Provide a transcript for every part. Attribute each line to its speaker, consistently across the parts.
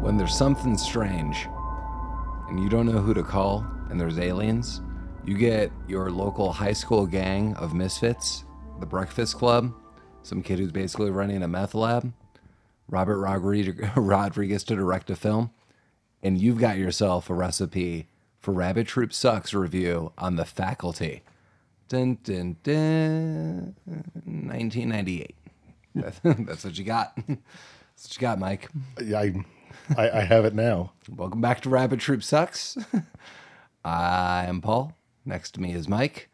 Speaker 1: When there's something strange and you don't know who to call and there's aliens, you get your local high school gang of misfits, the Breakfast Club, some kid who's basically running a meth lab, Robert Rodriguez Rodriguez to direct a film, and you've got yourself a recipe for Rabbit Troop Sucks review on the faculty. Dun, dun, dun, 1998. That- That's what you got. That's what you got, Mike.
Speaker 2: I, I, I have it now.
Speaker 1: Welcome back to Rabbit Troop Sucks. I am Paul. Next to me is Mike.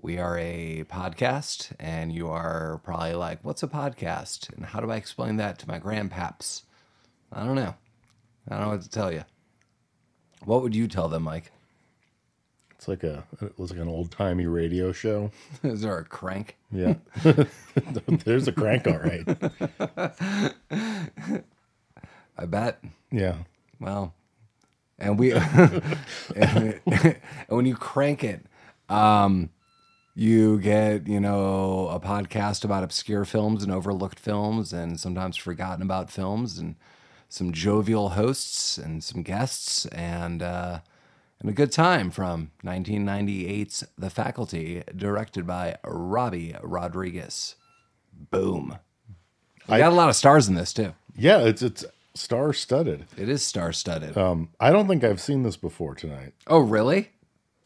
Speaker 1: We are a podcast, and you are probably like, What's a podcast? And how do I explain that to my grandpaps? I don't know. I don't know what to tell you. What would you tell them, Mike?
Speaker 2: It's like a it was like an old timey radio show.
Speaker 1: is there a crank?
Speaker 2: Yeah, there's a crank, all right.
Speaker 1: I bet.
Speaker 2: Yeah,
Speaker 1: Well, and we and, and when you crank it, um, you get you know a podcast about obscure films and overlooked films and sometimes forgotten about films and some jovial hosts and some guests and uh, and a good time from 1998's The Faculty, directed by Robbie Rodriguez. Boom. We got a lot of stars in this too.
Speaker 2: yeah. It's it's star studded.
Speaker 1: It is star studded.
Speaker 2: Um, I don't think I've seen this before tonight.
Speaker 1: oh, really?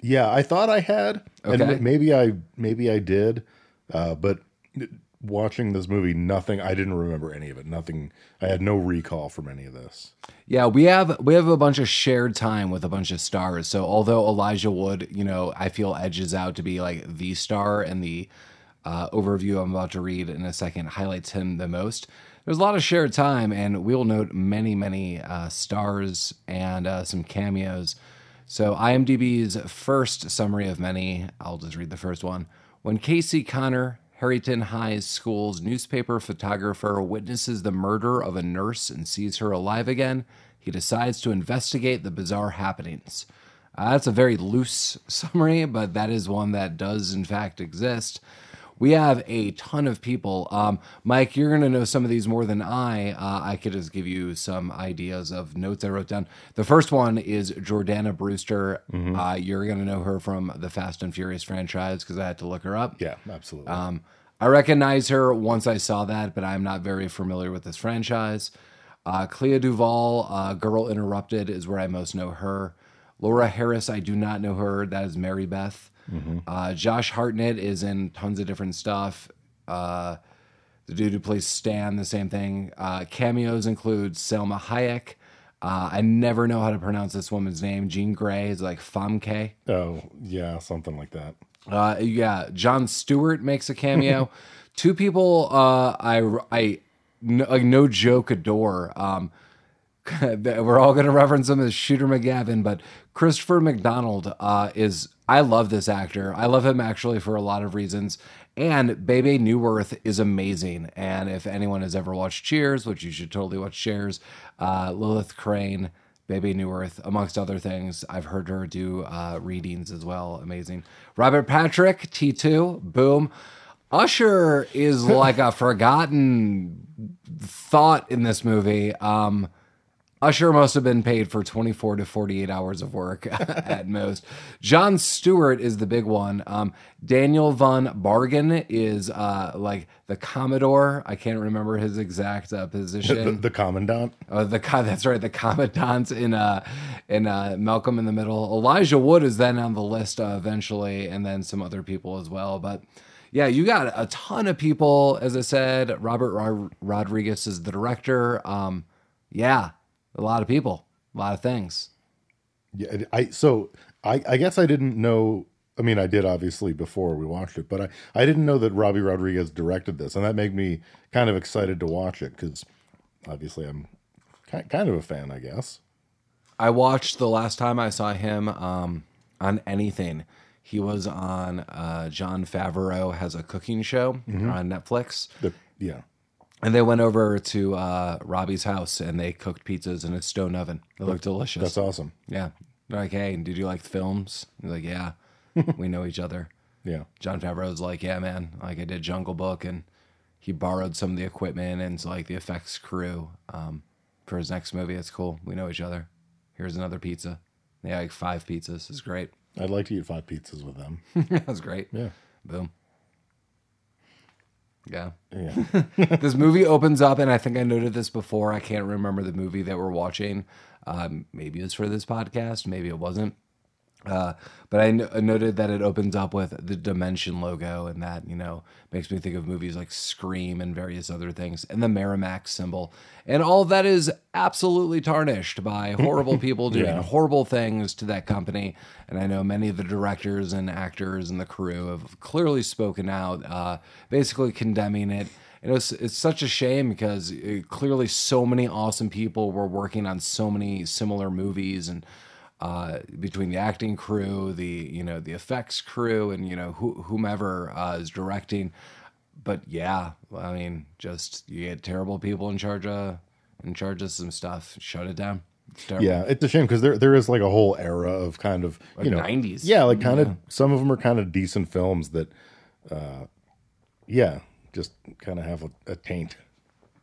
Speaker 2: Yeah, I thought I had, and
Speaker 1: Okay.
Speaker 2: m- maybe I maybe I did, uh, but watching this movie, nothing. I didn't remember any of it. Nothing. I had no recall from any of this.
Speaker 1: Yeah, we have we have a bunch of shared time with a bunch of stars. So although Elijah Wood, you know, I feel edges out to be like the star, and the uh, overview I'm about to read in a second highlights him the most. There's a lot of shared time, and we'll note many many uh, stars and uh, some cameos. So IMDb's first summary of many. I'll just read the first one. When Casey Connor, Harrington High School's newspaper photographer, witnesses the murder of a nurse and sees her alive again, he decides to investigate the bizarre happenings. Uh, that's a very loose summary, but that is one that does in fact exist. We have a ton of people. Um, Mike, you're going to know some of these more than I. Uh, I could just give you some ideas of notes I wrote down. The first one is Jordana Brewster. Uh, you're going to know her from the Fast and Furious franchise because I had to look her up.
Speaker 2: Yeah, absolutely.
Speaker 1: Um, I recognize her once I saw that, but I'm not very familiar with this franchise. Uh, Clea Duvall, uh, Girl Interrupted, is where I most know her. Laura Harris, I do not know her. That is Mary Beth. Uh, Josh Hartnett is in tons of different stuff. Uh, the dude who plays Stan, the same thing. Uh, cameos include Selma Hayek. Uh, I never know how to pronounce this woman's name. Jean Grey is like Famke.
Speaker 2: oh, yeah, something like that.
Speaker 1: Uh, yeah, John Stewart makes a cameo. Two people uh, I I no, like no joke adore. Um, that we're all going to reference him as Shooter McGavin, but Christopher McDonald uh, is. I love this actor. I love him actually for a lot of reasons. And Bebe Newworth is amazing. And if anyone has ever watched Cheers, which you should totally watch Cheers, uh, Lilith Crane, Bebe Newworth, amongst other things, I've heard her do uh, readings as well. Amazing. Robert Patrick, T2, boom. Usher is like a forgotten thought in this movie. Um, Usher must have been paid for 24 to 48 hours of work at most. John Stewart is the big one. Um, Daniel von Bargen is uh, like the Commodore. I can't remember his exact uh,
Speaker 2: The,
Speaker 1: position.
Speaker 2: the commandant.
Speaker 1: Oh, the co- that's right, the commandant in uh in uh Malcolm in the Middle. Elijah Wood is then on the list uh, eventually, and then some other people as well. But yeah, you got a ton of people. As I said, Robert Ro- Rodriguez is the director. Um, yeah, a lot of people, a lot of things.
Speaker 2: Yeah, I so I, I guess I didn't know. I mean, I did obviously before we watched it, but I, I didn't know that Robbie Rodriguez directed this, and that made me kind of excited to watch it because obviously I'm ki- kind of a fan, I guess.
Speaker 1: I watched the last time I saw him um, on anything. He was on uh, John Favreau has a cooking show on Netflix.
Speaker 2: The, yeah,
Speaker 1: And they went over to uh, Robbie's house and they cooked pizzas in a stone oven. It looked delicious.
Speaker 2: that's awesome.
Speaker 1: yeah. They're like, hey, did you like the films? He's like, yeah, we know each other.
Speaker 2: Yeah,
Speaker 1: John Favreau's like, yeah, man, like I did Jungle Book and he borrowed some of the equipment and so, like the effects crew. Um, for his next movie. It's cool. We know each other. Here's another pizza. They had like five pizzas. It's great.
Speaker 2: I'd like to eat five pizzas with them.
Speaker 1: that was great.
Speaker 2: Yeah.
Speaker 1: Boom. Yeah.
Speaker 2: Yeah.
Speaker 1: this movie opens up, and I think I noted this before. I can't remember the movie that we're watching. Um, maybe it's for this podcast. Maybe it wasn't. Uh, but I no- noted that it opens up with the Dimension logo, and that you know makes me think of movies like Scream and various other things, and the Merrimack symbol, and all that is absolutely tarnished by horrible people doing
Speaker 2: Yeah.
Speaker 1: horrible things to that company. And I know many of the directors and actors and the crew have clearly spoken out, uh, basically condemning it. And it was, it's such a shame because uh clearly so many awesome people were working on so many similar movies and uh, between the acting crew, the you know the effects crew, and you know who, whomever uh, is directing. But yeah, I mean, just you get terrible people in charge of in charge of some stuff. Shut it down. It's terrible.
Speaker 2: Yeah, it's a shame because there there is like a whole era of kind of you know
Speaker 1: 90s.
Speaker 2: Yeah, like kind of some of them are kind of decent films that, uh, yeah, just kind of have a, a taint,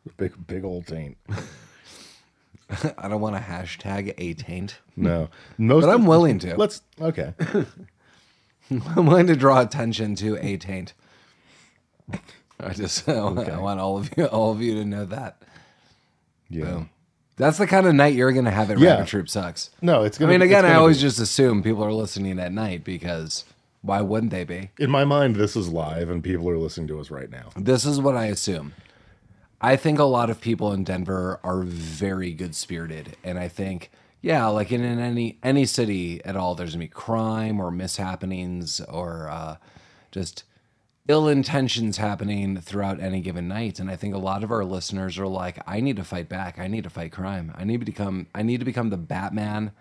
Speaker 2: a big big old taint.
Speaker 1: I don't want to hashtag a taint,
Speaker 2: No, most.
Speaker 1: but I'm willing to.
Speaker 2: let's okay.
Speaker 1: I'm willing to draw attention to a taint. I just I want- I want all of you all of you to know that.
Speaker 2: Yeah.
Speaker 1: That's the kind of night you're going to have at
Speaker 2: Yeah.
Speaker 1: Rabbit Troop Sucks.
Speaker 2: No, it's
Speaker 1: I
Speaker 2: gonna.
Speaker 1: mean,
Speaker 2: it's
Speaker 1: again, I
Speaker 2: gonna
Speaker 1: always just assume people are listening at night because why wouldn't they be?
Speaker 2: be- in my mind this is live and people are listening to us right now.
Speaker 1: This is what I assume. I think a lot of people in Denver are very good spirited, and I think yeah, like in, in any any city at all, there's gonna be crime or mishappenings or uh, just ill intentions happening throughout any given night. And I think a lot of our listeners are like, I need to fight back. I need to fight crime. I need to become I need to become the Batman,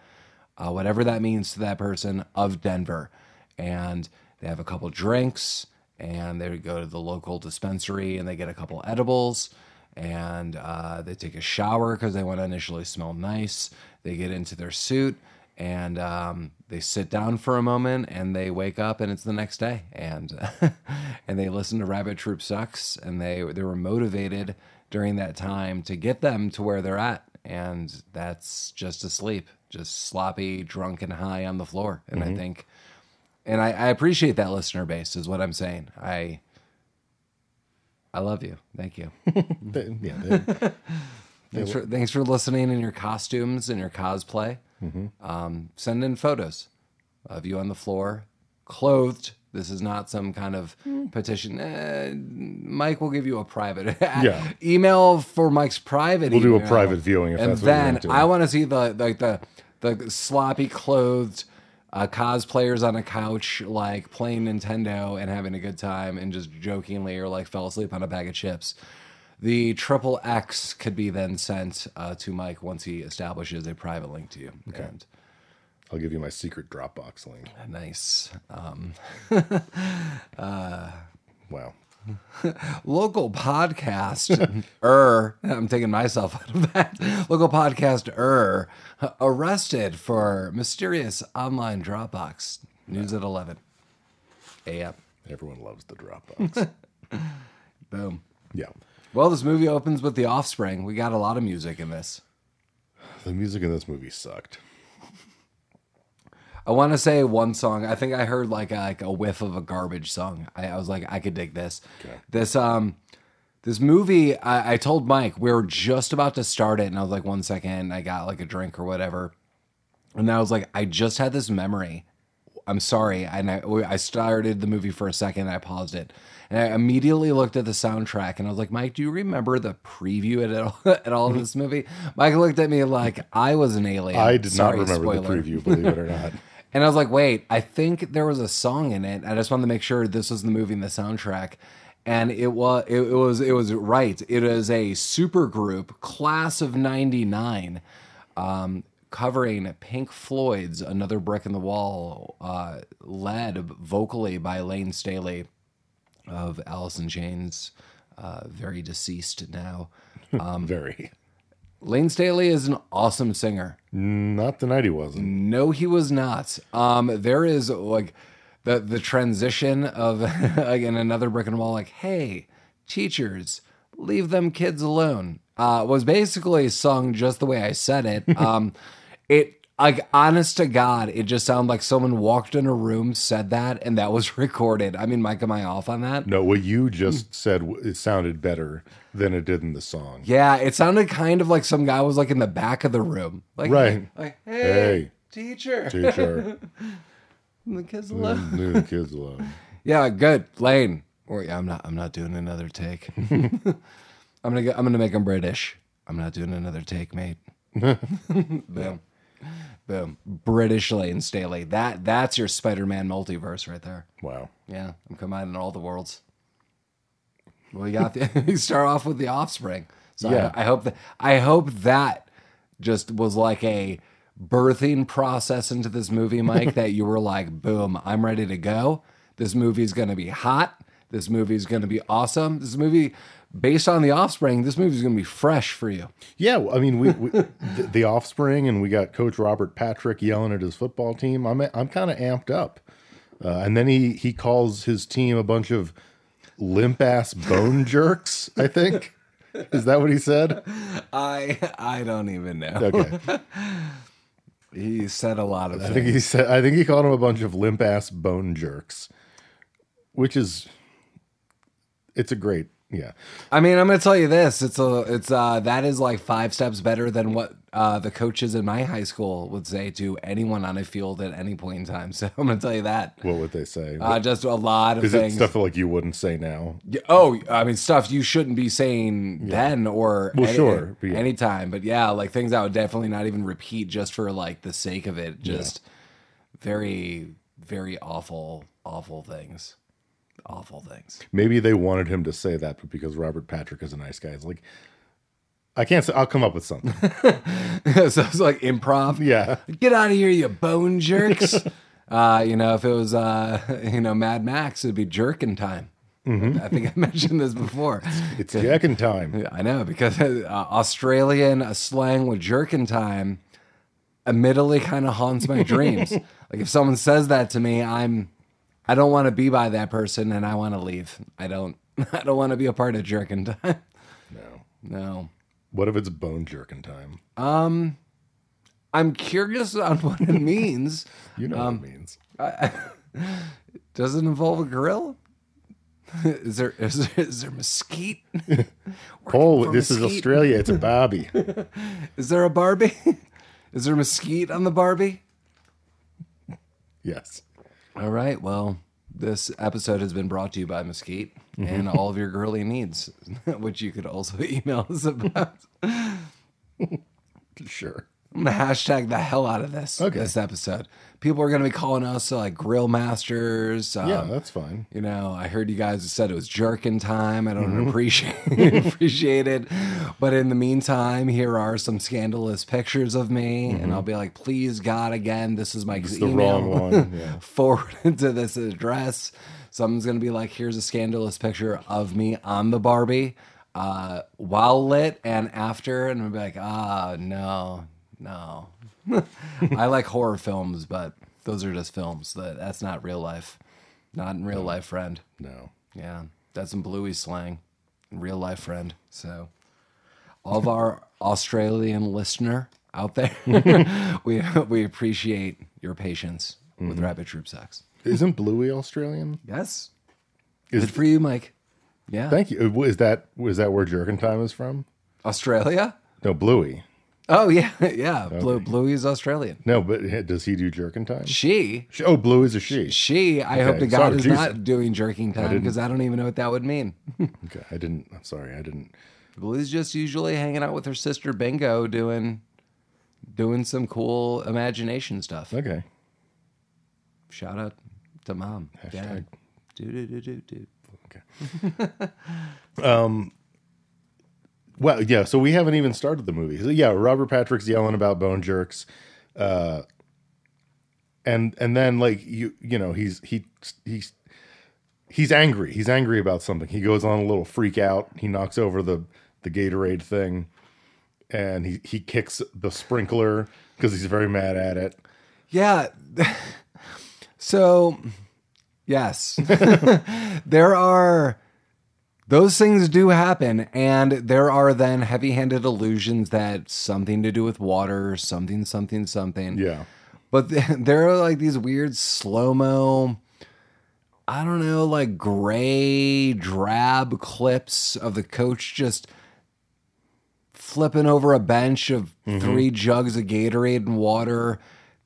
Speaker 1: uh, whatever that means to that person of Denver. And they have a couple drinks, and they go to the local dispensary, and they get a couple edibles and uh, they take a shower because they want to initially smell nice. They get into their suit and um, they sit down for a moment and they wake up and it's the next day and and they listen to Rabbit Troop Sucks and they they were motivated during that time to get them to where they're at and that's just asleep, just sloppy, drunk and high on the floor. And I think and I, I appreciate that listener base is what I'm saying. I I love you. Thank you. Mm.
Speaker 2: They- yeah, they-
Speaker 1: Thanks for, thanks for listening in your costumes and your cosplay.
Speaker 2: Mm-hmm.
Speaker 1: Um, send in photos of you on the floor, clothed. This is not some kind of
Speaker 2: Hmm.
Speaker 1: petition. Eh, Mike will give you a private
Speaker 2: Yeah.
Speaker 1: email for Mike's private.
Speaker 2: we'll do a
Speaker 1: email.
Speaker 2: private viewing if
Speaker 1: and
Speaker 2: that's
Speaker 1: then
Speaker 2: what we're into.
Speaker 1: I want to see the like the the sloppy clothed uh, cosplayers on a couch, like playing Nintendo and having a good time, and just jokingly or like fell asleep on a bag of chips. The triple X could be then sent uh, to Mike once he establishes a private link to you. And
Speaker 2: I'll give you my secret Dropbox link.
Speaker 1: nice um,
Speaker 2: Wow.
Speaker 1: local podcast. er, I'm taking myself out of that. Local podcast. Er, arrested for mysterious online Dropbox. News at 11 a.m.
Speaker 2: Everyone loves the Dropbox.
Speaker 1: Boom.
Speaker 2: yeah.
Speaker 1: Well, this movie opens with The Offspring. We got a lot of music in this.
Speaker 2: The music in this movie sucked.
Speaker 1: I want to say one song. I think I heard like a, like a whiff of a garbage song. I, I was like, I could dig this. This um, this movie. I, I told Mike we were just about to start it, and I was like, one second. I got like a drink or whatever, and I was like, I just had this memory. I'm sorry, and I we- I started the movie for a second. I paused it, and I immediately looked at the soundtrack, and I was like, Mike, do you remember the preview at all, at all of this movie? Mike looked at me like I was an alien.
Speaker 2: Mm-hmm. I did
Speaker 1: Sorry,
Speaker 2: not remember
Speaker 1: spoiler.
Speaker 2: the preview, believe it or not.
Speaker 1: And I was like, wait, I think there was a song in it. I just wanted to make sure this was the movie and the soundtrack. And it was it, it was it was right. It is a super group, class of ninety nine, um, covering Pink Floyd's Another Brick in the Wall, uh, led vocally by Lane Staley of Alice in Chains, uh, very deceased now. Um,
Speaker 2: Very.
Speaker 1: Lane Staley is an awesome singer.
Speaker 2: Not the night he wasn't.
Speaker 1: No, he was not. Um, there is like the the transition of again another brick and wall. Like, hey, teachers, leave them kids alone. uh, was basically sung just the way I said it. Um, it like honest to God, it just sounded like someone walked in a room, said that, and that was recorded. I mean, Mike, am I off on that?
Speaker 2: No, what you just said w- it sounded better than it did in the song.
Speaker 1: Mm. Yeah, it sounded kind of like some guy was like in the back of the room, like
Speaker 2: Right.
Speaker 1: like
Speaker 2: Hey.
Speaker 1: hey, teacher,
Speaker 2: Teacher,
Speaker 1: the kids love.
Speaker 2: knew the kids love. him.
Speaker 1: Yeah, good. Lane. Or yeah, I'm not I'm not doing another take. I'm gonna go, I'm gonna make him British. I'm not doing another take, mate. Boom. Boom. British Lane Staley. That that's your Spider-Man multiverse right there.
Speaker 2: Wow.
Speaker 1: Yeah, I'm combining all the worlds. Well, you got the, you start off with the offspring. So I-
Speaker 2: Yeah.
Speaker 1: I, hope that I hope that just was like a birthing process into this movie, Mike. that you were like, boom, I'm ready to go. This movie's gonna be hot. This movie's gonna be awesome. This movie, based on the offspring, this movie's gonna be fresh for you.
Speaker 2: Yeah, well, I mean, we, we th- the offspring, and we got Coach Robert Patrick yelling at his football team. I'm I'm kind of amped up, uh, and then he he calls his team a bunch of limp ass bone jerks. I think is that what he said?
Speaker 1: I I don't even know.
Speaker 2: Okay,
Speaker 1: He said a lot of
Speaker 2: I think
Speaker 1: things.
Speaker 2: he said I think he called them a bunch of limp ass bone jerks, which is it's a great yeah.
Speaker 1: I mean, I'm gonna tell you this. It's a it's uh that is like five steps better than what uh the coaches in my high school would say to anyone on a field at any point in time. So I'm gonna tell you that.
Speaker 2: What would they say?
Speaker 1: Uh, just a lot of
Speaker 2: is it
Speaker 1: things.
Speaker 2: stuff like you wouldn't say now?
Speaker 1: Yeah, Oh, I mean, stuff you shouldn't be saying then or
Speaker 2: Well, sure, but yeah.
Speaker 1: anytime. But yeah, like things I would definitely not even repeat just for like the sake of it. Just very, very awful, awful things. Awful things.
Speaker 2: Maybe they wanted him to say that, but because Robert Patrick is a nice guy, it's like I can't say. I'll come up with something.
Speaker 1: so it's like improv.
Speaker 2: yeah,
Speaker 1: get out of here, you bone jerks. uh, you know, if it was, uh, you know, Mad Max, it'd be jerkin' time. I think I mentioned this before.
Speaker 2: it's Jackin time.
Speaker 1: I know because uh, Australian uh, slang with jerkin' time admittedly kind of haunts my dreams. like if someone says that to me, I'm, I don't want to be by that person and I want to leave. I don't, I don't want to be a part of jerkin' time.
Speaker 2: No.
Speaker 1: No.
Speaker 2: What if it's bone jerkin time?
Speaker 1: I'm curious on what it means.
Speaker 2: You know what it means.
Speaker 1: Does it involve a grill? is there is there, is there mesquite?
Speaker 2: Oh,
Speaker 1: for
Speaker 2: this is
Speaker 1: mesquite.
Speaker 2: Australia. It's a Barbie.
Speaker 1: Is there a Barbie? is there mesquite on the Barbie?
Speaker 2: yes.
Speaker 1: All right. Well, this episode has been brought to you by Mesquite
Speaker 2: Mm-hmm.
Speaker 1: and all of your girly needs, which you could also email us about.
Speaker 2: Sure.
Speaker 1: I'm gonna hashtag the hell out of this
Speaker 2: Okay.
Speaker 1: this episode. People are gonna be calling us uh, like grill masters. Um,
Speaker 2: Yeah, Ah, that's fine.
Speaker 1: You know, I heard you guys said it was jerking time. I don't appreciate appreciate it, but in the meantime, here are some scandalous pictures of me, and I'll be like, please God, again, this is Mike's
Speaker 2: It's the
Speaker 1: email.
Speaker 2: wrong one. Yeah.
Speaker 1: Forwarded to this address. Someone's gonna be like, here's a scandalous picture of me on the Barbie, uh, while lit and after, and I'll be like, ah, no, no. I like horror films, but those are just films. That that's not real life. Not in real life, friend.
Speaker 2: No.
Speaker 1: Yeah, that's some Bluey slang. Real life friend. So, all of our Australian listener out there, we we appreciate your patience with
Speaker 2: Mm-hmm.
Speaker 1: Rabbit Troop Socks.
Speaker 2: Isn't Bluey Australian?
Speaker 1: Yes,
Speaker 2: Is-
Speaker 1: good for you, Mike. Yeah,
Speaker 2: Thank you. Uh, Is that is that where jerkin time is from?
Speaker 1: Australia.
Speaker 2: No, Bluey.
Speaker 1: Oh yeah, yeah. Blue, Bluey's Australian.
Speaker 2: No, but eh, does he do jerkin time?
Speaker 1: She.
Speaker 2: She- Oh, Bluey's a she.
Speaker 1: She, I hope
Speaker 2: Okay,
Speaker 1: to God
Speaker 2: sorry,
Speaker 1: is
Speaker 2: Jesus.
Speaker 1: not doing jerking time because I don't even know what that would mean.
Speaker 2: Okay, I didn't. I'm sorry, I didn't.
Speaker 1: Blue's just usually hanging out with her sister Bingo, doing, doing some cool imagination stuff.
Speaker 2: Okay,
Speaker 1: Shout out to mom. Dad. Do do do do do.
Speaker 2: okay. um, well, yeah. So we haven't even started the movie. So, yeah, Robert Patrick's yelling about bone jerks, uh, and and then like you you know he's he he's he's angry. He's angry about something. He goes on a little freak out. He knocks over the the Gatorade thing, and he he kicks the sprinkler because he's very mad at it.
Speaker 1: Yeah. so, yes, there are those things do happen and there are then heavy-handed illusions that something to do with water something something something
Speaker 2: Yeah.
Speaker 1: but th- there are like these weird slow-mo i don't know like gray drab clips of the coach just flipping over a bench of
Speaker 2: Mm-hmm.
Speaker 1: three jugs of gatorade and water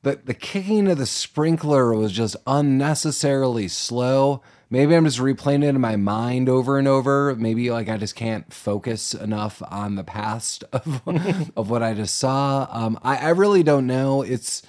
Speaker 1: the, the kicking of the sprinkler was just unnecessarily slow maybe i'm just replaying it in my mind over and over maybe like i just can't focus enough on the past of, of what i just saw um, I, I really don't know it's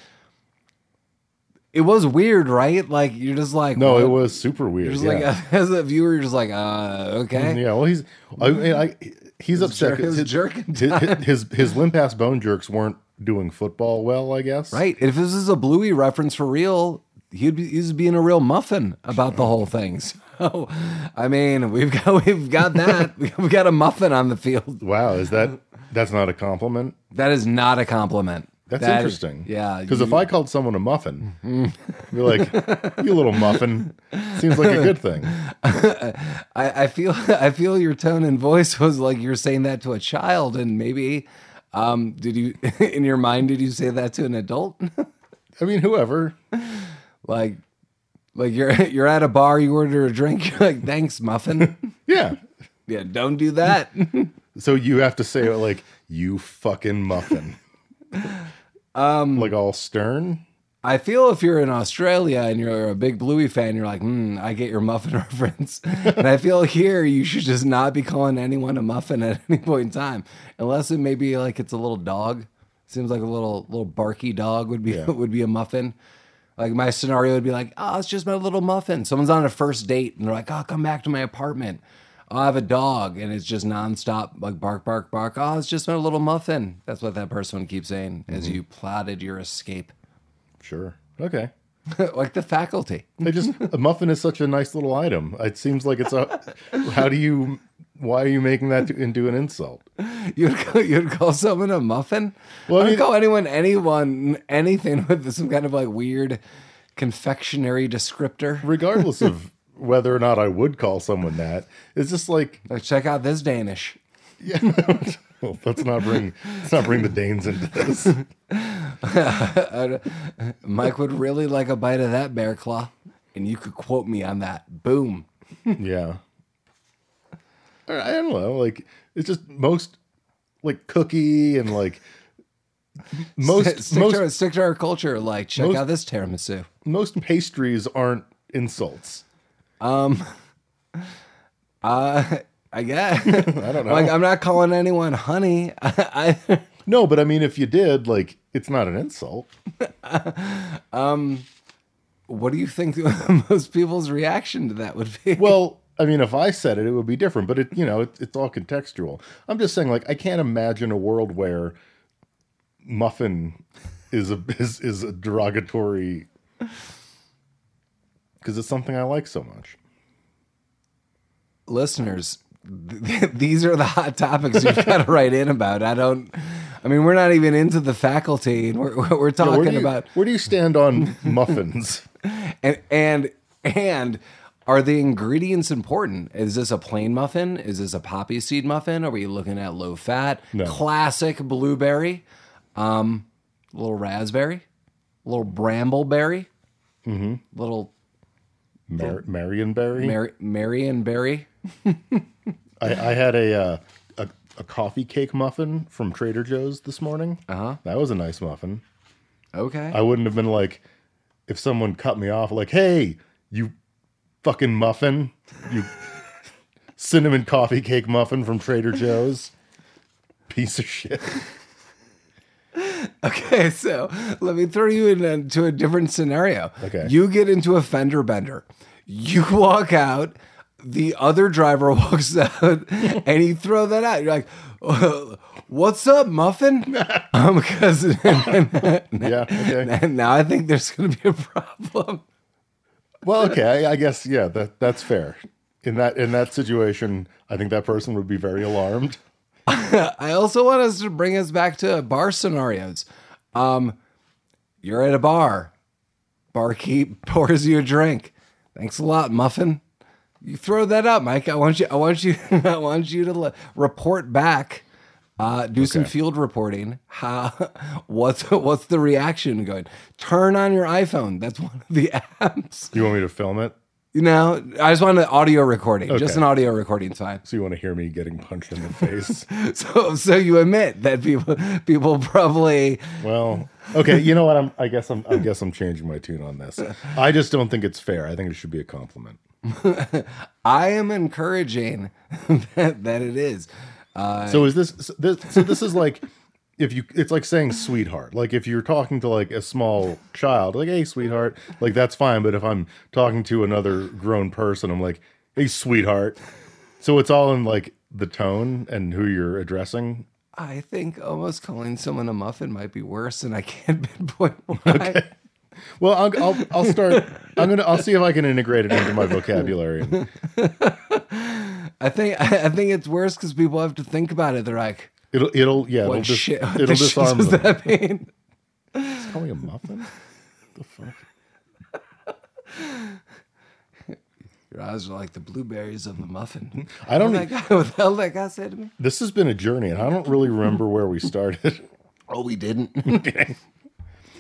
Speaker 1: it was weird, right? Like you're just like
Speaker 2: No,
Speaker 1: what?
Speaker 2: it was super weird.
Speaker 1: You're just
Speaker 2: yeah.
Speaker 1: like as a viewer, you're just like uh okay.
Speaker 2: Yeah, well, he's I, mean, I, he's upset.
Speaker 1: jerk- it was
Speaker 2: his,
Speaker 1: jerking
Speaker 2: his his his limp ass bone jerks weren't doing football well. I guess.
Speaker 1: Right. If this is a Bluey reference for real, he'd be, he's being a real muffin about the whole thing. So, I mean, we've got we've got that. we've got a muffin on the field.
Speaker 2: Wow. Is that that's not a compliment?
Speaker 1: That is not a compliment.
Speaker 2: That's
Speaker 1: That-
Speaker 2: interesting.
Speaker 1: Yeah.
Speaker 2: Because
Speaker 1: you-
Speaker 2: if I called someone a muffin, you're like, you little muffin. Seems like a good thing.
Speaker 1: I, I feel I feel your tone and voice was like you're saying that to a child, and maybe um did you in your mind did you say that to an adult?
Speaker 2: I mean, whoever.
Speaker 1: like like you're you're at a bar you order a drink you're like thanks muffin
Speaker 2: Yeah.
Speaker 1: yeah don't do that
Speaker 2: So you have to say it like, you fucking muffin. Um, like all stern.
Speaker 1: i feel if you're in australia and you're a big bluey fan you're like hmm i get your muffin reference and i feel here you should just not be calling anyone a muffin at any point in time unless it may be like it's a little dog seems like a little little barky dog would be
Speaker 2: Yeah.
Speaker 1: would be a muffin like my scenario would be like, oh, it's just my little muffin. Someone's on a first date and they're like, oh, come back to my apartment. Oh, I have a dog and it's just nonstop, like bark, bark, bark. Oh, it's just my little muffin. That's what that person would keep saying as you plotted your escape,
Speaker 2: Sure. Okay.
Speaker 1: like the faculty.
Speaker 2: They just a muffin is such a nice little item. It seems like it's a. How do you? Why are you making that to, into an insult?
Speaker 1: You'd call, you'd call someone a muffin.
Speaker 2: Well, I
Speaker 1: I would
Speaker 2: mean-
Speaker 1: call anyone, anyone, anything with some kind of like weird confectionery descriptor.
Speaker 2: Regardless of whether or not I would call someone that, it's just like
Speaker 1: Like, check out this Danish.
Speaker 2: well, let's not bring let's not bring the Danes into this.
Speaker 1: Mike would really like a bite of that bear claw, and you could quote me on that. Boom.
Speaker 2: Yeah. Or, I don't know. Like it's just most like cookie and like
Speaker 1: Stick-
Speaker 2: most
Speaker 1: stick, to our,
Speaker 2: most
Speaker 1: stick to our culture. Like, check
Speaker 2: most-
Speaker 1: out this tiramisu.
Speaker 2: most pastries aren't insults.
Speaker 1: I guess. I
Speaker 2: don't know.
Speaker 1: Like, I'm not calling anyone honey. I, I
Speaker 2: No, but I mean, if you did, like, it's not an insult.
Speaker 1: what do you think most people's reaction to that would be?
Speaker 2: Well, I mean, if I said it, it would be different, but it, you know, it, it's all contextual. I'm just saying, like, I can't imagine a world where muffin is a is is a derogatory because it's something I like so much.
Speaker 1: Listeners, th- these are the hot topics you've got to write in about. I don't. I mean, we're not even into the faculty, and we're we're
Speaker 2: Where
Speaker 1: talking
Speaker 2: do you,
Speaker 1: about
Speaker 2: where do you stand on muffins?
Speaker 1: and and and are the ingredients important? Is this a plain muffin? Is this a poppy seed muffin? Are we looking at low fat?
Speaker 2: No.
Speaker 1: Classic blueberry, um, little raspberry, little brambleberry, mm-hmm. little
Speaker 2: Mar- Marionberry.
Speaker 1: Mary Marionberry.
Speaker 2: I, I had a, uh, a a coffee cake muffin from Trader Joe's this morning. Uh-huh. That was a nice muffin.
Speaker 1: Okay.
Speaker 2: I wouldn't have been like, if someone cut me off, like, hey, you fucking muffin, you cinnamon coffee cake muffin from Trader Joe's, piece of shit.
Speaker 1: Okay, so let me throw you in- into a different scenario.
Speaker 2: Okay.
Speaker 1: You get into a fender bender. You walk out. The other driver walks out, and you throw that out. You're like, "Oh, "What's up, muffin?" Um, because
Speaker 2: Yeah. Okay.
Speaker 1: now I think there's going to be a problem.
Speaker 2: Well, okay. I, I guess yeah. That that's fair. In that in that situation, I think that person would be very alarmed.
Speaker 1: I also want us to bring us back to bar scenarios. Um, you're at a bar, barkeep pours you a drink. Thanks a lot, muffin. you throw that up, Mike. I want you. I want you. I want you to le- report back. Uh, do some field reporting. How? What's what's the reaction going? Turn on your iPhone. That's one of the apps.
Speaker 2: You want me to film it?
Speaker 1: You know, I just want an audio recording. Just
Speaker 2: Okay.
Speaker 1: an audio recording's fine.
Speaker 2: So you want to hear me getting punched in the face?
Speaker 1: So, so you admit that people people probably
Speaker 2: well, okay. You know what? I'm. I guess I'm. I guess I'm changing my tune on this. I just don't think it's fair. I think it should be a compliment.
Speaker 1: I am encouraging that, that it is. Uh,
Speaker 2: So is this, so this so this is like if you it's like saying sweetheart. Like if you're talking to like a small child, like hey sweetheart, like that's fine, but if I'm talking to another grown person, I'm like hey sweetheart. So it's all in like the tone and who you're addressing.
Speaker 1: I think almost calling someone a muffin might be worse, and I can't pinpoint why.
Speaker 2: Well, I'll, I'll I'll start I'm going to I'll see if I can integrate it into my vocabulary.
Speaker 1: I think I think it's worse because people have to think about it. They're like,
Speaker 2: It'll it'll yeah, it'll
Speaker 1: "What
Speaker 2: just
Speaker 1: shit? What
Speaker 2: it'll
Speaker 1: the shit
Speaker 2: disarm
Speaker 1: does
Speaker 2: them.
Speaker 1: that mean?"
Speaker 2: Call me a muffin? the fuck?
Speaker 1: Your eyes are like the blueberries of a muffin.
Speaker 2: I don't e-
Speaker 1: Like, what the hell that guy said to me?
Speaker 2: this has been a journey and I don't really remember where we started.
Speaker 1: Oh, we didn't.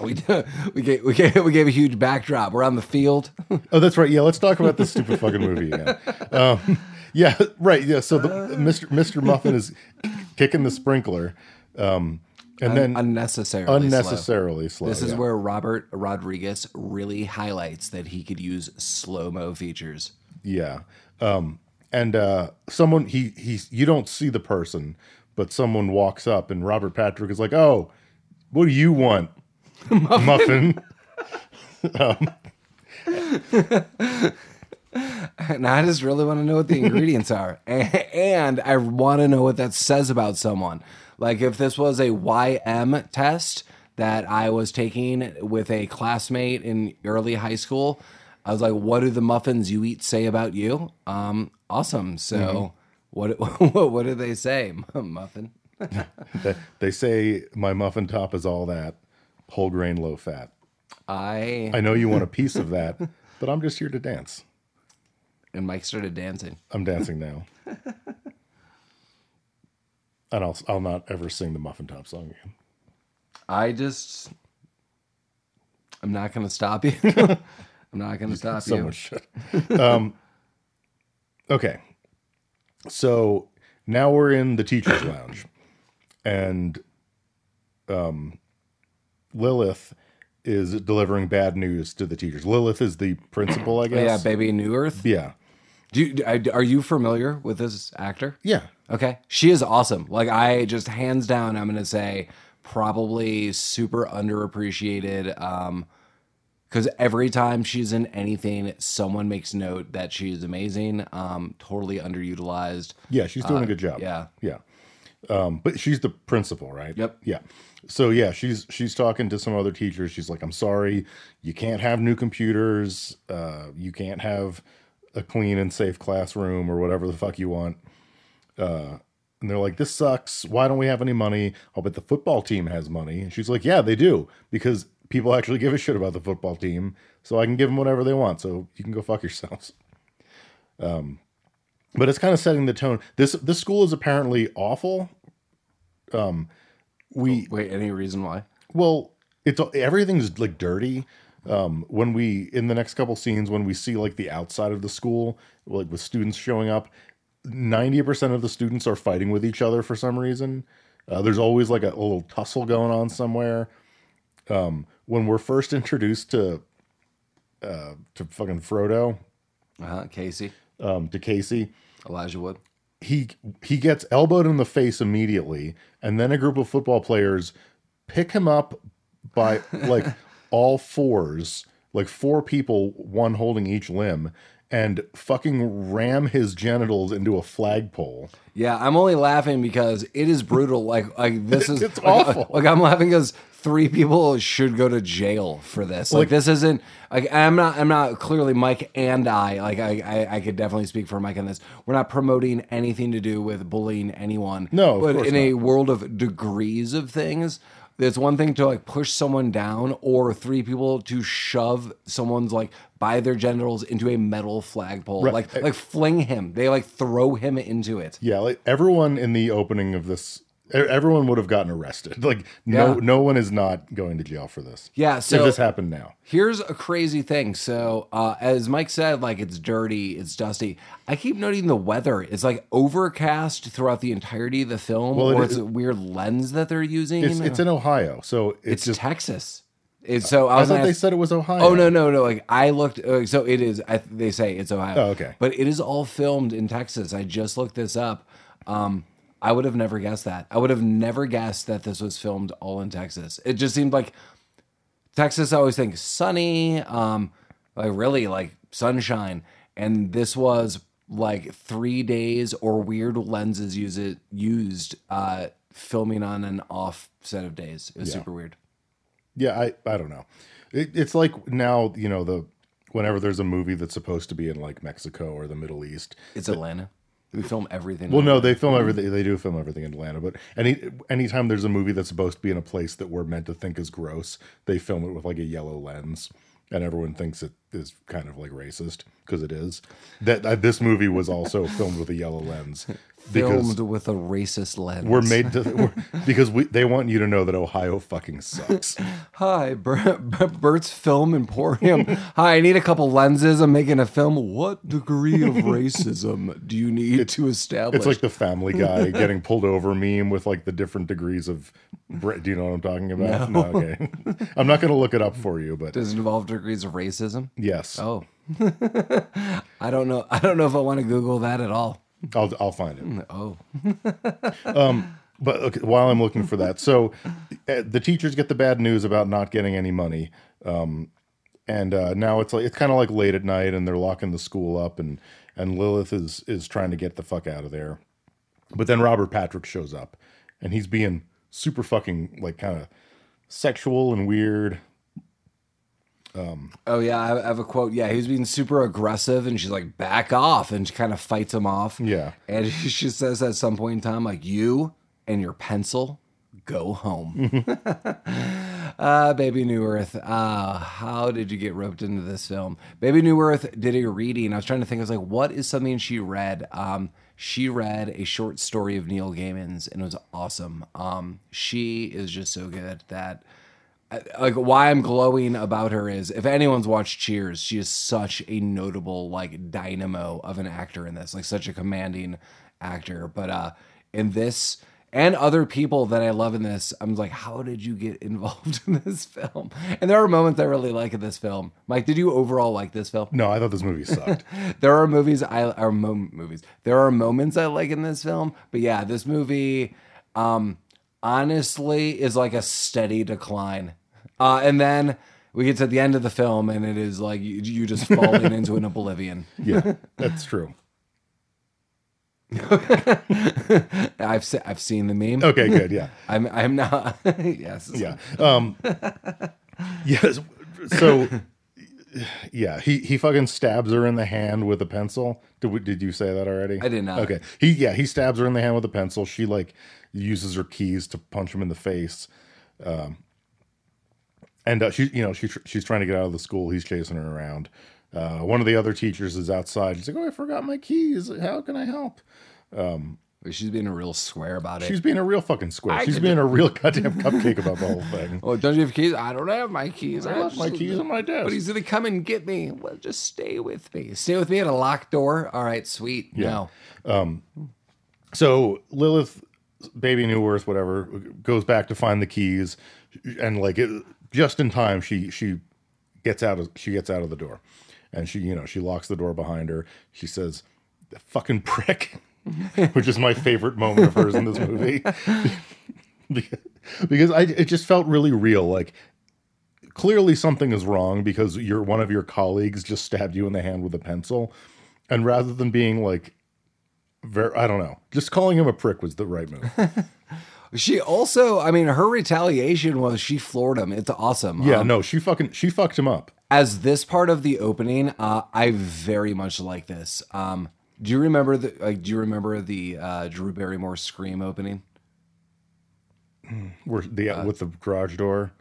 Speaker 1: we did. we gave, we gave we gave a huge backdrop. We're on the field.
Speaker 2: Oh, that's right. Yeah, let's talk about this stupid fucking movie again. Um, yeah, right. Yeah, so the
Speaker 1: Uh.
Speaker 2: Mr. Mr. Muffin is kicking the sprinkler, um, and then
Speaker 1: unnecessarily slow.
Speaker 2: unnecessarily slow.
Speaker 1: This is
Speaker 2: Oh, yeah.
Speaker 1: where Robert Rodriguez really highlights that he could use slow mo features.
Speaker 2: yeah. Um, and uh, someone he he's you don't see the person, but someone walks up, and Robert Patrick is like, "Oh, what do you want, Muffin?"
Speaker 1: And I just really want to know what the ingredients are. A- And I want to know what that says about someone. Like if this was a YM test that I was taking with a classmate in early high school, I was like, what do the muffins you eat say about you? Um, awesome. So what, what what do they say, muffin?
Speaker 2: they, they say my muffin top is all that whole grain, low fat.
Speaker 1: I
Speaker 2: I know you want a piece of that, but I'm just here to dance.
Speaker 1: and Mike started dancing.
Speaker 2: I'm dancing now. and I'll I'll not ever sing the Muffin Top song again.
Speaker 1: I just I'm not gonna stop you. I'm not gonna stop
Speaker 2: So
Speaker 1: you.
Speaker 2: much shit. Um, okay. So now we're in the teacher's lounge, and um, Lilith is delivering bad news to the teachers. Lilith is the principal, I
Speaker 1: Yeah,
Speaker 2: guess.
Speaker 1: baby New Earth.
Speaker 2: yeah.
Speaker 1: Do you, I- are you familiar with this actor?
Speaker 2: Yeah.
Speaker 1: Okay, she is awesome. Like I just hands down, I'm gonna say probably super underappreciated. Um, because every time she's in anything, someone makes note that she is amazing. Um, totally underutilized.
Speaker 2: Yeah, she's doing a good job.
Speaker 1: yeah.
Speaker 2: yeah. Um, but she's the principal, right?
Speaker 1: Yep.
Speaker 2: Yeah. So yeah, she's she's talking to some other teachers. She's like, "I'm sorry, you can't have new computers. Uh, you can't have a clean and safe classroom or whatever the fuck you want." Uh, and they're like, "This sucks. Why don't we have any money?" Oh, but the football team has money. And she's like, "Yeah, they do because people actually give a shit about the football team. So I can give them whatever they want. So you can go fuck yourselves." but it's kind of setting the tone. This this school is apparently awful. Um, we
Speaker 1: Oh, Wait, any reason why?
Speaker 2: well, it's everything's like dirty. Um, when we in the next couple scenes, when we see like the outside of the school, like with students showing up, ninety percent of the students are fighting with each other for some reason. Uh, there's always like a, little tussle going on somewhere. Um, when we're first introduced to uh, to fucking Frodo,
Speaker 1: Uh-huh, Casey,
Speaker 2: um, to Casey,
Speaker 1: Elijah Wood.
Speaker 2: he he gets elbowed in the face immediately, and then a group of football players pick him up by like all fours, like four people, one holding each limb, and fucking ram his genitals into a flagpole.
Speaker 1: Yeah, I'm only laughing because it is brutal. Like, like this is
Speaker 2: It's
Speaker 1: like,
Speaker 2: awful.
Speaker 1: Like, I'm laughing because three people should go to jail for this. Like, this isn't like I'm not I'm not clearly Mike and I. Like, I, I I could definitely speak for Mike on this. We're not promoting anything to do with bullying anyone.
Speaker 2: No, of
Speaker 1: but
Speaker 2: course
Speaker 1: in a world of degrees of things. It's one thing to like push someone down, or three people to shove someone's like by their genitals into a metal flagpole,
Speaker 2: Right.
Speaker 1: like like fling him. They like throw him into it.
Speaker 2: Yeah, like everyone in the opening of this, e- everyone would have gotten arrested. Like no,
Speaker 1: Yeah.
Speaker 2: no one is not going to jail for this.
Speaker 1: Yeah. So
Speaker 2: if this happened now,
Speaker 1: Here's a crazy thing. So, uh, as Mike said, like it's dirty, it's dusty. I keep noting the weather. It's like overcast throughout the entirety of the film,
Speaker 2: it
Speaker 1: or
Speaker 2: is-
Speaker 1: it's a weird lens that they're using.
Speaker 2: it's it's in Ohio, so it's,
Speaker 1: It's
Speaker 2: just. Uh,
Speaker 1: Texas. It's, so I
Speaker 2: I
Speaker 1: was
Speaker 2: thought
Speaker 1: gonna
Speaker 2: they
Speaker 1: ask-
Speaker 2: said it was Ohio.
Speaker 1: Oh no no no! Like I looked, uh, so it is. I, they say it's Ohio.
Speaker 2: Oh, okay.
Speaker 1: But it is all filmed in Texas. I just looked this up. Um, I would have never guessed that. I would have never guessed that this was filmed all in Texas. It just seemed like Texas. I always think sunny, um, like really like sunshine, and this was like three days or weird lenses use it used uh, filming on an off set of days. It was super weird.
Speaker 2: Yeah, I I don't know. It, it's like now you know the whenever there's a movie that's supposed to be in like Mexico or the Middle East.
Speaker 1: It's Atlanta. We film everything.
Speaker 2: Well, no, they film everything. They do film everything in Atlanta, but any anytime there's a movie that's supposed to be in a place that we're meant to think is gross, they film it with like a yellow lens, and everyone thinks it is kind of like racist because it is. That uh, this movie was also filmed with a yellow lens because
Speaker 1: filmed with a racist lens.
Speaker 2: we're made to we're, because we they want you to know that Ohio fucking sucks.
Speaker 1: Hi, Bert, Bert's Film Emporium. Hi, I need a couple lenses. I'm making a film. What degree of racism do you need to establish?
Speaker 2: It's like the Family Guy getting pulled over meme with like the different degrees of. Brit. Do you know what I'm talking about? No, okay. I'm not going to look it up for you, but
Speaker 1: Does it involve degrees of racism?
Speaker 2: yes,
Speaker 1: Oh, I don't know. I don't know if I want to Google that at all.
Speaker 2: I'll I'll find it.
Speaker 1: Oh,
Speaker 2: But okay, while I'm looking for that, so uh, the teachers get the bad news about not getting any money, um, and uh, now it's like it's kind of like late at night, and they're locking the school up, and and Lilith is is trying to get the fuck out of there, but then Robert Patrick shows up, and he's being super fucking like kind of sexual and weird.
Speaker 1: oh yeah. I I have a quote. Yeah, he's being super aggressive, and she's like, "Back off," and she kind of fights him off.
Speaker 2: Yeah.
Speaker 1: and she says at some point in time, like, "You and your pencil, go home." Ah, Baby New Earth. Ah, how did you get roped into this film? Baby New Earth did a reading. I was trying to think. I was like, what is something she read? Um, she read a short story of Neil Gaiman's, and it was awesome. Um, she is just so good that. I- Like why I'm glowing about her is if anyone's watched Cheers, she is such a notable like dynamo of an actor in this, like such a commanding actor. But uh in this, and other people that I love in this. I'm like, how did you get involved in this film? And there are moments I really like in this film. Mike, did you overall like this film?
Speaker 2: No, I thought this movie sucked.
Speaker 1: There are movies I are mom, movies. There are moments I like in this film, but yeah, this movie, um, honestly, is like a steady decline. Uh, and then we get to the end of the film, and it is like you, you just falling into an oblivion.
Speaker 2: yeah, that's true.
Speaker 1: I've se- I've seen the meme.
Speaker 2: Okay, good. Yeah.
Speaker 1: I'm I'm not. yes.
Speaker 2: Oh. Yeah. Um, yes. So, yeah, he he fucking stabs her in the hand with a pencil. Did we, did you say that already?
Speaker 1: I did not.
Speaker 2: Okay. He yeah he stabs her in the hand with a pencil. She like uses her keys to punch him in the face. Um, and uh, she you know she tr- she's trying to get out of the school. He's chasing her around. Uh, one of the other teachers is outside. She's like, "Oh, I forgot my keys. How can I help?"
Speaker 1: She's being real square about it.
Speaker 2: She's being a real fucking square. She's being a real goddamn cupcake about the whole thing.
Speaker 1: Oh, don't you have keys? I don't have my keys.
Speaker 2: I left my keys on my desk.
Speaker 1: But he's gonna come and get me. Well, just stay with me. Stay with me at a locked door. All right, sweet. No.
Speaker 2: So Lilith, baby New Earth, whatever, goes back to find the keys, and like it, just in time, she she gets out of she gets out of the door, and she you know she locks the door behind her. She says, "The "Fucking prick," which is my favorite moment of hers in this movie, because, because I it just felt really real, like. Clearly, something is wrong because your one of your colleagues just stabbed you in the hand with a pencil, and rather than being like very I don't know. Just calling him a prick was the right move.
Speaker 1: She also, I mean, her retaliation was she floored him. It's awesome.
Speaker 2: Yeah,
Speaker 1: Um,
Speaker 2: Uh, no, she fucking she fucked him up.
Speaker 1: as this part of the opening, uh, I very much like this. Um, do you remember the? Like, do you remember the uh, Drew Barrymore scream opening?
Speaker 2: Where the with the garage door.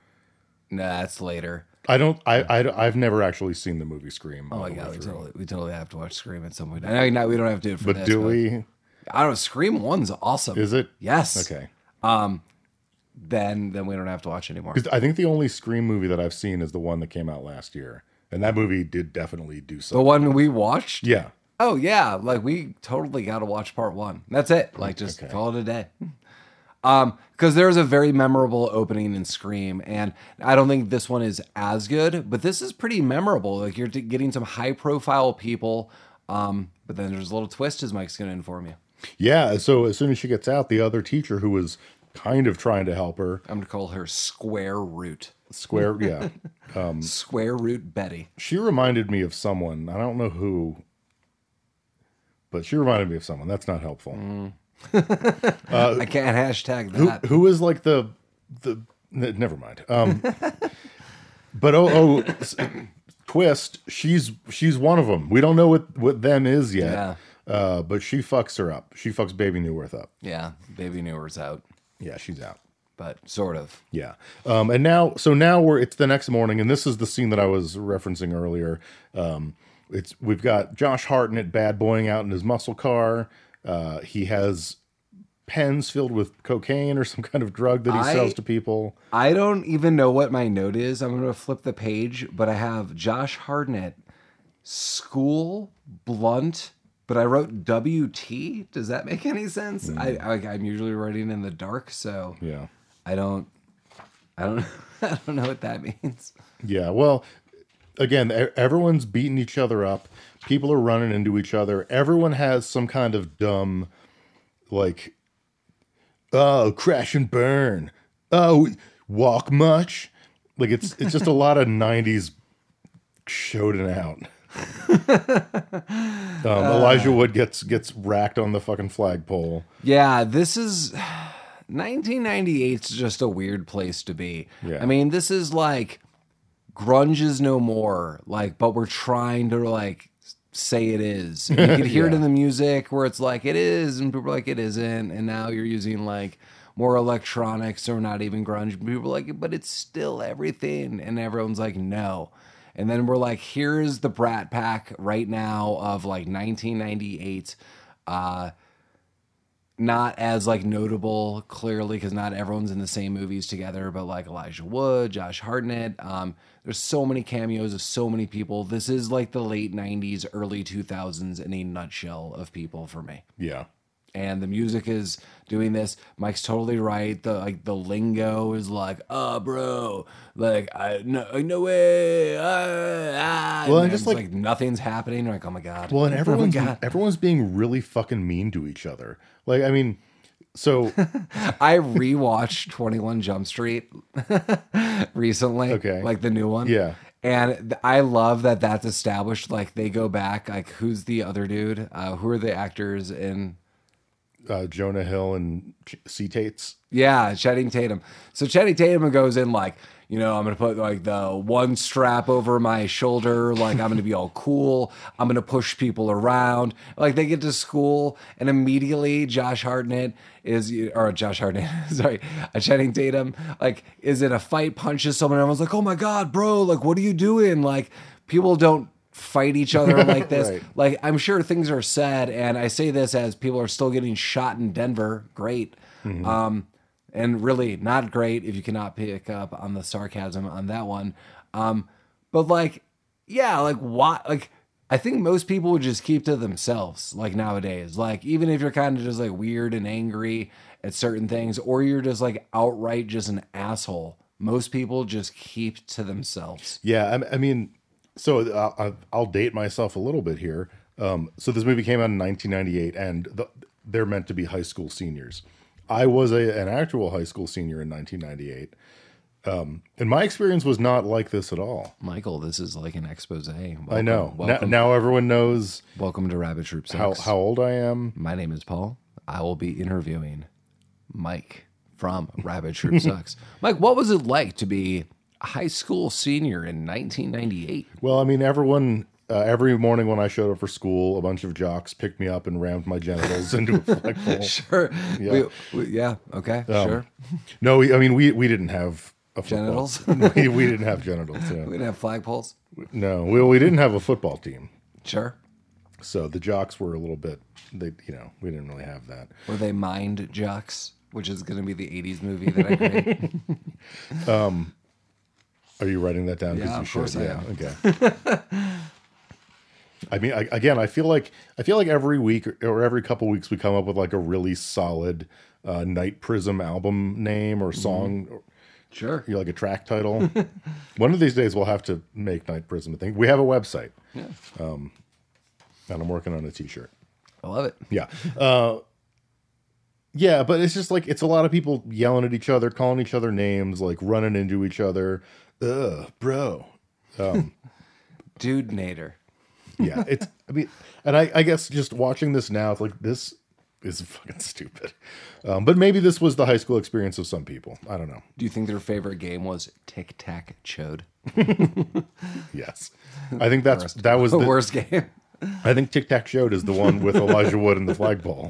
Speaker 1: No, that's later.
Speaker 2: I don't. I, I. I've never actually seen the movie Scream.
Speaker 1: Oh my god, we totally, we totally have to watch Scream at some point. I know we don't have to do it for
Speaker 2: But
Speaker 1: this,
Speaker 2: do we?
Speaker 1: I don't know. Scream One's awesome.
Speaker 2: Is it?
Speaker 1: Yes.
Speaker 2: Okay.
Speaker 1: Then then we don't have to watch anymore.
Speaker 2: 'Cause I think the only Scream movie that I've seen is the one that came out last year, and that movie did definitely do
Speaker 1: The
Speaker 2: something.
Speaker 1: one we watched.
Speaker 2: yeah.
Speaker 1: Oh yeah, like we totally got to watch part one. That's it. Like just
Speaker 2: Mm, Okay.
Speaker 1: call it a day. Um, because there's a very memorable opening in Scream, and I don't think this one is as good, but this is pretty memorable. Like you're t- getting some high profile people. Um, but then there's a little twist, as Mike's gonna inform you.
Speaker 2: Yeah. So as soon as she gets out, the other teacher who was kind of trying to help her,
Speaker 1: I'm gonna call her Square Root,
Speaker 2: square. Yeah. Mm.
Speaker 1: Square Root Betty.
Speaker 2: She reminded me of someone. I don't know who, but she reminded me of someone. That's not helpful.
Speaker 1: I can't hashtag
Speaker 2: Oh. Who,
Speaker 1: that.
Speaker 2: who is like the the? n- Never mind. Um, but oh, oh, s- twist. She's she's one of them. We don't know what what them is yet.
Speaker 1: Yeah.
Speaker 2: Uh, but she fucks her up. She fucks Baby New Earth up.
Speaker 1: Yeah, Baby Newer's out,
Speaker 2: Yeah, she's out.
Speaker 1: but sort of.
Speaker 2: Yeah. Um, and now, so now we're it's the next morning, and this is the scene that I was referencing earlier. Um, it's we've got Josh Hartnett bad boying out in his muscle car. Uh, he has pens filled with cocaine or some kind of drug that he
Speaker 1: I-
Speaker 2: sells to people.
Speaker 1: I don't even know what my note is. I'm going to flip the page, but I have Josh Hardnett, school, blunt, but I wrote WT. Does that make any sense? I, I I'm usually writing in the dark, so
Speaker 2: Yeah.
Speaker 1: I don't I don't I don't know what that means.
Speaker 2: Yeah. Well, again, e- everyone's beating each other up. People are running into each other. Everyone has some kind of dumb, like, oh, crash and burn. Oh, walk much. Like it's it's just a lot of '90s showed and out. um, Elijah Wood gets gets racked on the fucking flagpole.
Speaker 1: Yeah, this is 1998's just a weird place to be.
Speaker 2: Yeah.
Speaker 1: I mean, this is like grunge is no more, like but we're trying to like say it is. And you can hear it in the music where it's like it is and people are like it isn't and now you're using like more electronics or not even grunge. People are like but it's still everything and everyone's like no. And then we're like here's the brat pack right now of like 1998 uh not as like notable clearly because not everyone's in the same movies together but like elijah wood josh hartnett um, there's so many cameos of so many people this is like the late 90s early 2000s in a nutshell of people for me
Speaker 2: Yeah.
Speaker 1: and the music is doing this. Mike's totally right. The like the lingo is like, oh, bro, like I no no way. ah, ah,"
Speaker 2: Well, and
Speaker 1: and
Speaker 2: just,
Speaker 1: it's
Speaker 2: like-
Speaker 1: like, nothing's happening. Like oh my god.
Speaker 2: Well,
Speaker 1: Oh
Speaker 2: and
Speaker 1: my
Speaker 2: everyone's
Speaker 1: God.
Speaker 2: everyone's being really fucking mean to each other. Like, I mean, so
Speaker 1: I rewatched 21 Jump Street recently.
Speaker 2: Okay.
Speaker 1: Like the new one.
Speaker 2: Yeah.
Speaker 1: And th- I love that that's established. Like they go back, like who's the other dude? Uh, who are the actors in
Speaker 2: uh, Jonah Hill and Ch- C Tates.
Speaker 1: Yeah, Channing Tatum. So Channing Tatum goes in like, you know, I'm gonna put like the one strap over my shoulder, like I'm gonna be all cool. I'm gonna push people around. Like they get to school, and immediately Josh Hartnett is, or Josh Hartnett, sorry, uh, Channing Tatum, like is in a fight, punches someone. Everyone's like, oh my god, bro, like what are you doing? Like people don't fight each other like this
Speaker 2: Right.
Speaker 1: like I'm sure things are said, and I say this as people are still getting shot in Denver. Great, um, and really not great if you cannot pick up on the sarcasm on that one. Um, but like, yeah, like why? Like I think most people would just keep to themselves. Like nowadays, like even if you're kind of just like weird and angry at certain things, or you're just like outright just an asshole. Most people just keep to themselves.
Speaker 2: Yeah, I, I mean, so uh, I- I'll date myself a little bit here. Um, so this movie came out in 1998, and the, they're meant to be high school seniors. I was a, an actual high school senior in 1998, um, and my experience was not like this at all.
Speaker 1: Michael, this is like an expose.
Speaker 2: I know. Now,
Speaker 1: Welcome,
Speaker 2: now everyone knows
Speaker 1: welcome to Rabbit Troop Six.
Speaker 2: how, how old I am.
Speaker 1: My name is Paul. I will be interviewing Mike from Rabbit Troop Sucks. Mike, what was it like to be a high school senior in 1998?
Speaker 2: Well, I mean, everyone uh, every morning when I showed up for school, a bunch of jocks picked me up and rammed my genitals into a flagpole.
Speaker 1: Sure. Yeah. We, we, yeah. Okay. sure.
Speaker 2: No, we, I mean we we didn't have a football-
Speaker 1: Genitals?
Speaker 2: we, we didn't have genitals.
Speaker 1: We
Speaker 2: Yeah.
Speaker 1: didn't have flagpoles.
Speaker 2: No, we we didn't have a football team,
Speaker 1: Sure.
Speaker 2: so the jocks were a little bit. They you know we didn't really have that.
Speaker 1: Were they mind jocks? Which is going to be the '80s movie that I create.
Speaker 2: Are you writing that down? 'Cause
Speaker 1: Yeah,
Speaker 2: you
Speaker 1: of course I am.
Speaker 2: Okay. I mean, I, again, I feel like I feel like every week or every couple weeks we come up with like a really solid uh, Night Prism album name
Speaker 1: Mm-hmm.
Speaker 2: or song, or,
Speaker 1: sure.
Speaker 2: you know, like a track title. One of these days we'll have to make Night Prism a thing. We have a website, Um,
Speaker 1: Yeah.
Speaker 2: and I'm working on a T-shirt.
Speaker 1: I love it.
Speaker 2: Yeah. Uh, yeah, but it's just like it's a lot of people yelling at each other, calling each other names, like running into each other. Ugh, bro.
Speaker 1: Dude Nader.
Speaker 2: yeah it's i mean and I, I guess just watching this now it's like this is fucking stupid um, but maybe this was the high school experience of some people i don't know
Speaker 1: Do you think their favorite game was Tic Tac Chode?
Speaker 2: yes i think that's that was
Speaker 1: The
Speaker 2: the
Speaker 1: worst game.
Speaker 2: i think tic tac showed is the one with elijah wood and the flagpole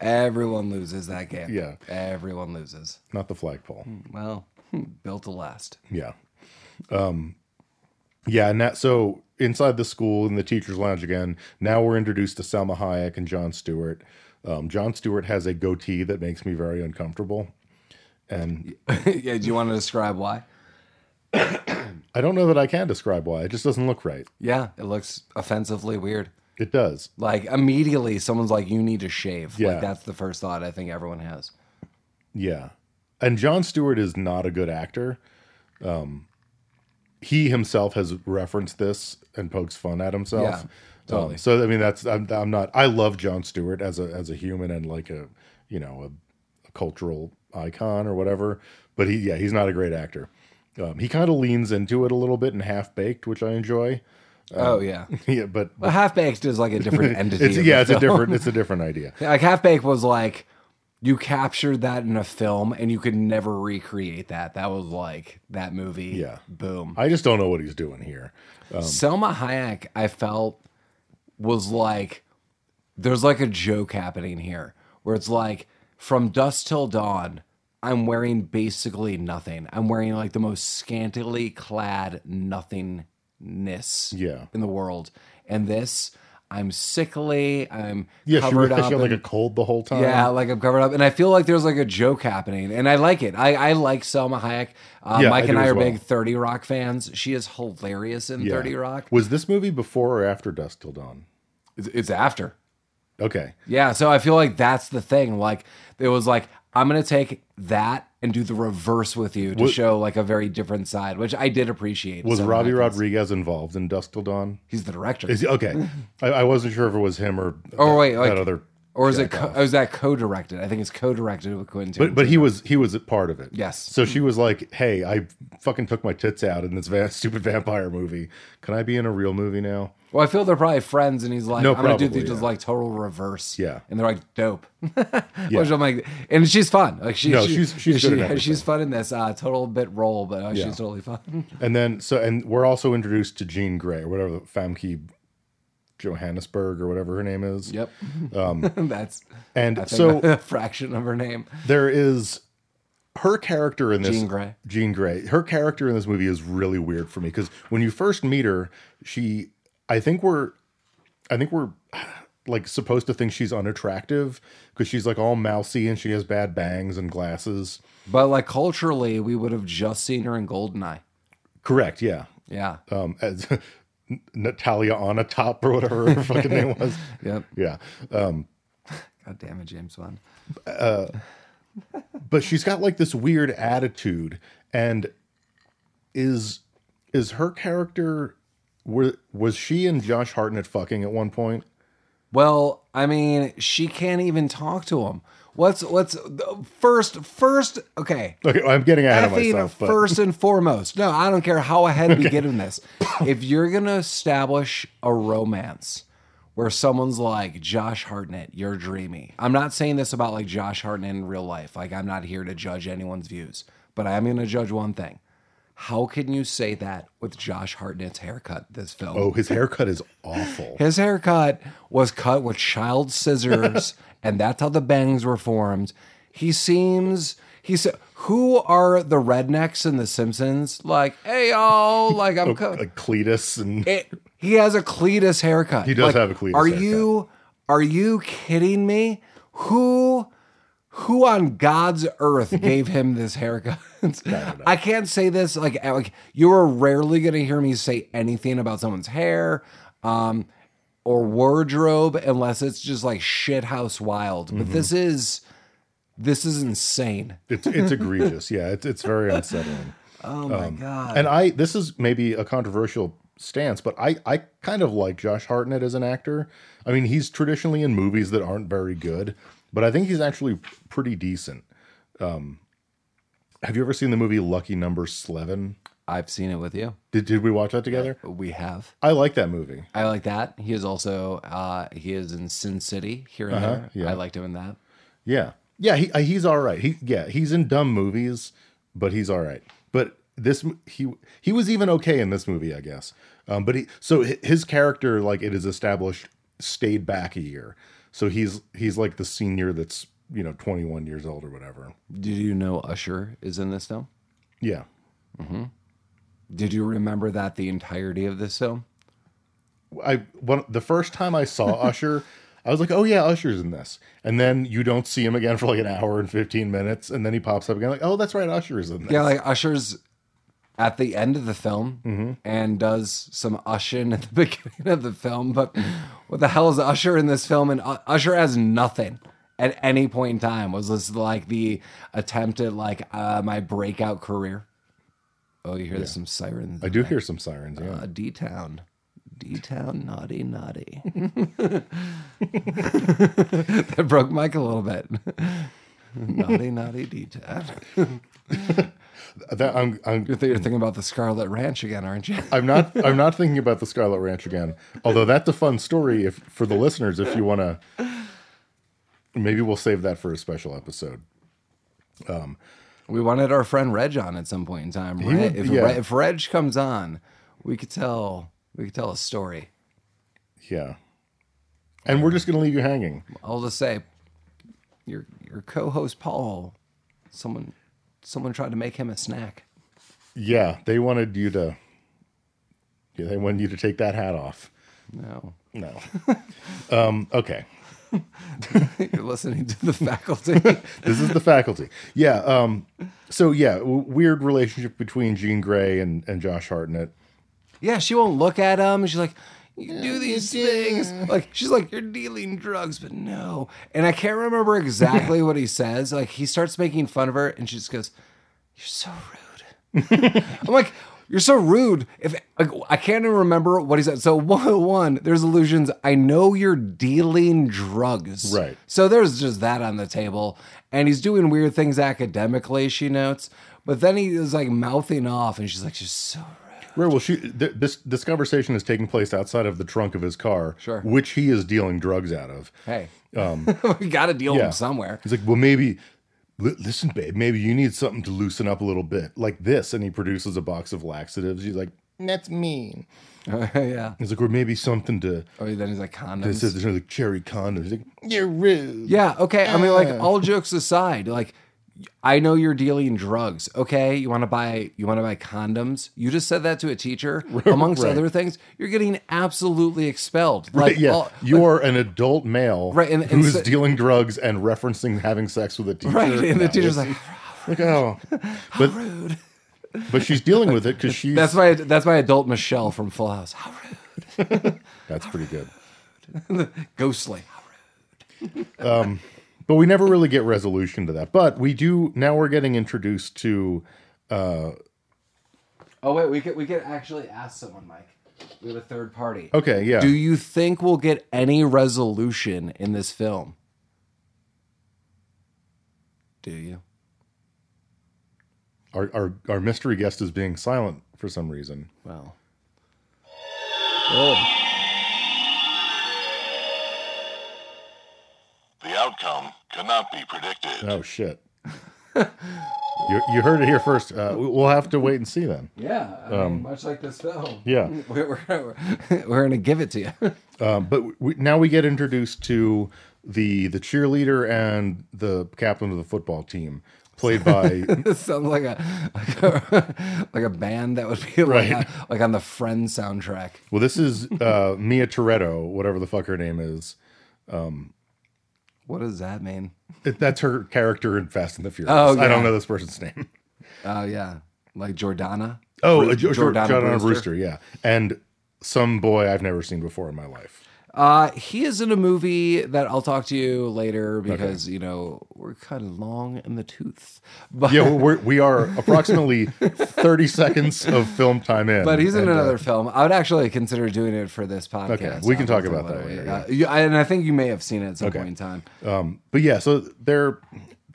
Speaker 1: Everyone loses that game.
Speaker 2: Yeah.
Speaker 1: Everyone loses.
Speaker 2: not the flagpole
Speaker 1: Well,
Speaker 2: Hmm.
Speaker 1: built to last.
Speaker 2: yeah um yeah and that so inside the school in the teachers lounge again now we're introduced to selma hayek and john stewart um, john stewart has a goatee that makes me very uncomfortable and
Speaker 1: yeah. Do you want to describe why?
Speaker 2: I don't know that I can describe why. It just doesn't look right.
Speaker 1: Yeah. It looks offensively weird.
Speaker 2: It does.
Speaker 1: Like immediately, someone's like, "You need to shave."
Speaker 2: Yeah.
Speaker 1: Like that's the first thought I think everyone has.
Speaker 2: Yeah. And John Stewart is not a good actor. Um, he himself has referenced this and pokes fun at himself.
Speaker 1: Yeah, totally.
Speaker 2: Um, so I mean, that's I'm, I'm not. I love John Stewart as a as a human and like a you know a, a cultural icon or whatever. But he yeah he's not a great actor. Um, he kind of leans into it a little bit and half baked, which I enjoy.
Speaker 1: oh yeah.
Speaker 2: yeah, but
Speaker 1: Well, half baked is like a different entity.
Speaker 2: it's
Speaker 1: of
Speaker 2: yeah
Speaker 1: the
Speaker 2: it's a
Speaker 1: film.
Speaker 2: different it's a different idea.
Speaker 1: Like half baked was like you captured that in a film and you could never recreate that. That was like that movie.
Speaker 2: Yeah.
Speaker 1: Boom.
Speaker 2: I just don't know what he's doing here.
Speaker 1: Um, Selma Hayek, I felt was like there's like a joke happening here where it's like from dusk till dawn i'm wearing basically nothing i'm wearing like the most scantily clad nothingness
Speaker 2: Yeah.
Speaker 1: in the world and this i'm sickly i'm
Speaker 2: Yeah, she,
Speaker 1: covered
Speaker 2: she
Speaker 1: up
Speaker 2: had like
Speaker 1: in-
Speaker 2: a cold the whole time.
Speaker 1: yeah, like I'm covered up, and I feel like there's like a joke happening, and I like it. I, I like Selma Hayek. Uh,
Speaker 2: Yeah,
Speaker 1: Mike
Speaker 2: I
Speaker 1: and
Speaker 2: do
Speaker 1: I
Speaker 2: as
Speaker 1: are
Speaker 2: well.
Speaker 1: big Thirty Rock fans. She is hilarious in
Speaker 2: Yeah.
Speaker 1: Thirty Rock.
Speaker 2: Was this movie before or after Dusk Till Dawn?
Speaker 1: It's, it's after,
Speaker 2: Okay.
Speaker 1: yeah. So I feel like that's the thing. Like it was like I'm gonna take that and do the reverse with you to show like a very different side, which I did appreciate.
Speaker 2: Was
Speaker 1: Selma
Speaker 2: Robbie
Speaker 1: Hayek.
Speaker 2: Rodriguez involved in Dusk Till Dawn?
Speaker 1: He's the director,
Speaker 2: Is he, okay. I, I wasn't sure if it was him or
Speaker 1: Oh, wait, like-
Speaker 2: that other.
Speaker 1: or is it? Co- or is that co-directed? I think it's co-directed with Quentin.
Speaker 2: But
Speaker 1: Tarantino.
Speaker 2: but he was he was a part of it.
Speaker 1: Yes.
Speaker 2: So she was like, "Hey, I fucking took my tits out in this va- stupid vampire movie. Can I be in a real movie now?"
Speaker 1: Well, I feel they're probably friends, and he's like,
Speaker 2: No,
Speaker 1: "I'm gonna do
Speaker 2: probably,
Speaker 1: the just
Speaker 2: yeah.
Speaker 1: like total reverse."
Speaker 2: Yeah.
Speaker 1: and they're like, "Dope." Which I'm like, and she's fun. Like she,
Speaker 2: No,
Speaker 1: she-
Speaker 2: she's- she's
Speaker 1: she-
Speaker 2: good at
Speaker 1: she's fun in this uh, total bit role, but uh,
Speaker 2: Yeah.
Speaker 1: she's totally fun.
Speaker 2: And then so and we're also introduced to Jean Grey or whatever Famke Johannesburg or whatever her name is.
Speaker 1: yep, that's
Speaker 2: And
Speaker 1: I think,
Speaker 2: Um, so
Speaker 1: a fraction of her name.
Speaker 2: there is her character in this
Speaker 1: Jean Grey.
Speaker 2: Jean Grey. Her character in this movie is really weird for me because when you first meet her, she I think we're I think we're like supposed to think she's unattractive because she's like all mousy and she has bad bangs and glasses.
Speaker 1: But like culturally, we would have just seen her in Goldeneye.
Speaker 2: Correct, yeah.
Speaker 1: Yeah,
Speaker 2: Um as Natalia on a top or whatever her fucking name was.
Speaker 1: yep.
Speaker 2: Yeah. Uh,
Speaker 1: God damn it, James Bond.
Speaker 2: but she's got like this weird attitude and is is her character were was she and Josh Hartnett fucking at one point?
Speaker 1: Well, I mean, she can't even talk to him. What's what's first? First, okay.
Speaker 2: Okay, I'm getting ahead of
Speaker 1: effing
Speaker 2: myself, but
Speaker 1: E first and foremost. No, I don't care how ahead we get in this. If you're gonna establish a romance where someone's like Josh Hartnett, you're dreamy. I'm not saying this about like Josh Hartnett in real life. Like I'm not here to judge anyone's views, but I am gonna judge one thing. How can you say that with Josh Hartnett's haircut this film?
Speaker 2: Oh, his haircut is awful.
Speaker 1: His haircut was cut with child scissors, and that's how the bangs were formed. He seems he said, "Who are the rednecks in The Simpsons?" Like, hey y'all, like I'm. co-
Speaker 2: like Cletus and
Speaker 1: it, he has a Cletus haircut.
Speaker 2: He
Speaker 1: Like,
Speaker 2: does have a Cletus
Speaker 1: Are
Speaker 2: haircut.
Speaker 1: you are you kidding me? Who who on God's earth gave him this haircut? I can't say this like like you are rarely going to hear me say anything about someone's hair. Um, or wardrobe unless it's just like shit house wild
Speaker 2: Mm-hmm.
Speaker 1: but this is this is insane
Speaker 2: it's it's egregious. Yeah, it's it's very unsettling.
Speaker 1: oh my
Speaker 2: Um,
Speaker 1: god
Speaker 2: And I this is maybe a controversial stance, but I I kind of like Josh Hartnett as an actor. I mean, he's traditionally in movies that aren't very good, but I think he's actually pretty decent. Um have you ever seen the movie Lucky Number 11?
Speaker 1: i've seen it with you
Speaker 2: Did, did we watch that together?
Speaker 1: we have
Speaker 2: I like that movie.
Speaker 1: I like that. He is also uh he is in Sin City here and there.
Speaker 2: yeah.
Speaker 1: I liked him in that.
Speaker 2: Yeah, yeah, he uh, he's all right. He yeah, he's in dumb movies, but he's all right. But this m- he he was even okay in this movie, I guess. Um, but he so hi- his character like it is established stayed back a year, so he's he's like the senior that's you know twenty one years old or whatever.
Speaker 1: Did you know Usher is in this film?
Speaker 2: Yeah,
Speaker 1: Did you remember that the entirety of this film?
Speaker 2: I one the first time I saw Usher. I was like, "Oh yeah, Usher's in this," and then you don't see him again for like an hour and fifteen minutes, and then he pops up again. Like, "Oh, that's right, Usher's in this."
Speaker 1: Yeah, like Usher's at the end of the film and does some ushing at the beginning of the film, but what the hell is Usher in this film? And U- Usher has nothing at any point in time. Was this like the attempt at like uh, my breakout career? Oh, you hear there's some sirens.
Speaker 2: I do hear some sirens. Yeah,
Speaker 1: Uh, D Town. D Town, naughty, naughty. that broke Mike a little bit. naughty, naughty D Town.
Speaker 2: that I'm, I'm
Speaker 1: You're, th- you're thinking about the Scarlet Ranch again, aren't you?
Speaker 2: I'm not. I'm not thinking about the Scarlet Ranch again. Although that's a fun story if for the listeners. If you want to, maybe we'll save that for a special episode.
Speaker 1: We wanted our friend Reg on at some point in time. Reg,
Speaker 2: would-
Speaker 1: if,
Speaker 2: yeah.
Speaker 1: Reg, if Reg comes on, we could tell we could tell a story.
Speaker 2: Yeah, and we're just gonna leave you hanging.
Speaker 1: I'll just say, your your co-host Paul, someone someone tried to make him a snack.
Speaker 2: Yeah, they wanted you to. Yeah, they wanted you to take that hat off.
Speaker 1: No.
Speaker 2: No. um, okay.
Speaker 1: You're listening to the faculty.
Speaker 2: this is the faculty. Yeah. Um, so yeah, w- weird relationship between Jean Grey and, and Josh Hartnett.
Speaker 1: Yeah, she won't look at him. She's like, you do these things. Like she's like, you're dealing drugs, but no. And I can't remember exactly what he says. Like he starts making fun of her, and she just goes, "You're so rude." I'm like, "You're so rude." If like, I can't even remember what he said. So one, one, there's illusions. I know you're dealing drugs,
Speaker 2: Right.
Speaker 1: So there's just that on the table, and he's doing weird things academically. She notes, but then he is like mouthing off, and she's like, "She's so." rude."
Speaker 2: Right. Well, she th- this this conversation is taking place outside of the trunk of his car,
Speaker 1: Sure.
Speaker 2: which he is dealing drugs out of.
Speaker 1: Hey, we got to deal with
Speaker 2: Um, yeah.
Speaker 1: them somewhere.
Speaker 2: He's like, well, maybe. li- Listen, babe. Maybe you need something to loosen up a little bit, like this. And he produces a box of laxatives. She's like, "That's mean."
Speaker 1: yeah.
Speaker 2: He's like, "Or maybe something to."
Speaker 1: Or then he's like condoms.
Speaker 2: It says there's like cherry condoms. He's like, "You're rude."
Speaker 1: yeah. Okay. I mean, like all jokes aside, like I know you're dealing drugs. Okay, you want to buy you want to buy condoms. You just said that to a teacher, amongst
Speaker 2: Right.
Speaker 1: other things. You're getting absolutely expelled. Like,
Speaker 2: yeah.
Speaker 1: all-
Speaker 2: you are an adult male
Speaker 1: Right, and- and
Speaker 2: who is
Speaker 1: so-
Speaker 2: dealing drugs and referencing having sex with a teacher.
Speaker 1: right. And the
Speaker 2: No,
Speaker 1: teacher's like,
Speaker 2: like, "Oh," but
Speaker 1: rude.
Speaker 2: but she's dealing with it because she's
Speaker 1: That's my that's my adult Michelle from Full House. How
Speaker 2: that's pretty good.
Speaker 1: rude. Ghostly. How rude.
Speaker 2: but we never really get resolution to that. But we do now. We're getting introduced to
Speaker 1: Oh wait, we could we could actually ask someone, Mike. We have a third party.
Speaker 2: okay, yeah,
Speaker 1: Do you think we'll get any resolution in this film? Do you?
Speaker 2: our, our our mystery guest is being silent for some reason.
Speaker 1: Well.
Speaker 3: The outcome cannot be predicted.
Speaker 2: Oh shit! You, you heard it here first. Uh, we- we'll have to wait and see then.
Speaker 1: Yeah, I mean, much like this film.
Speaker 2: yeah.
Speaker 1: we're, we're, we're, we're gonna give it to you.
Speaker 2: Um, but we, now we get introduced to the the cheerleader and the captain of the football team, played by
Speaker 1: This sounds like a like a, like a band that would be like,
Speaker 2: Right.
Speaker 1: on- like on the Friends soundtrack.
Speaker 2: well, this is uh, Mia Toretto, whatever the fuck her name is.
Speaker 1: What does that mean?
Speaker 2: It- That's her character in Fast and the Furious.
Speaker 1: Oh,
Speaker 2: I don't
Speaker 1: yeah.
Speaker 2: know this person's name.
Speaker 1: Oh yeah, like Jordana.
Speaker 2: Oh, uh,
Speaker 1: Jo-
Speaker 2: Jo- Jo-
Speaker 1: Jordana
Speaker 2: Jordana, Brewster.
Speaker 1: Brewster,
Speaker 2: yeah, and some boy I've never seen before in my life.
Speaker 1: Uh, he is in a movie that I'll talk to you later because you know we're kind of long in the tooth. But
Speaker 2: Yeah, we're, we are approximately thirty seconds of film time in,
Speaker 1: but he's in
Speaker 2: and, uh,
Speaker 1: another film. I would actually consider doing it for this podcast.
Speaker 2: we can talk
Speaker 1: honestly,
Speaker 2: about that
Speaker 1: but,
Speaker 2: later,
Speaker 1: uh, you- I- and I think you may have seen it at some point in time.
Speaker 2: Um, but yeah, so they're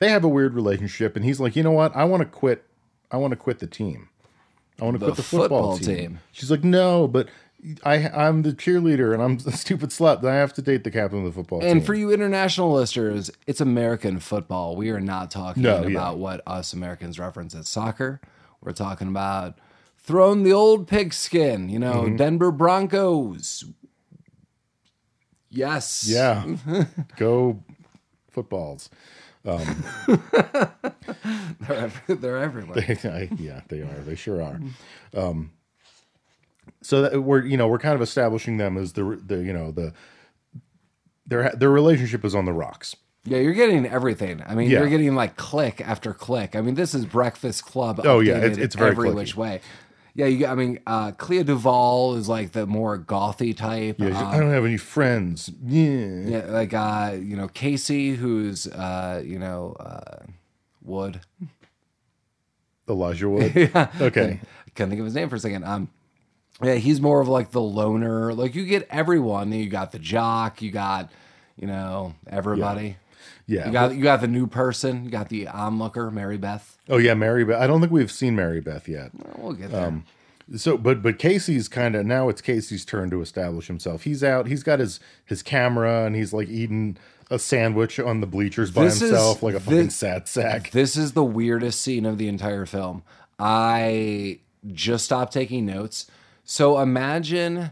Speaker 2: they have a weird relationship, and he's like, you know what? I want to quit. I want to quit the team. I want to quit the
Speaker 1: football
Speaker 2: football, team.
Speaker 1: team.
Speaker 2: She's like, no, but I I'm the cheerleader, and I'm a stupid slut. That I have to date the captain of the football
Speaker 1: And
Speaker 2: team.
Speaker 1: for you international listeners, it's American football. We are not talking
Speaker 2: No,
Speaker 1: about
Speaker 2: yeah.
Speaker 1: what us Americans reference as soccer. We're talking about throwing the old pigskin, you know,
Speaker 2: Mm-hmm.
Speaker 1: Denver Broncos. Yes.
Speaker 2: yeah, go footballs.
Speaker 1: They're, ev- they're everywhere.
Speaker 2: I- yeah, they are. They sure are. Um, so that we're you know we're kind of establishing them as the the you know the their their relationship is on the rocks.
Speaker 1: Yeah, you're getting everything. I mean,
Speaker 2: Yeah.
Speaker 1: you're getting like click after click. I mean, this is Breakfast Club.
Speaker 2: Oh, yeah,
Speaker 1: updated
Speaker 2: it's- it's very
Speaker 1: every
Speaker 2: clicky.
Speaker 1: which way. Yeah, you, I mean, uh, Clea Duvall is like the more gothy type.
Speaker 2: Yeah, she's
Speaker 1: Uh,
Speaker 2: like, I don't have any friends. Yeah.
Speaker 1: Yeah, like uh, you know, Casey, who's uh, you know, uh, Wood.
Speaker 2: Elijah Wood. yeah. Okay.
Speaker 1: I can't think of his name for a second. Um, yeah, he's more of like the loner. Like you get everyone. You got the jock. You got, you know, everybody.
Speaker 2: Yeah.
Speaker 1: You got you got the new person. You got the onlooker, Mary Beth.
Speaker 2: oh yeah, Mary Beth. I don't think we've seen Mary Beth yet.
Speaker 1: We'll get there.
Speaker 2: So but but Casey's kind of now it's Casey's turn to establish himself. He's out, he's got his his camera and he's like eating a sandwich on the bleachers by
Speaker 1: This is-
Speaker 2: himself like a
Speaker 1: thi-
Speaker 2: fucking sad sack.
Speaker 1: This is the weirdest scene of the entire film. I just stopped taking notes. So imagine,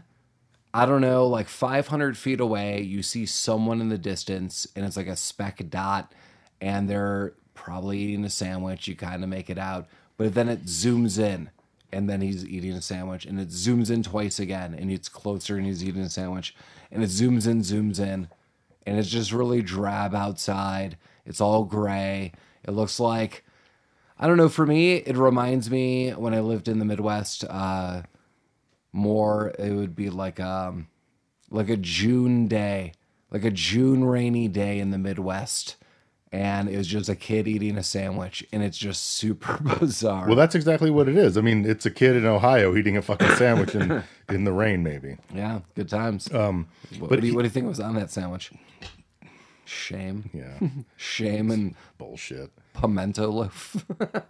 Speaker 1: I don't know, like 500 feet away, you see someone in the distance and it's like a speck dot, and they're probably eating a sandwich. You kind of make it out, but then it zooms in. And then he's eating a sandwich, and it zooms in twice again, and it's closer, and he's eating a sandwich, and it zooms in, zooms in, and it's just really drab outside. It's all gray. It looks like I don't know. For me, it reminds me when I lived in the Midwest. Uh, more, it would be like um, like a June day, like a June rainy day in the Midwest, and it was just a kid eating a sandwich, and it's just super bizarre.
Speaker 2: Well, that's exactly what it is. I mean, it's a kid in Ohio eating a fucking sandwich in in the rain maybe.
Speaker 1: yeah, good times. Um, what, do you, what do you think was on that sandwich? Shame,
Speaker 2: Yeah.
Speaker 1: shame, and
Speaker 2: Bullshit.
Speaker 1: pimento loaf.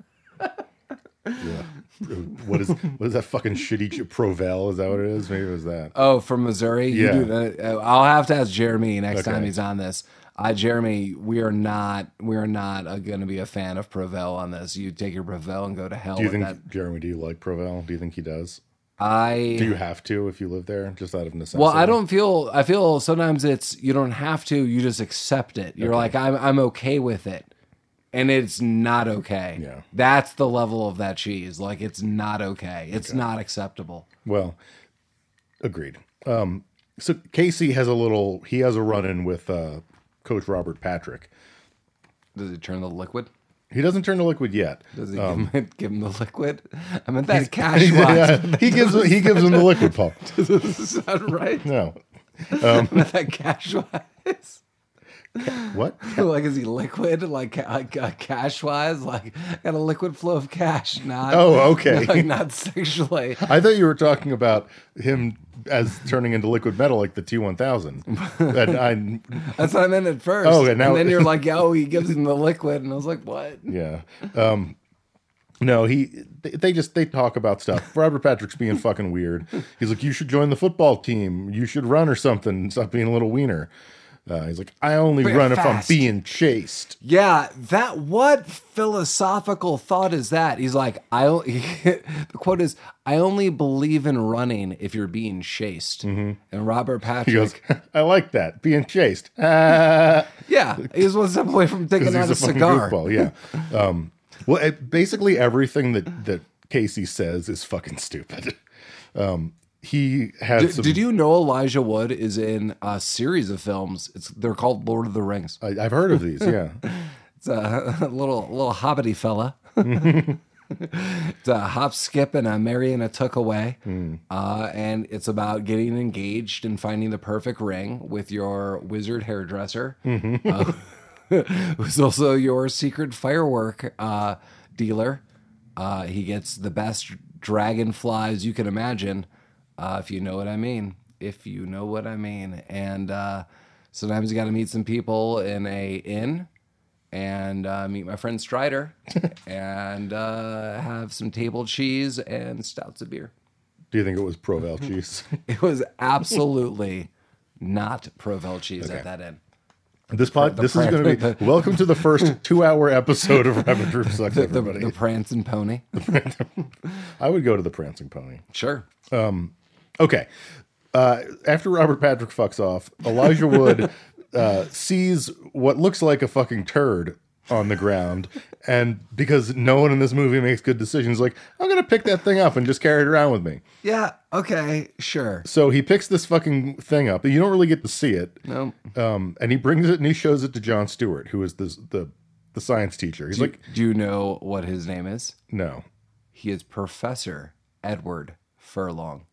Speaker 2: Yeah. What is what is that fucking shitty ch- Provel? Is that what it is? Maybe it was that.
Speaker 1: Oh, from Missouri. You
Speaker 2: Yeah.
Speaker 1: do that. Uh, I'll have to ask Jeremy next time
Speaker 2: Okay.
Speaker 1: he's on this. Uh, Jeremy, we are not we are not uh, going to be a fan of Prevel on this. You take your Prevel and go to hell
Speaker 2: Do you
Speaker 1: with
Speaker 2: think
Speaker 1: that.
Speaker 2: Jeremy? Do you like Provel? Do you think he does? Do
Speaker 1: I
Speaker 2: you have to if you live there, just out of necessity?
Speaker 1: well, I don't feel. I feel sometimes it's you don't have to. You just accept it. You're like I'm I'm okay with it, and it's not okay.
Speaker 2: Yeah.
Speaker 1: that's the level of that cheese. Like it's not okay. It's not acceptable.
Speaker 2: Well, agreed. Um, so Casey has a little. He has a run in with uh, Coach Robert Patrick.
Speaker 1: Does it turn the liquid?
Speaker 2: He doesn't turn to liquid yet.
Speaker 1: Does he give, him, give him the liquid? I meant that cash watch.
Speaker 2: Um, Yeah, he gives he gives him the liquid pulp.
Speaker 1: Does that sound right?
Speaker 2: No,
Speaker 1: Um, that cash wise?
Speaker 2: what?
Speaker 1: like, is he liquid? Like, ca- like uh, cash wise? Like, got a liquid flow of cash, not.
Speaker 2: Oh, okay.
Speaker 1: Like, not sexually.
Speaker 2: I thought you were talking about him as turning into liquid metal, like the T one thousand. And I
Speaker 1: That's what I meant at first.
Speaker 2: Oh, okay, now-
Speaker 1: and then you're like, oh, he gives him the liquid. And I was like, what?
Speaker 2: Yeah. Um, no, he. They, they just they talk about stuff. Robert Patrick's being fucking weird. He's like, you should join the football team. You should run or something. Stop being a little wiener. Uh, he's like, I only run if I'm
Speaker 1: fast.
Speaker 2: being chased.
Speaker 1: Yeah, that what philosophical thought is that? He's like, I o- the quote is, I only believe in running if you're being chased. And Robert
Speaker 2: Mm-hmm. He
Speaker 1: Patrick,
Speaker 2: goes, I like that being chased. Ah.
Speaker 1: yeah, he's one step away from taking out a,
Speaker 2: fucking
Speaker 1: cigar.
Speaker 2: goofball, Yeah. Um, well, it, basically everything that that Casey says is fucking stupid. Um, he had
Speaker 1: Did,
Speaker 2: some.
Speaker 1: did you know Elijah Wood is in a series of films? It's they're called Lord of the Rings.
Speaker 2: I, I've heard of these. Yeah.
Speaker 1: It's a little little hobbity fella. it's a hop, skip, and a marry and a took away, uh, and it's about getting engaged and finding the perfect ring with your wizard hairdresser, uh, who's also your secret firework uh, dealer. Uh, he gets the best dragonflies you can imagine, uh, if you know what I mean. If you know what I mean, and uh, sometimes you got to meet some people in a inn and uh, meet my friend Strider and uh, have some table cheese and stouts of beer.
Speaker 2: Do you think it was Provel cheese?
Speaker 1: It was absolutely not Provel cheese at that end.
Speaker 2: This pod. This is going to be welcome to the first two-hour episode of Rabbit Group Sucks.
Speaker 1: The,
Speaker 2: Everybody,
Speaker 1: the prance and pony.
Speaker 2: I would go to the prancing pony.
Speaker 1: Sure.
Speaker 2: Okay. Uh, after Robert Patrick fucks off, Elijah Wood uh, sees what looks like a fucking turd on the ground. And because no one in this movie makes good decisions, like, I'm going to pick that thing up and just carry it around with me.
Speaker 1: Yeah. Okay. Sure.
Speaker 2: So he picks this fucking thing up. You don't really get to see it.
Speaker 1: No.
Speaker 2: Um, and he brings it and he shows it to John Stewart, who is this, the, the science teacher. He's like,
Speaker 1: Do you know what his name is?
Speaker 2: no,
Speaker 1: He is Professor Edward Furlong.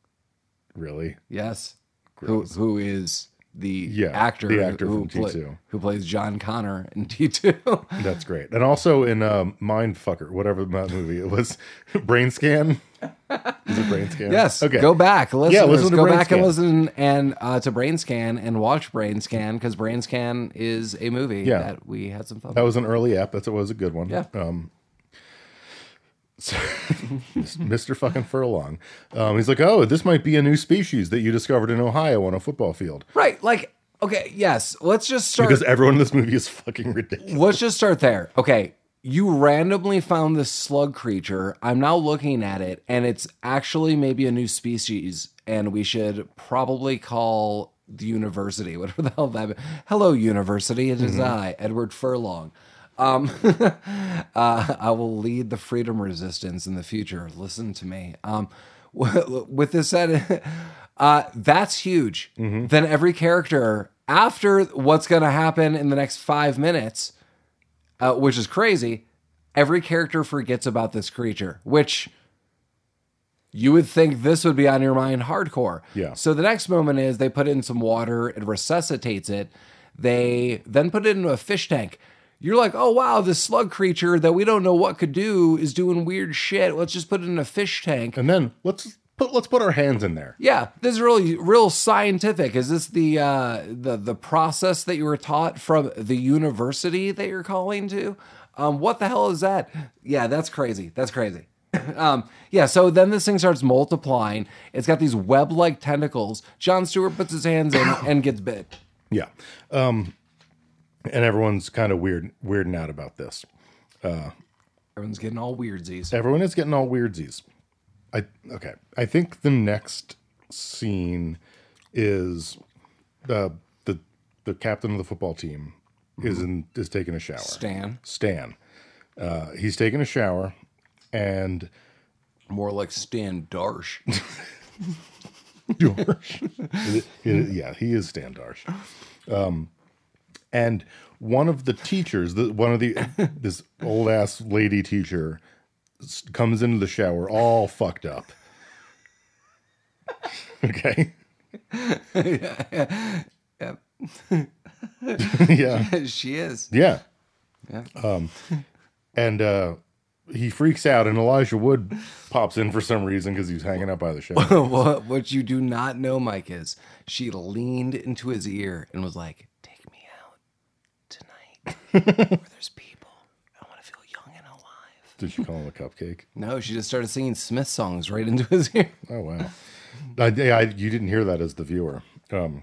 Speaker 2: really?
Speaker 1: Yes. Who, who is the
Speaker 2: Yeah,
Speaker 1: actor,
Speaker 2: the actor
Speaker 1: who,
Speaker 2: from
Speaker 1: pla-
Speaker 2: T2.
Speaker 1: who plays John Connor in T2.
Speaker 2: That's great. And also in um, Mindfucker, whatever that movie it was, Brain Scan. Is it Brain Scan?
Speaker 1: Yes.
Speaker 2: Okay.
Speaker 1: Go back. Listen.
Speaker 2: listen to
Speaker 1: go
Speaker 2: Brain
Speaker 1: back
Speaker 2: Scan.
Speaker 1: and listen and uh, to Brain Scan and watch Brain Scan because Brain Scan is a movie
Speaker 2: Yeah.
Speaker 1: that we had some fun.
Speaker 2: That was an early app. That's it was a good one.
Speaker 1: Yeah.
Speaker 2: Um, so- Mr. Fucking Furlong. Um, he's like, oh, this might be a new species that you discovered in Ohio on a football field.
Speaker 1: Right. Like. Okay. Yes. Let's just start.
Speaker 2: Because everyone in this movie is fucking ridiculous.
Speaker 1: let's just start there. Okay. You randomly found this slug creature. I'm now looking at it, and it's actually maybe a new species, and we should probably call the university, whatever the hell that. Hello, university. It is I, Edward Furlong. Um, uh, I will lead the freedom resistance in the future. Listen to me. Um, w- with this said, uh, that's huge. Then every character after what's going to happen in the next five minutes, uh, which is crazy, every character forgets about this creature, which you would think this would be on your mind hardcore.
Speaker 2: Yeah.
Speaker 1: So the next moment is they put in some water, it resuscitates it. They then put it into a fish tank. You're like, oh wow, this slug creature that we don't know what could do is doing weird shit. Let's just put it in a fish tank.
Speaker 2: And then let's put let's put our hands in there.
Speaker 1: Yeah, this is really real scientific. Is this the uh, the the process that you were taught from the university that you're calling to? Um, what the hell is that? Yeah, that's crazy. That's crazy. um, yeah. So then this thing starts multiplying. It's got these web-like tentacles. John Stewart puts his hands in and gets bit.
Speaker 2: Yeah. Um, and everyone's kind of weird weirding out about this.
Speaker 1: Everyone's getting all weirdsies.
Speaker 2: Everyone is getting all weirdsies. I okay. I think the next scene is uh, the the captain of the football team is in is taking a shower.
Speaker 1: Stan,
Speaker 2: Stan. Uh, he's taking a shower, and
Speaker 1: more like Stan Darsh.
Speaker 2: Is it- is it- yeah, he is Stan Darsh. Um, and one of the teachers, the, one of the this old ass lady teacher, s- comes into the shower all fucked up. Okay. yeah.
Speaker 1: she is.
Speaker 2: Yeah. Um,
Speaker 1: Yeah.
Speaker 2: And uh, he freaks out, and Elijah Wood pops in for some reason because he's hanging out by the shower.
Speaker 1: what, what you do not know, Mike, is she leaned into his ear and was like, Take me out tonight where there's people. I want to feel young and alive.
Speaker 2: Did she call him a cupcake?
Speaker 1: No, she just started singing Smith songs right into his ear.
Speaker 2: Oh wow! I, I, you didn't hear that as the viewer. Um,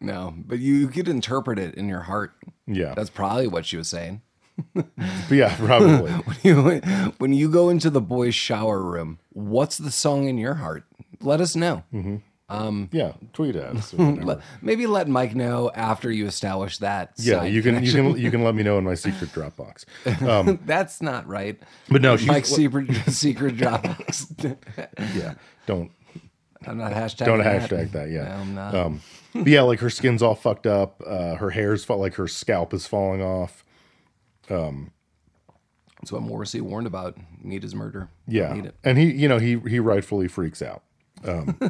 Speaker 1: No, but you could interpret it in your heart.
Speaker 2: Yeah.
Speaker 1: That's probably what she was saying.
Speaker 2: yeah, probably.
Speaker 1: When you, when you go into the boys' shower room, what's the song in your heart? Let us know.
Speaker 2: Mm-hmm. yeah, tweet us. or whatever.
Speaker 1: Le- Maybe let Mike know after you establish that.
Speaker 2: yeah,
Speaker 1: side
Speaker 2: you can you
Speaker 1: connection.
Speaker 2: can you can let me know in my secret Dropbox. Um,
Speaker 1: That's not right.
Speaker 2: but no, she's,
Speaker 1: Mike's secret secret Dropbox.
Speaker 2: yeah, don't
Speaker 1: I'm not hashtag.
Speaker 2: don't hashtag that. Yeah,
Speaker 1: No, I'm not.
Speaker 2: Um, but yeah, like her skin's all fucked up. Uh, her hair's fall, like her scalp is falling off.
Speaker 1: That's what Morrissey warned about. Need his murder.
Speaker 2: Yeah,
Speaker 1: Need it.
Speaker 2: and he you know he he rightfully freaks out.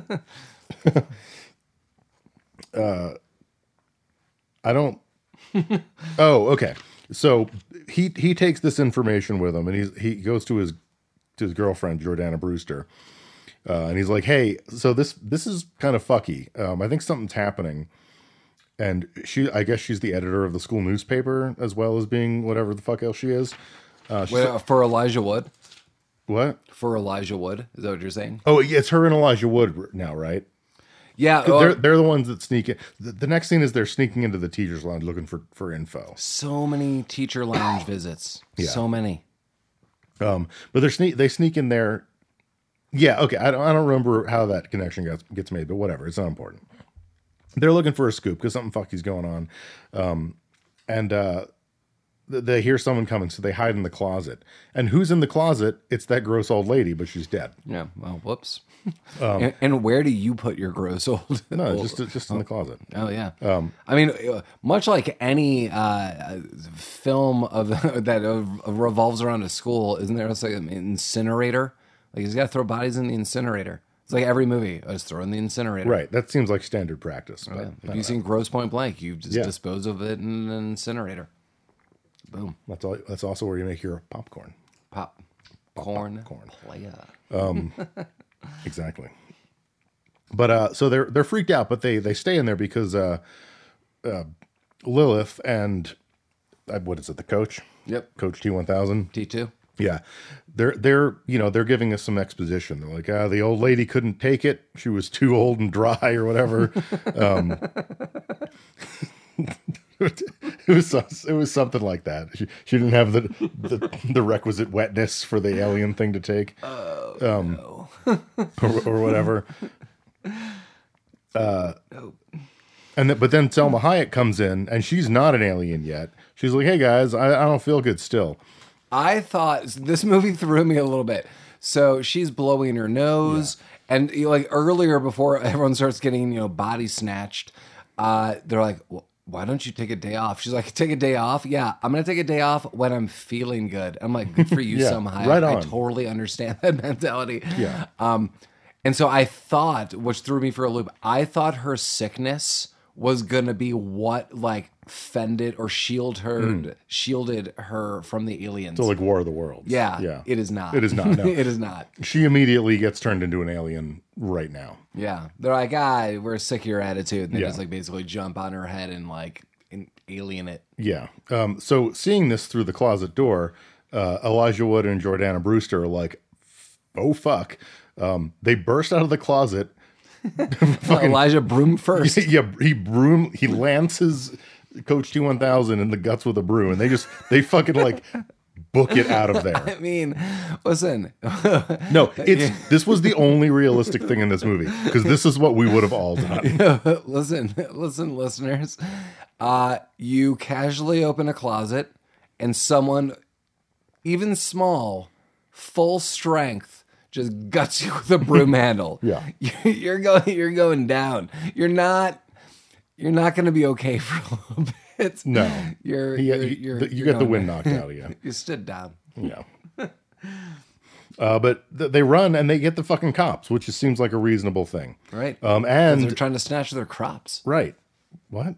Speaker 2: Um, uh, I don't. oh, okay. So he he takes this information with him, and he's he goes to his to his girlfriend Jordana Brewster, uh, and he's like, "Hey, so this this is kind of fucky. Um, I think something's happening." And she, I guess she's the editor of the school newspaper as well as being whatever the fuck else she is. Uh, she's
Speaker 1: Wait,
Speaker 2: like,
Speaker 1: uh, for Elijah Wood.
Speaker 2: what?
Speaker 1: For Elijah Wood. Is that what you're saying?
Speaker 2: Oh, yeah, it's her and Elijah Wood now, right?
Speaker 1: Yeah. oh,
Speaker 2: they're they're the ones that sneak in. The, the next scene is they're sneaking into the teachers' lounge looking for for info.
Speaker 1: so many teacher lounge visits. So many.
Speaker 2: Um, but they're sneak they sneak in there. Yeah, okay. I don't, I don't remember how that connection gets gets made, but whatever. It's not important. They're looking for a scoop because something fucky's going on, um, and uh, th- they hear someone coming, so they hide in the closet. And who's in the closet? It's that gross old lady, but she's dead.
Speaker 1: Yeah. Well, whoops. and, and where do you put your gross old?
Speaker 2: Um, No,
Speaker 1: old-
Speaker 2: just just in the closet.
Speaker 1: Oh yeah.
Speaker 2: Um,
Speaker 1: I mean, uh, much like any uh, film of that uh, revolves around a school, isn't there also an incinerator? Like he's got to throw bodies in the incinerator. It's like every movie, I just throw in the incinerator.
Speaker 2: Right. That seems like standard practice. But
Speaker 1: Have you seen Gross Point Blank? You just
Speaker 2: Yeah.
Speaker 1: dispose of it in an incinerator. Boom.
Speaker 2: That's all. That's also where you make your popcorn.
Speaker 1: Pop. Corn.
Speaker 2: corn.
Speaker 1: Player.
Speaker 2: Exactly. But uh, so they're they're freaked out, but they they stay in there because uh, uh, Lilith and uh, what is it? The coach,
Speaker 1: Yep.
Speaker 2: Coach T one thousand.
Speaker 1: T two.
Speaker 2: Yeah, they're they're you know they're giving us some exposition. They're like, ah, the old lady couldn't take it; she was too old and dry, or whatever. um, it was some- it was something like that. She, she didn't have the, the the requisite wetness for the alien thing to take, Um,
Speaker 1: Oh.
Speaker 2: or, or whatever. Uh,
Speaker 1: Oh.
Speaker 2: And th- but then Selma Hayek comes in, and she's not an alien yet. She's like, "Hey guys, I, I don't feel good still."
Speaker 1: I thought this movie threw me a little bit. So she's blowing her nose, and you know, like earlier, before everyone starts getting you know body snatched, uh, they're like, well, "Why don't you take a day off?" She's like, "Take a day off? Yeah, I'm gonna take a day off when I'm feeling good." I'm like, "Good for you,
Speaker 2: Yeah,
Speaker 1: somehow."
Speaker 2: right
Speaker 1: I
Speaker 2: on.
Speaker 1: totally understand that mentality.
Speaker 2: Yeah.
Speaker 1: Um, and so I thought, which threw me for a loop, I thought her sickness was gonna be what like fended or shielded her
Speaker 2: Hmm.
Speaker 1: shielded her from the aliens.
Speaker 2: So like War of the Worlds.
Speaker 1: Yeah,
Speaker 2: yeah.
Speaker 1: It is not.
Speaker 2: It is not, no.
Speaker 1: it is not.
Speaker 2: she immediately gets turned into an alien right now.
Speaker 1: Yeah, they're like, ah, we're sick of your attitude, and they
Speaker 2: Yeah.
Speaker 1: just like basically jump on her head and like and alien it.
Speaker 2: Yeah. Um, so seeing this through the closet door, uh, Elijah Wood and Jordana Brewster are like, "Oh fuck!" Um, they burst out of the closet.
Speaker 1: Elijah Broom first.
Speaker 2: yeah, he broom. He lances Coach T one thousand in the guts with a broom, and they just they fucking like book it out of there.
Speaker 1: I mean, listen,
Speaker 2: No, it's this was the only realistic thing in this movie because this is what we would have all done.
Speaker 1: listen, listen, listeners. Uh, you casually open a closet, and someone, even small, full strength, just guts you with a broom handle.
Speaker 2: Yeah.
Speaker 1: you're going, you're going down. You're not, you're not going to be okay for a little bit.
Speaker 2: No,
Speaker 1: you're,
Speaker 2: Yeah,
Speaker 1: you're,
Speaker 2: you,
Speaker 1: you're,
Speaker 2: the- you
Speaker 1: you're
Speaker 2: get the
Speaker 1: going
Speaker 2: wind
Speaker 1: down.
Speaker 2: knocked out of you.
Speaker 1: You stood down.
Speaker 2: Yeah. Uh, but th- they run and they get the fucking cops, which just seems like a reasonable thing.
Speaker 1: Right.
Speaker 2: Um,
Speaker 1: They're
Speaker 2: and
Speaker 1: trying to snatch their crops.
Speaker 2: right, what?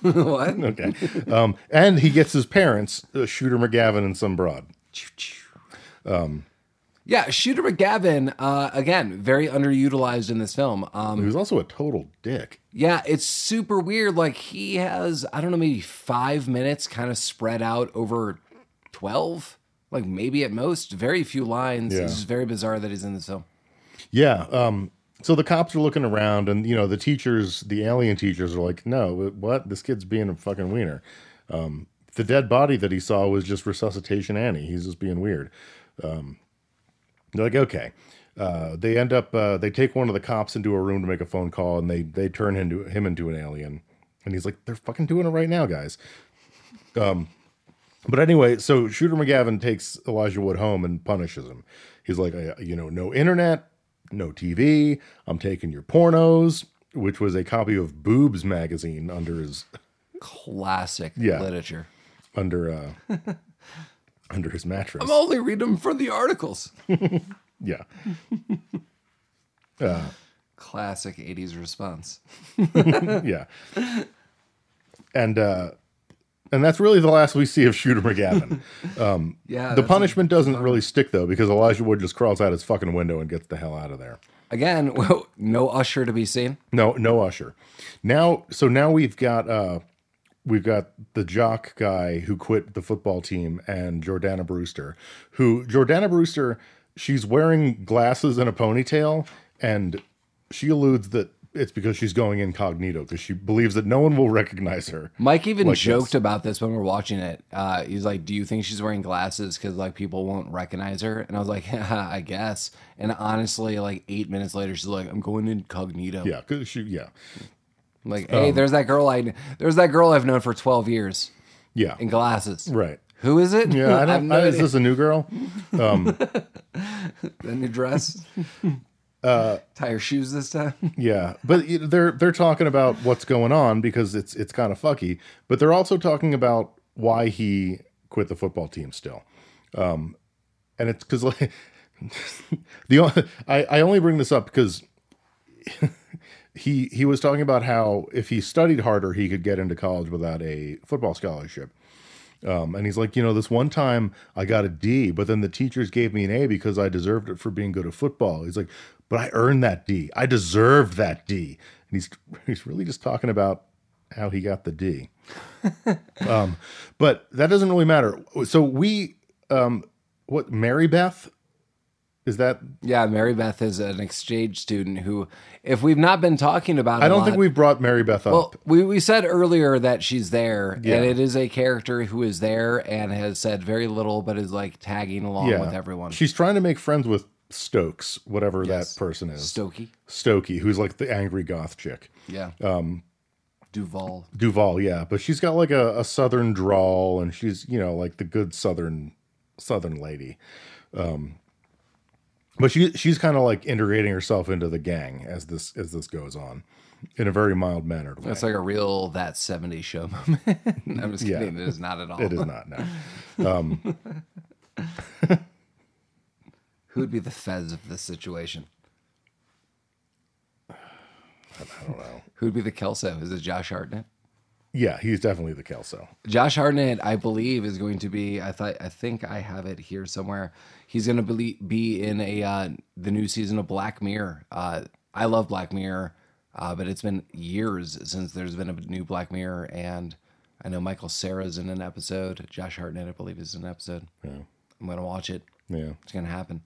Speaker 1: what?
Speaker 2: Okay. um, and he gets his parents, uh, Shooter McGavin and some broad.
Speaker 1: Yeah, Shooter McGavin. Uh, again, very underutilized in this film. Um,
Speaker 2: He was also a total dick.
Speaker 1: Yeah, it's super weird. Like he has, I don't know, maybe five minutes kind of spread out over 12, like maybe at most, very few lines.
Speaker 2: Yeah.
Speaker 1: um, It's just very bizarre that he's in this film.
Speaker 2: Yeah. Um, so the cops are looking around and you know the teachers the alien teachers are like no what this kid's being a fucking wiener um, the dead body that he saw was just resuscitation annie he's just being weird um, they're like okay uh, they end up uh, they take one of the cops into a room to make a phone call and they they turn into him into an alien and he's like they're fucking doing it right now guys um, but anyway, so Shooter McGavin takes Elijah Wood home and punishes him. He's like, I, you know, no internet, no TV. I'm taking your pornos, which was a copy of Boobs magazine under his
Speaker 1: classic
Speaker 2: Yeah.
Speaker 1: literature.
Speaker 2: under uh, under his mattress.
Speaker 1: I'm only reading them for the articles.
Speaker 2: yeah,
Speaker 1: Classic 80s response.
Speaker 2: yeah. And uh, and that's really the last we see of Shooter McGavin.
Speaker 1: Yeah.
Speaker 2: the
Speaker 1: that's-
Speaker 2: punishment doesn't really stick though, because Elijah Wood just crawls out his fucking window and gets the hell out of there.
Speaker 1: Again, no usher to be seen.
Speaker 2: No, no Usher. Now, so now we've got uh we've got the jock guy who quit the football team and Jordana Brewster, who Jordana Brewster, she's wearing glasses and a ponytail and she alludes that it's because she's going incognito because she believes that no one will recognize her.
Speaker 1: Mike even
Speaker 2: Like
Speaker 1: joked about this when we are watching it. Uh, he's like, "Do you think she's wearing glasses because like people won't recognize her?" And I was like, Haha, "I guess." And honestly, like eight minutes later, she's like, "I'm going incognito."
Speaker 2: Yeah, Um, cause she yeah.
Speaker 1: I'm Like, hey, there's that girl I there's that girl I've known for twelve years
Speaker 2: Yeah.
Speaker 1: in glasses.
Speaker 2: Right.
Speaker 1: Who is it?
Speaker 2: Yeah, I
Speaker 1: have
Speaker 2: don't,
Speaker 1: no
Speaker 2: I, is
Speaker 1: idea.
Speaker 2: this a new girl?
Speaker 1: The new dress.
Speaker 2: Uh,
Speaker 1: Tie her shoes this time.
Speaker 2: Yeah, but you know, they're they're talking about what's going on because it's it's kind of fucky. But they're also talking about why he quit the football team still, um, and it's because like the o- I I only bring this up because he he was talking about how if he studied harder he could get into college without a football scholarship. Um, and he's like, you know, this one time I got a D, but then the teachers gave me an A because I deserved it for being good at football. He's like, but I earned that D. I deserved that D. And he's he's really just talking about how he got the D. um, but that doesn't really matter. So we, um, what Mary Beth, is that?
Speaker 1: yeah, Mary Beth is an exchange student who, if we've not been talking about,
Speaker 2: I don't think we've brought Mary Beth up.
Speaker 1: Well, we, we said earlier that she's there,
Speaker 2: Yeah.
Speaker 1: and it is a character who is there and has said very little, but is like tagging along
Speaker 2: yeah,
Speaker 1: with everyone.
Speaker 2: She's trying to make friends with Stokes, whatever that person is,
Speaker 1: Stokey,
Speaker 2: Stokey, who's like the angry goth chick.
Speaker 1: yeah. Um, Duval.
Speaker 2: Duval, yeah, but she's got like a, a southern drawl, and she's you know like the good southern southern lady. Um, but she she's kind of like integrating herself into the gang as this as this goes on, in a very mild mannered way.
Speaker 1: It's like a real that '70s show moment. I'm just
Speaker 2: Yeah.
Speaker 1: kidding. It is not at all.
Speaker 2: It is not no.
Speaker 1: Who would be the Fez of this situation?
Speaker 2: I don't know.
Speaker 1: Who would be the Kelso? Is it Josh Hartnett?
Speaker 2: Yeah, he's definitely the Kelso.
Speaker 1: Josh Hartnett, I believe, is going to be. I thought. I think I have it here somewhere. He's going to be, be in a uh, the new season of Black Mirror. Uh, I love Black Mirror, uh, but it's been years since there's been a new Black Mirror, and I know Michael Sarah's in an episode. Josh Hartnett, I believe, is in an episode. I'm going to watch it.
Speaker 2: Yeah,
Speaker 1: It's going to happen.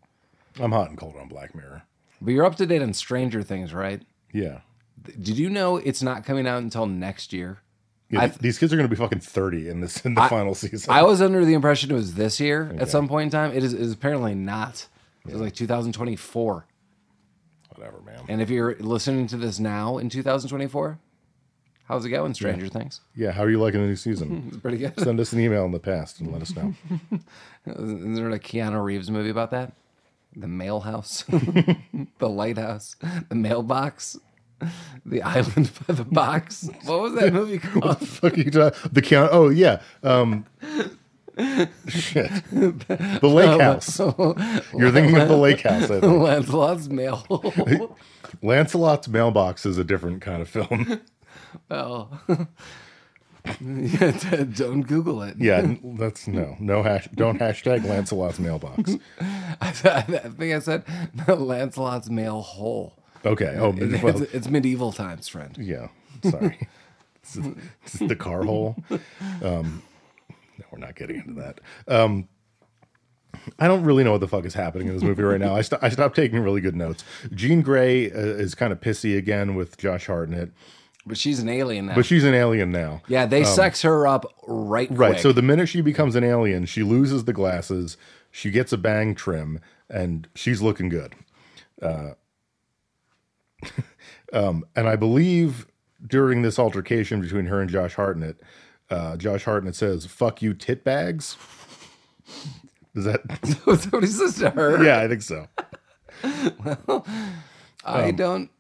Speaker 2: I'm hot and cold on Black Mirror.
Speaker 1: But you're up to date on Stranger Things, right?
Speaker 2: Yeah,
Speaker 1: Th- Did you know it's not coming out until next year?
Speaker 2: Yeah,
Speaker 1: I-
Speaker 2: th- these kids are going to be fucking thirty in this in the final season.
Speaker 1: I was under the impression it was this year at some point in time. It is, it is apparently not. It was like 2024.
Speaker 2: Whatever, man.
Speaker 1: And if you're listening to this now in 2024, how's it going, Stranger Things?
Speaker 2: Yeah, how are you liking the new season?
Speaker 1: It's pretty good.
Speaker 2: Send us an email in the past and let us know.
Speaker 1: Isn't there a Keanu Reeves movie about that? The mail house, the lighthouse, the mailbox, the island by the box. What was that movie called?
Speaker 2: fuck you ta- the count oh yeah um shit the lake house you're thinking of the lake house I think.
Speaker 1: Lancelot's mail.
Speaker 2: lancelot's mailbox is a different kind of film
Speaker 1: well, yeah, Ted, don't Google it.
Speaker 2: yeah n- that's no no hash don't hashtag lancelot's mailbox
Speaker 1: I, think I said Lancelot's male hole.
Speaker 2: okay oh
Speaker 1: It's,
Speaker 2: well,
Speaker 1: it's medieval times, friend.
Speaker 2: yeah sorry It's- it's the car hole um no we're not getting into that um I don't really know what the fuck is happening in this movie right now. I, st- I stopped taking really good notes. Jean Grey uh, is kind of pissy again with Josh Hartnett,
Speaker 1: But she's an alien now.
Speaker 2: but she's an alien now.
Speaker 1: yeah, they sex her up right
Speaker 2: Right.
Speaker 1: quick.
Speaker 2: So the minute she becomes an alien, she loses the glasses, she gets a bang trim, and she's looking good. Uh, um, and I believe during this altercation between her and Josh Hartnett, uh, Josh Hartnett says, "Fuck you, tit bags." Is that?
Speaker 1: That's what he says to her.
Speaker 2: yeah, I think so.
Speaker 1: I
Speaker 2: um,
Speaker 1: don't.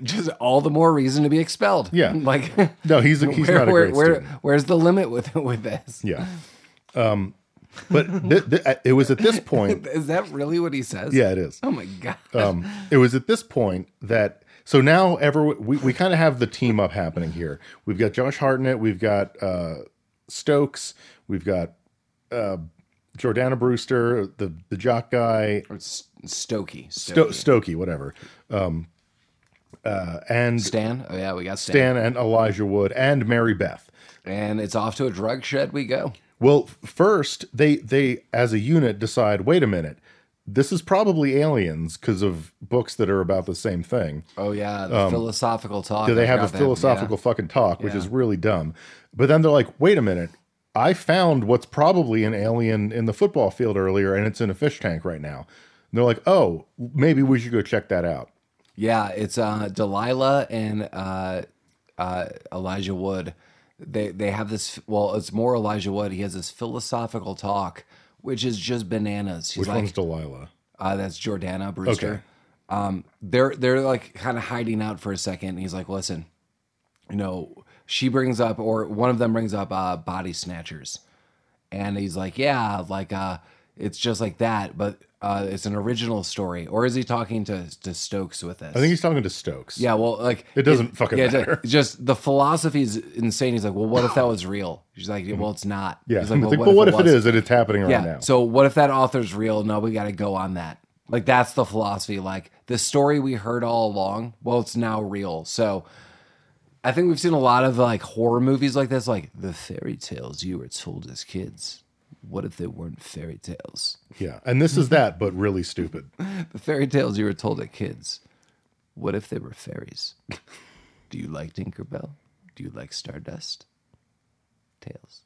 Speaker 1: just all the more reason to be expelled.
Speaker 2: Yeah.
Speaker 1: Like,
Speaker 2: No, he's a, he's
Speaker 1: where,
Speaker 2: not a
Speaker 1: where,
Speaker 2: great
Speaker 1: where,
Speaker 2: student.
Speaker 1: where's the limit with with this?
Speaker 2: Yeah. Um, but th- th- it was at this point
Speaker 1: Is that really what he says?
Speaker 2: Yeah, it is.
Speaker 1: Oh my god.
Speaker 2: Um, it was at this point that so now ever we, we kind of have the team up happening here. We've got Josh Hartnett, we've got uh, Stokes, we've got uh, Jordana Brewster, the the jock guy,
Speaker 1: Or S- Stokey.
Speaker 2: Sto-
Speaker 1: Stokey.
Speaker 2: Stokey, whatever, um, uh, and
Speaker 1: Stan. Oh yeah, we got Stan.
Speaker 2: Dan and Elijah Wood and Mary Beth.
Speaker 1: And it's off to a drug shed we go.
Speaker 2: Well, first they they as a unit decide, wait a minute, this is probably aliens because of books that are about the same thing.
Speaker 1: Oh yeah, the philosophical talk.
Speaker 2: Um, Do
Speaker 1: I
Speaker 2: they have a
Speaker 1: forgot that, yeah.
Speaker 2: philosophical fucking talk, which is really dumb. But then they're like, wait a minute, I found what's probably an alien in the football field earlier, and it's in a fish tank right now. And they're like, oh, maybe we should go check that out.
Speaker 1: Yeah, it's uh, Delilah and uh, uh, Elijah Wood. They they have this. Well, it's more Elijah Wood. He has this philosophical talk, which is just bananas. He's
Speaker 2: Which
Speaker 1: like,
Speaker 2: one's Delilah?
Speaker 1: uh, "That's Jordana Brewster."
Speaker 2: Okay.
Speaker 1: Um, they're they're like kind of hiding out for a second. And he's like, "Listen, you know, she brings up, or one of them brings up uh, body snatchers, and he's like, yeah, like uh, it's just like that, but." Uh, it's an original story, or is he talking to, to Stokes with this?
Speaker 2: I think he's talking to Stokes.
Speaker 1: Yeah, well, like
Speaker 2: It doesn't fucking
Speaker 1: it's like-
Speaker 2: matter.
Speaker 1: just the philosophy is insane. He's like, well, what if that was real? She's like, well, it's not.
Speaker 2: Mm. Yeah.
Speaker 1: He's
Speaker 2: It's like, but what if, it
Speaker 1: was?"
Speaker 2: is and it's happening right
Speaker 1: Yeah.
Speaker 2: now?
Speaker 1: So what if that author's real? No, we got to go on that. Like that's the philosophy. Like the story we heard all along. Well, it's now real. So I think we've seen a lot of like horror movies like this, like the fairy tales you were told as kids. What if they weren't fairy tales?
Speaker 2: yeah. And this is that, but really stupid.
Speaker 1: The fairy tales you were told at kids. What if they were fairies? Do you like Tinkerbell? Do you like Stardust? Tails.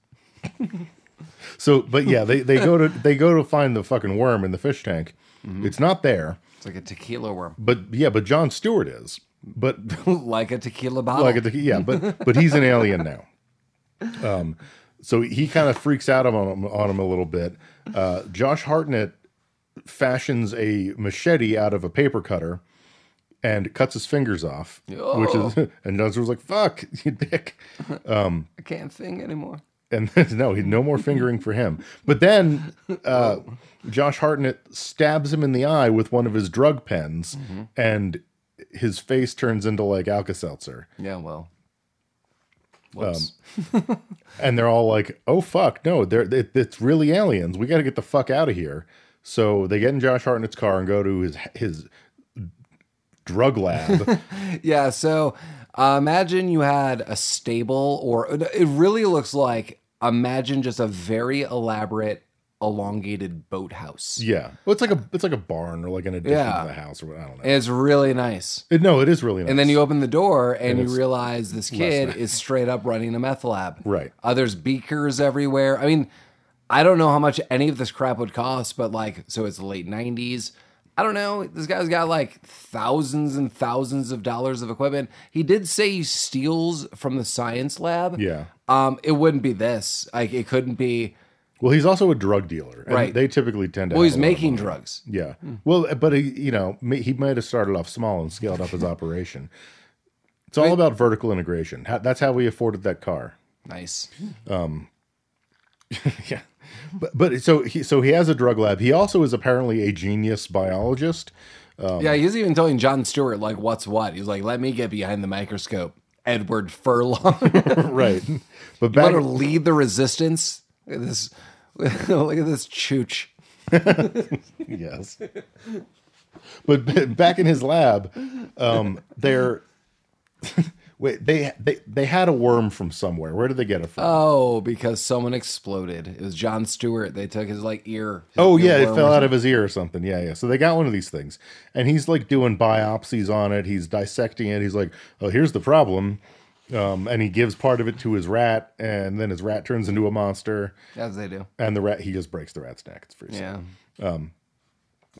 Speaker 2: So, but yeah, they, they go to they go to find the fucking worm in the fish tank.
Speaker 1: Mm-hmm.
Speaker 2: It's not there,
Speaker 1: It's like a tequila worm.
Speaker 2: but yeah, but John Stewart is. But
Speaker 1: like a tequila bottle.
Speaker 2: like a, yeah, but but he's an alien now. Um, so he kind of freaks out on him, on him a little bit. Uh, Josh Hartnett fashions a machete out of a paper cutter and cuts his fingers off, which is and John's was like, "Fuck, you dick."
Speaker 1: I can't sing anymore.
Speaker 2: and then, no, he no more fingering for him. But then uh, Josh Hartnett stabs him in the eye with one of his drug pens, and his face turns into like Alka Seltzer.
Speaker 1: Yeah, well.
Speaker 2: Um,
Speaker 1: Whoops.
Speaker 2: and they're all like, "Oh fuck, no! They're it, it's really aliens. We got to get the fuck out of here." So they get in Josh Hartnett's car and go to his his drug lab.
Speaker 1: yeah, so uh, imagine you had a stable, or it really looks like imagine just a very elaborate, elongated boathouse.
Speaker 2: yeah, well, it's like a it's like a barn or like an addition
Speaker 1: Yeah.
Speaker 2: to the house or what I don't know.
Speaker 1: It's really nice.
Speaker 2: It- no, it is really nice.
Speaker 1: And then you open the door and, you realize this kid is straight up running a meth lab.
Speaker 2: Right.
Speaker 1: Uh, there's beakers everywhere. I mean, I don't know how much any of this crap would cost, but like, so it's the late 90s. I don't know. This guy's got like thousands and thousands of dollars of equipment. He did say he steals from the science lab.
Speaker 2: yeah.
Speaker 1: Um, it wouldn't be this. Like, it couldn't be.
Speaker 2: Well, he's also a drug dealer, and
Speaker 1: Right.
Speaker 2: They typically tend to.
Speaker 1: Well,
Speaker 2: have
Speaker 1: he's
Speaker 2: a lot of
Speaker 1: making Hmm.
Speaker 2: money.
Speaker 1: drugs.
Speaker 2: Yeah. Well, but he, you know, ma- he might have started off small and scaled up his operation. It's all about vertical integration. How, that's how we afforded that car.
Speaker 1: Nice.
Speaker 2: yeah but but so he so he has a drug lab he also is apparently a genius biologist Um,
Speaker 1: Yeah, he was even telling John Stewart like what's what. He's like, let me get behind the microscope, Edward Furlong.
Speaker 2: right
Speaker 1: Let
Speaker 2: but back
Speaker 1: her lead the resistance. Look at this look at this chooch.
Speaker 2: yes but b- back in his lab um there Wait, they they they had a worm from somewhere. Where did they get it from?
Speaker 1: Oh, because someone exploded. It was John Stewart. They took his like ear. his
Speaker 2: Oh
Speaker 1: ear
Speaker 2: yeah, it
Speaker 1: worm
Speaker 2: fell
Speaker 1: or
Speaker 2: out of his ear or something. Yeah, yeah. So they got one of these things, and he's like doing biopsies on it. He's dissecting it. He's like, "Oh, here's the problem," um, and he gives part of it to his rat, and then his rat turns into a monster,
Speaker 1: something. as they do.
Speaker 2: and the rat he just breaks the rat's neck. It's pretty sad.
Speaker 1: Yeah,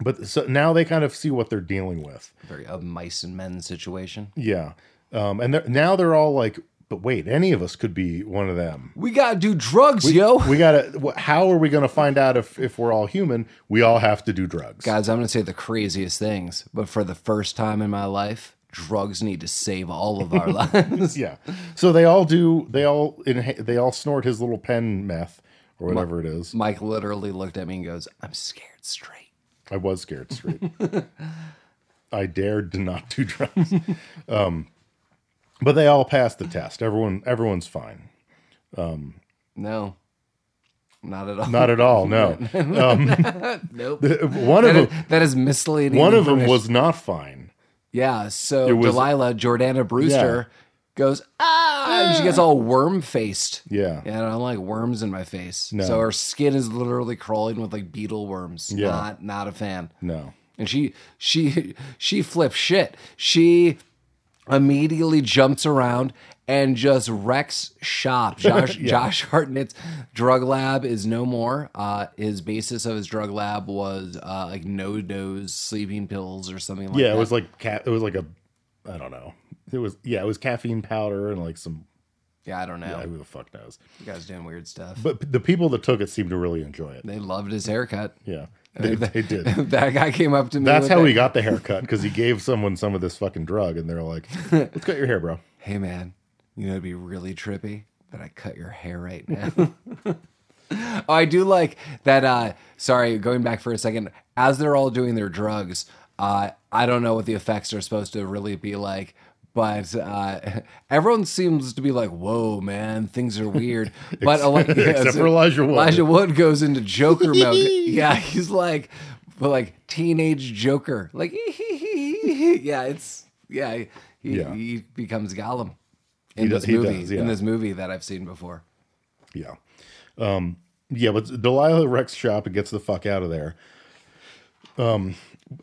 Speaker 2: But so now they kind of see what they're dealing with.
Speaker 1: very a mice and men situation.
Speaker 2: Yeah, um, and they're, now they're all like, "But wait, any of us could be one of them."
Speaker 1: We gotta do drugs, yo.
Speaker 2: We gotta. wh- How are we gonna find out if if we're all human? We all have to do drugs.
Speaker 1: Guys, I'm gonna say the craziest things, but for the first time in my life, drugs need to save all of our lives.
Speaker 2: yeah. So they all do. They all inha- they all snort his little pen meth or whatever it is.
Speaker 1: Mike literally looked at me and goes, "I'm scared straight."
Speaker 2: I was scared straight. I dared to not do drugs. um, but they all passed the test. Everyone everyone's fine.
Speaker 1: No, not at all.
Speaker 2: Not at all. No.
Speaker 1: nope.
Speaker 2: one of
Speaker 1: That is,
Speaker 2: them.
Speaker 1: that is misleading.
Speaker 2: One of them
Speaker 1: information.
Speaker 2: was not fine.
Speaker 1: Yeah. So
Speaker 2: was-
Speaker 1: Delilah, Jordana Brewster, goes, ah, and she gets all worm faced.
Speaker 2: Yeah.
Speaker 1: And I don't like worms in my face.
Speaker 2: No.
Speaker 1: So her skin is literally crawling with like beetle worms.
Speaker 2: Yeah.
Speaker 1: Not not a fan.
Speaker 2: No.
Speaker 1: And she she she flips shit. She immediately jumps around and just wrecks shop. Josh Josh Hartnett's drug lab is no more. Uh, his basis of his drug lab was uh, like no dose sleeping pills or something like
Speaker 2: Yeah.
Speaker 1: that.
Speaker 2: It was like cat. It was like a. I don't know. It was yeah. It was caffeine powder and like some.
Speaker 1: yeah, I don't know.
Speaker 2: Who the fuck knows?
Speaker 1: You guys doing weird stuff.
Speaker 2: But the people that took it seemed to really enjoy it.
Speaker 1: they loved his haircut.
Speaker 2: Yeah. They, they did.
Speaker 1: that guy came up to me.
Speaker 2: That's
Speaker 1: with
Speaker 2: how
Speaker 1: it.
Speaker 2: he got the haircut because he gave someone some of this fucking drug, and they're like, "Let's cut your hair, bro."
Speaker 1: Hey man, you know it'd be really trippy that I cut your hair right now. oh, I do like that. Uh, sorry, going back for a second. As they're all doing their drugs, uh, I don't know what the effects are supposed to really be like. But uh, everyone seems to be like, "Whoa, man, things are weird." But uh, Eli- yeah,
Speaker 2: Except
Speaker 1: so-
Speaker 2: for Elijah Wood.
Speaker 1: Elijah Wood goes into Joker mode. Yeah, he's like, but like teenage Joker. Like, yeah, it's yeah. He,
Speaker 2: Yeah.
Speaker 1: he becomes Gollum in
Speaker 2: do-
Speaker 1: this
Speaker 2: he
Speaker 1: movie.
Speaker 2: does, yeah.
Speaker 1: In this movie that I've seen before.
Speaker 2: Yeah, um, yeah. But Delilah wrecks shop and gets the fuck out of there. Um,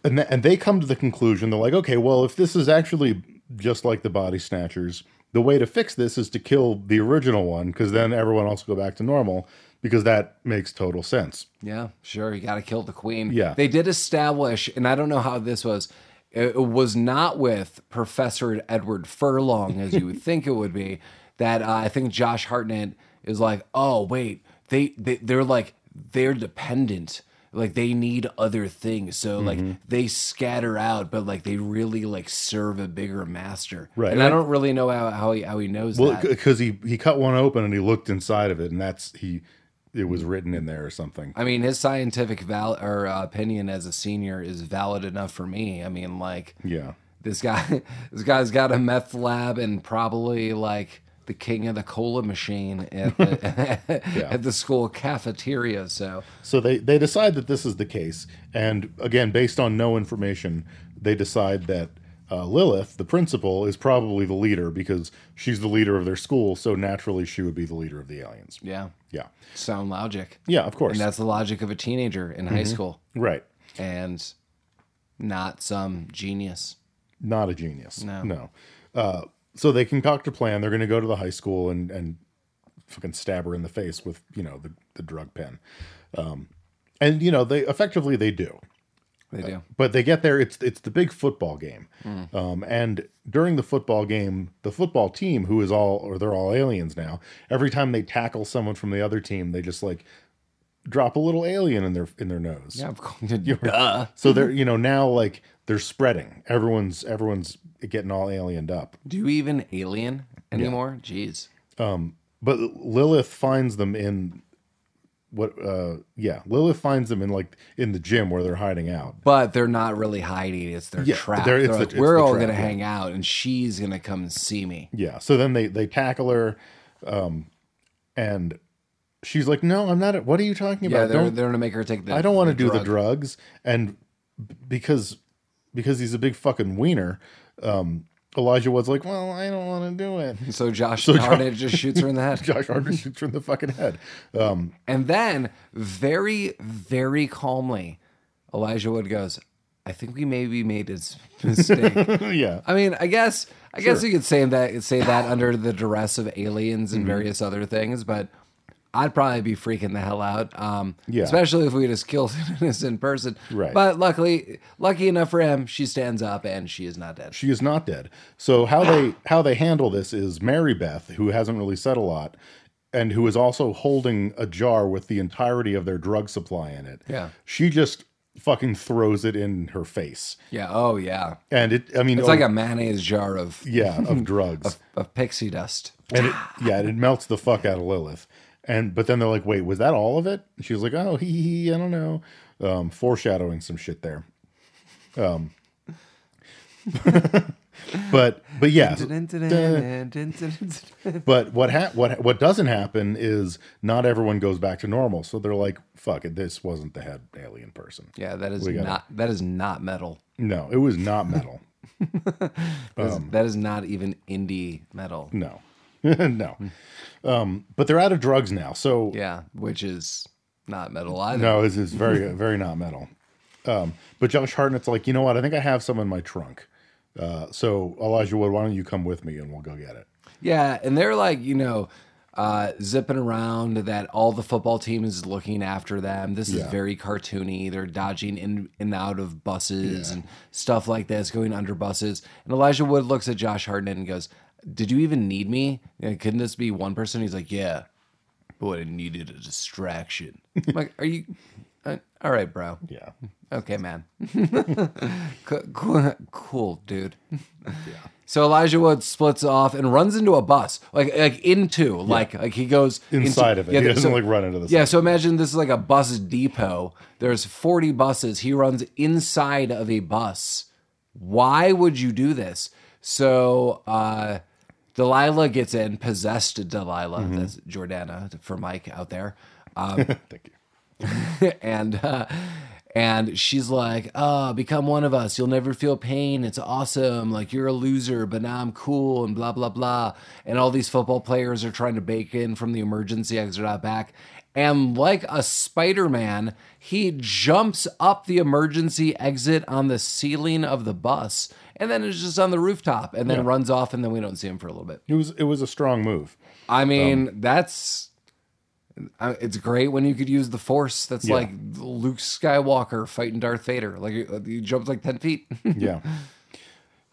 Speaker 2: and th- and they come to the conclusion they're like, okay, well, if this is actually just like the body snatchers, the way to fix this is to kill the original one because then everyone else will go back to normal because that makes total sense.
Speaker 1: Yeah, sure. You got to kill the queen.
Speaker 2: Yeah.
Speaker 1: They did establish, and I don't know how this was. It it was not with Professor Edward Furlong as you would think it would be. That uh, I think Josh Hartnett is like, oh wait, they, they they're like they're dependent. Like they need other things, so
Speaker 2: Mm-hmm.
Speaker 1: like they scatter out, but like they really like serve a bigger master.
Speaker 2: Right.
Speaker 1: And I don't really know how, how he how he knows
Speaker 2: Well,
Speaker 1: that.
Speaker 2: because he he cut one open and he looked inside of it, and that's he. It was written in there or something.
Speaker 1: I mean, his scientific val or uh, opinion as a senior is valid enough for me. I mean, like
Speaker 2: Yeah.
Speaker 1: this guy, this guy's got a meth lab and probably like the king of the cola machine at the, at the school cafeteria. So
Speaker 2: So they they decide that this is the case, and again, based on no information, they decide that uh, Lilith, the principal, is probably the leader because she's the leader of their school. So naturally, she would be the leader of the aliens.
Speaker 1: yeah,
Speaker 2: Yeah,
Speaker 1: sound logic,
Speaker 2: yeah, of course,
Speaker 1: and that's the logic of a teenager in high school,
Speaker 2: right.
Speaker 1: and not some genius.
Speaker 2: Not a genius. No, no. Uh, so they concoct a plan. They're going to go to the high school and and fucking stab her in the face with you know the the drug pen, um, and you know they effectively they do.
Speaker 1: They do.
Speaker 2: but they get there. It's it's the big football game,
Speaker 1: Hmm.
Speaker 2: um, and during the football game, the football team, who is all or they're all aliens now. Every time they tackle someone from the other team, they just like drop a little alien in their in their nose.
Speaker 1: Yeah, of course. Duh.
Speaker 2: So they're you know now like they're spreading. Everyone's everyone's getting all aliened up.
Speaker 1: Do you even alien anymore? Jeez.
Speaker 2: But Lilith finds them in what? uh Yeah, Lilith finds them in like in the gym where they're hiding out.
Speaker 1: But they're not really hiding. It's their
Speaker 2: Yeah,
Speaker 1: trap.
Speaker 2: they're-
Speaker 1: They're,
Speaker 2: it's the-
Speaker 1: like,
Speaker 2: it's
Speaker 1: we're
Speaker 2: the
Speaker 1: all
Speaker 2: trap,
Speaker 1: gonna
Speaker 2: yeah.
Speaker 1: hang out, and she's gonna come see me.
Speaker 2: Yeah. So then they they tackle her, um, and she's like, "No, I'm not. a- What are you talking
Speaker 1: Yeah,
Speaker 2: about?
Speaker 1: they're,
Speaker 2: Don't-
Speaker 1: they're gonna make her take the.
Speaker 2: I don't want to do the drugs." And b- because because he's a big fucking wiener, um, Elijah Wood's like, well, I don't want to do it.
Speaker 1: So Josh
Speaker 2: So Josh-
Speaker 1: Hartnett just shoots her in the head.
Speaker 2: Josh Hartnett shoots her in the fucking head. Um,
Speaker 1: And then, very, very calmly, Elijah Wood goes, I think we maybe made a s- mistake.
Speaker 2: yeah.
Speaker 1: I mean, I guess, I guess you could say that, say that under the duress of aliens
Speaker 2: Mm-hmm.
Speaker 1: and various other things, but I'd probably be freaking the hell out. Um,
Speaker 2: Yeah.
Speaker 1: especially if we just killed an innocent person.
Speaker 2: Right.
Speaker 1: But luckily, lucky enough for him, she stands up and she is not dead.
Speaker 2: she is not dead. So how they how they handle this is Mary Beth, who hasn't really said a lot, and who is also holding a jar with the entirety of their drug supply in it.
Speaker 1: Yeah.
Speaker 2: She just fucking throws it in her face.
Speaker 1: Yeah. Oh, yeah.
Speaker 2: And it I mean oh,
Speaker 1: It's like a mayonnaise jar of,
Speaker 2: yeah, of drugs.
Speaker 1: of pixie dust.
Speaker 2: and it yeah, and it melts the fuck out of Lilith. And but then they're like, wait, was that all of it? And she was like, oh, hee hee, I don't know. Um, foreshadowing some shit there. Um, but but yeah, But what ha- what what doesn't happen is not everyone goes back to normal. So they're like, "Fuck it, this wasn't the head alien person."
Speaker 1: Yeah, that is
Speaker 2: gotta-
Speaker 1: not that is not metal.
Speaker 2: No, it was not metal.
Speaker 1: That is-
Speaker 2: Um.
Speaker 1: that is not even indie metal.
Speaker 2: no, no. Um, but they're out of drugs now, so
Speaker 1: Yeah, which is not metal either.
Speaker 2: no, this is very very not metal. Um, but Josh Hartnett's like, you know what? I think I have some in my trunk. Uh, so Elijah Wood, why don't you come with me and we'll go get it?
Speaker 1: Yeah, and they're like, you know, uh, zipping around that all the football team is looking after them. This is
Speaker 2: Yeah.
Speaker 1: very cartoony. They're dodging in and out of buses and stuff like this, going under buses. And Elijah Wood looks at Josh Hartnett and goes, Did you even need me? Yeah, couldn't this be one person? He's like, Yeah, but I needed a distraction. I'm like, are you. Uh, all right, bro.
Speaker 2: Yeah,
Speaker 1: Okay, man. cool, cool, cool, dude. So Elijah Wood splits off and runs into a bus, like like into, like like he goes
Speaker 2: inside
Speaker 1: into-
Speaker 2: of it,
Speaker 1: Yeah,
Speaker 2: he doesn't
Speaker 1: so-
Speaker 2: like run into the
Speaker 1: yeah, so imagine this is like a bus depot. There's 40 buses. He runs inside of a bus. Why would you do this? So uh, Delilah gets in, possessed Delilah.
Speaker 2: Mm-hmm.
Speaker 1: That's Jordana for Mike out there.
Speaker 2: Thank you.
Speaker 1: and uh, and she's like, "Oh, become one of us. You'll never feel pain. It's awesome. Like you're a loser, but now I'm cool." And blah blah blah. And all these football players are trying to bake in from the emergency exit out back. And like a Spider-Man, he jumps up the emergency exit on the ceiling of the bus, and then is just on the rooftop, and then runs off, and then we don't see him for a little bit.
Speaker 2: It was it was a strong move.
Speaker 1: I mean, that's I- it's great when you could use the force. That's like Luke Skywalker fighting Darth Vader. Like you, uh, you jumped like ten feet.
Speaker 2: Yeah.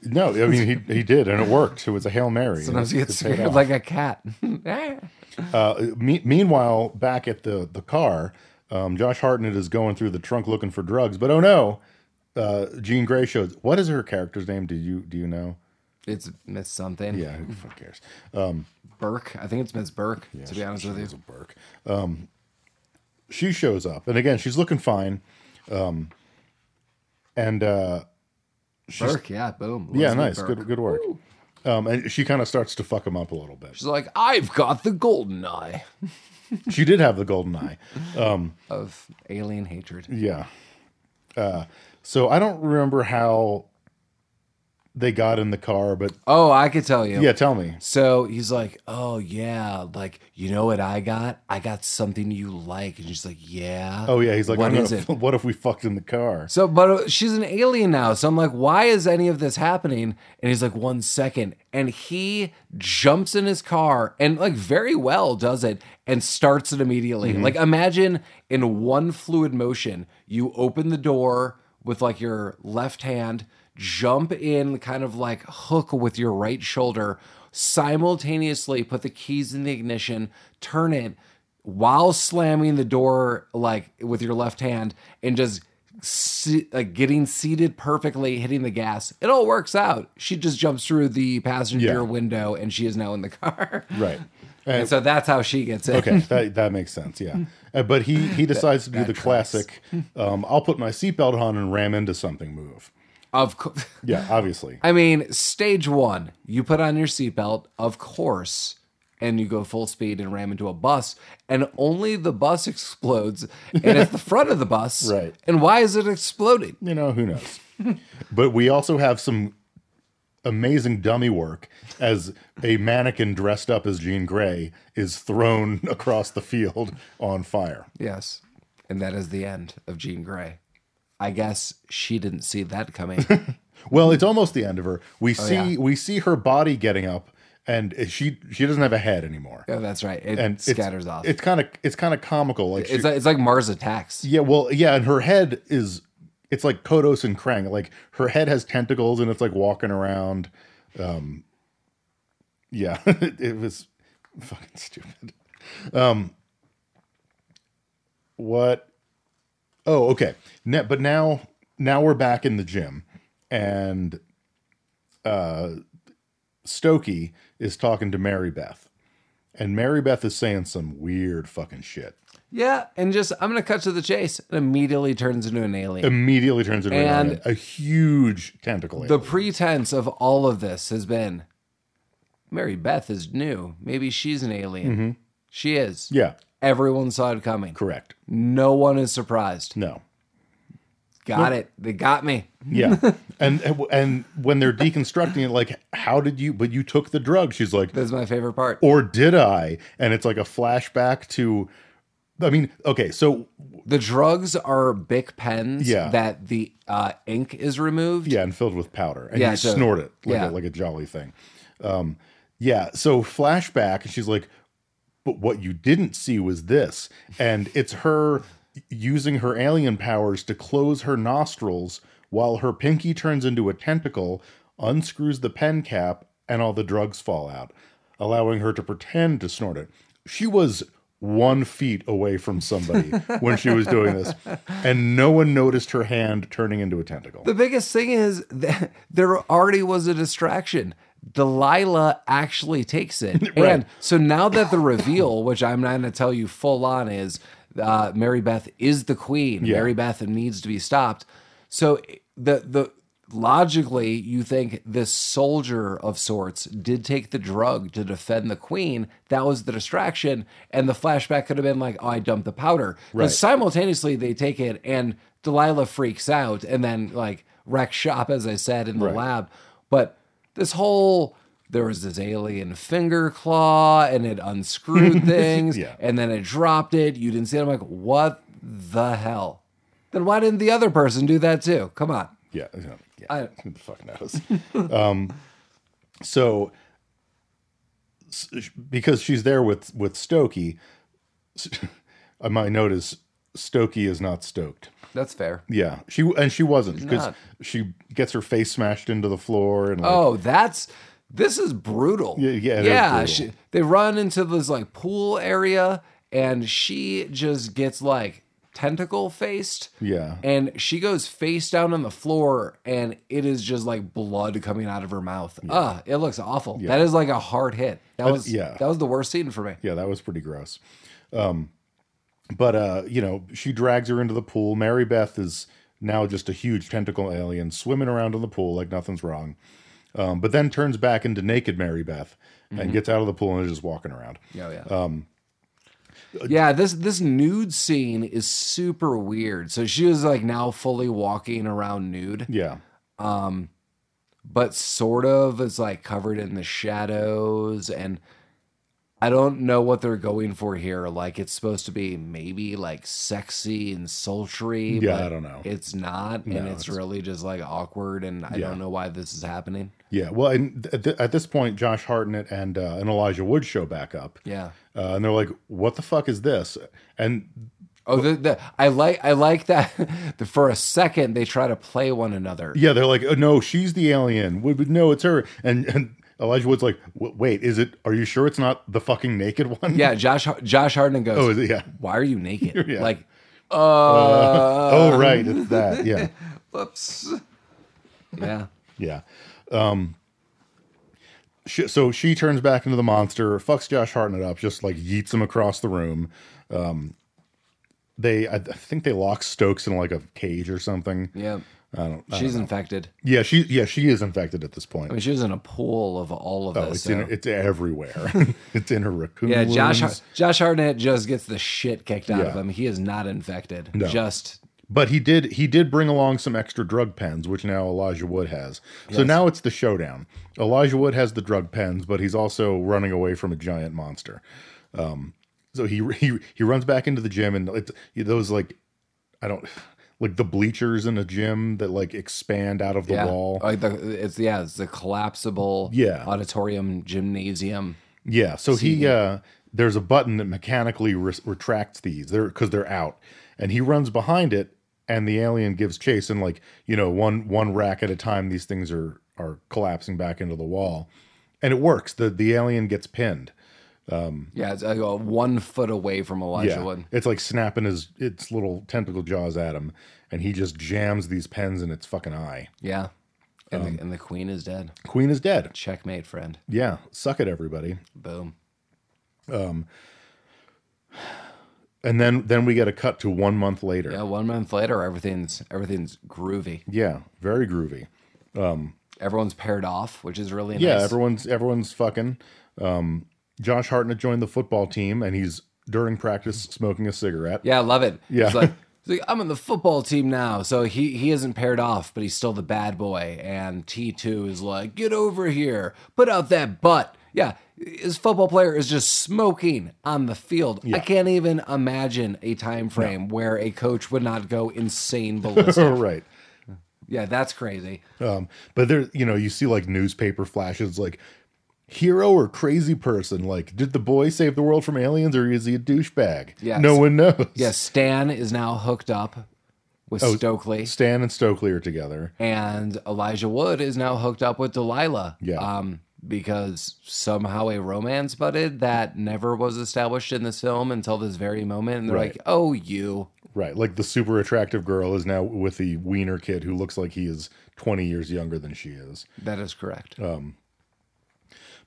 Speaker 2: No, I mean he he did, and it worked. It was a hail mary.
Speaker 1: Sometimes you
Speaker 2: It-
Speaker 1: get
Speaker 2: it paid
Speaker 1: scared
Speaker 2: off.
Speaker 1: like a cat. Ah.
Speaker 2: Uh, me- meanwhile, back at the the car, um, Josh Hartnett is going through the trunk looking for drugs, but oh no, uh, Jean Grey shows. What is her character's name? Do you do you know?
Speaker 1: it's Miss something.
Speaker 2: Yeah, who the fuck cares? Uh,
Speaker 1: Burke. I think it's Miss Burke. to be honest with you.
Speaker 2: It's a Burke. Um, she shows up, and again, she's looking fine. Um, and uh,
Speaker 1: Burke. Yeah. Boom.
Speaker 2: yeah,
Speaker 1: Leslie
Speaker 2: nice,
Speaker 1: Burke.
Speaker 2: good good work. Um, and she kind of starts to fuck him up a little bit.
Speaker 1: She's like, I've got the golden eye
Speaker 2: She did have the golden eye. Um,
Speaker 1: of alien hatred.
Speaker 2: Yeah. Uh, so I don't remember how they got in the car, but
Speaker 1: Oh, I could tell you.
Speaker 2: yeah, tell me.
Speaker 1: So he's like, "Oh yeah, like you know what I got? I got something you like." And she's like, "Yeah."
Speaker 2: Oh yeah, he's like,
Speaker 1: "What
Speaker 2: I'm
Speaker 1: is
Speaker 2: gonna-
Speaker 1: it?"
Speaker 2: What if we fucked in the car?
Speaker 1: So, but uh, she's an alien now. So I'm like, why is any of this happening? And he's like, one second. And he jumps in his car and, like, very well does it and starts it immediately. Like, imagine in one fluid motion, you open the door with, like, your left hand, jump in, kind of like hook with your right shoulder, simultaneously put the keys in the ignition, turn it while slamming the door, like, with your left hand and just se- like getting seated perfectly, hitting the gas. It all works out. She just jumps through the passenger
Speaker 2: Yeah.
Speaker 1: window and she is now in the car.
Speaker 2: Right.
Speaker 1: And so that's how she gets in.
Speaker 2: Okay, that, that makes sense. Yeah, Uh, but he he decides to do the classic. Um, I'll put my seatbelt on and ram into something. Move.
Speaker 1: Of course.
Speaker 2: Yeah, obviously.
Speaker 1: I mean, stage one, you put on your seatbelt, of course, and you go full speed and ram into a bus, and only the bus explodes, and it's the front of the bus.
Speaker 2: Right.
Speaker 1: And why is it exploding?
Speaker 2: You know who knows. but we also have some amazing dummy work as a mannequin dressed up as Jean Grey is thrown across the field on fire.
Speaker 1: Yes. And that is the end of Jean Grey. I guess she didn't see that coming.
Speaker 2: Well, it's almost the end of her. We see
Speaker 1: Oh, yeah.
Speaker 2: we see her body getting up, and she she doesn't have a head anymore.
Speaker 1: oh, that's right. It
Speaker 2: And it's-
Speaker 1: scatters off.
Speaker 2: It's kind of it's kind of comical. Like she-
Speaker 1: it's, like, it's like Mars attacks.
Speaker 2: yeah, well, yeah, and her head is it's like Kodos and Krang. Like her head has tentacles, and it's like walking around. Um, yeah, it, it was fucking stupid. Um, what? Oh, okay. Ne- but now, now we're back in the gym, and Stokey is talking to Mary Beth, and Mary Beth is saying some weird fucking shit.
Speaker 1: Yeah. And just, I'm going to cut to the chase. It immediately turns into an alien.
Speaker 2: Immediately turns into an
Speaker 1: And-
Speaker 2: alien, a huge tentacle. alien.
Speaker 1: the pretense of all of this has been Mary Beth is new. Maybe she's an alien. She is.
Speaker 2: Mm-hmm. Yeah,
Speaker 1: Everyone saw it coming.
Speaker 2: correct.
Speaker 1: No one is surprised.
Speaker 2: No.
Speaker 1: Got it. They got me.
Speaker 2: Yeah. and and when they're deconstructing it like how did you but you took the drug? She's like
Speaker 1: That's my favorite part.
Speaker 2: or did I? And it's like a flashback to I mean, okay, so
Speaker 1: The drugs are Bic pens
Speaker 2: Yeah.
Speaker 1: that the uh, ink is removed.
Speaker 2: yeah, and filled with powder. And
Speaker 1: Yeah,
Speaker 2: you
Speaker 1: so-
Speaker 2: snort it like
Speaker 1: yeah.
Speaker 2: a, like a jolly thing. Um yeah, so flashback and she's like but what you didn't see was this and it's her using her alien powers to close her nostrils while her pinky turns into a tentacle unscrews the pen cap and all the drugs fall out allowing her to pretend to snort it she was one feet away from somebody when she was doing this and no one noticed her hand turning into a tentacle
Speaker 1: The biggest thing is that there already was a distraction. Delilah actually takes it.
Speaker 2: Right.
Speaker 1: And so now that the reveal, which I'm not going to tell you full on, is uh, Mary Beth is the queen. Mary Beth needs to be stopped. So the the logically you think this soldier of sorts did take the drug to defend the queen that was the distraction and the flashback could have been like oh i dumped the powder
Speaker 2: Right.
Speaker 1: but simultaneously they take it and delilah freaks out and then like wrecks shop as i said in the
Speaker 2: Right.
Speaker 1: lab but this whole there was this alien finger claw and it unscrewed things
Speaker 2: Yeah.
Speaker 1: and then it dropped it you didn't see it i'm like what the hell then why didn't the other person do that too come on
Speaker 2: yeah, yeah.
Speaker 1: I-
Speaker 2: Who the fuck knows? um, so s- because she's there with with Stokey, s- I might notice Stokey is not stoked.
Speaker 1: that's fair
Speaker 2: Yeah, she and she wasn't because
Speaker 1: not.
Speaker 2: she gets her face smashed into the floor and like,
Speaker 1: Oh, that's this is brutal.
Speaker 2: Yeah, yeah, it is brutal.
Speaker 1: She, they run into this like pool area, and she just gets like tentacle faced.
Speaker 2: Yeah.
Speaker 1: and she goes face down on the floor, and it is just like blood coming out of her mouth. Ah, it looks awful. That is like a hard hit. That was
Speaker 2: yeah.
Speaker 1: That was the worst scene for me.
Speaker 2: yeah, that was pretty gross. Um, but uh, you know, she drags her into the pool. Mary Beth is now just a huge tentacle alien swimming around in the pool like nothing's wrong. Um, but then turns back into naked Mary Beth and gets out of the pool and is just walking around.
Speaker 1: Oh yeah. Um,
Speaker 2: uh,
Speaker 1: yeah, this this nude scene is super weird. So she was like now fully walking around nude.
Speaker 2: Yeah,
Speaker 1: but sort of is like covered in the shadows and I don't know what they're going for here. Like it's supposed to be maybe like sexy and sultry.
Speaker 2: Yeah,
Speaker 1: but
Speaker 2: I don't know.
Speaker 1: It's not, and it's, really just like awkward. And I
Speaker 2: Yeah.
Speaker 1: don't know why this is happening.
Speaker 2: yeah. Well, and th- th- at this point, Josh Hartnett and uh, and Elijah Wood show back up,
Speaker 1: Yeah.
Speaker 2: uh, and they're like, "What the fuck is this?" And
Speaker 1: Oh, the, the, I like I like that. for a second, they try to play one another.
Speaker 2: Yeah, they're like, oh, no, she's the alien. Wood would no, it's her. And and Elijah Wood's like, "W- wait, is it? Are you sure it's not the fucking naked one?
Speaker 1: Yeah, Josh Josh Harden goes.
Speaker 2: Oh, is it? Yeah.
Speaker 1: Why are you naked?
Speaker 2: Yeah.
Speaker 1: Like, uh,
Speaker 2: oh, right, it's that. Yeah,
Speaker 1: whoops. Yeah.
Speaker 2: yeah. Um. She, so she turns back into the monster, fucks Josh Hartnett up, just like yeets him across the room. Um. They, I think they lock Stokes in like a cage or something.
Speaker 1: Yeah. I don't. She's infected.
Speaker 2: Yeah, she, yeah, she is infected at this point.
Speaker 1: I mean, she was in a pool of all of
Speaker 2: Oh,
Speaker 1: this.
Speaker 2: it's in,
Speaker 1: so-
Speaker 2: it's everywhere. it's in her raccoon.
Speaker 1: yeah, Josh
Speaker 2: wounds.
Speaker 1: Josh Hartnett just gets the shit kicked out of
Speaker 2: Yeah.
Speaker 1: him. He is not infected. Just
Speaker 2: But he did he did bring along some extra drug pens, which now Elijah Wood has. So now it's the showdown. Elijah Wood has the drug pens, but he's also running away from a giant monster. Um, so he he he runs back into the gym and it's those like I don't like the bleachers in a gym that like expand out of the
Speaker 1: yeah.
Speaker 2: wall.
Speaker 1: Like the, it's yeah, it's the collapsible
Speaker 2: Yeah.
Speaker 1: auditorium gymnasium.
Speaker 2: Yeah. So he uh, there's a button that mechanically re- retracts these. They're because they're out, and he runs behind it, and the alien gives chase, and like you know one one rack at a time, these things are are collapsing back into the wall, and it works. The the alien gets pinned.
Speaker 1: Yeah, it's like uh, one foot away from Elijah Wood.
Speaker 2: It's like snapping his its little tentacle jaws at him, and he just jams these pens in its fucking eye.
Speaker 1: Yeah. And,
Speaker 2: Um.
Speaker 1: the, and the queen is dead.
Speaker 2: Queen is dead.
Speaker 1: Checkmate, friend.
Speaker 2: Yeah, suck it, everybody.
Speaker 1: Boom.
Speaker 2: And then then we get a cut to one month later.
Speaker 1: Yeah, one month later, everything's everything's groovy.
Speaker 2: Yeah, very groovy.
Speaker 1: Everyone's paired off, which is really nice.
Speaker 2: Yeah, everyone's everyone's fucking. Um, Josh Hartnett joined the football team, and he's during practice smoking a cigarette.
Speaker 1: Yeah, I love it.
Speaker 2: Yeah.
Speaker 1: He's like, he's like, I'm on the football team now. So he, he isn't paired off, but he's still the bad boy. And T2 is like, get over here, put out that butt. Yeah, his football player is just smoking on the field. I can't even imagine a time frame where a coach would not go insane ballistic.
Speaker 2: right.
Speaker 1: yeah, that's crazy.
Speaker 2: Um, but there, you know, you see like newspaper flashes, like hero or crazy person. Like, did the boy save the world from aliens, or is he a douchebag?
Speaker 1: Yes.
Speaker 2: no one knows.
Speaker 1: Yeah, Stan is now hooked up with Stokely.
Speaker 2: Stan and Stokely are together.
Speaker 1: and Elijah Wood is now hooked up with Delilah.
Speaker 2: Yeah.
Speaker 1: Um, because somehow a romance budded that never was established in this film until this very moment. And they're
Speaker 2: Right.
Speaker 1: like, oh, you.
Speaker 2: Right, like the super attractive girl is now with the wiener kid who looks like he is twenty years younger than she is.
Speaker 1: That is correct.
Speaker 2: Uh.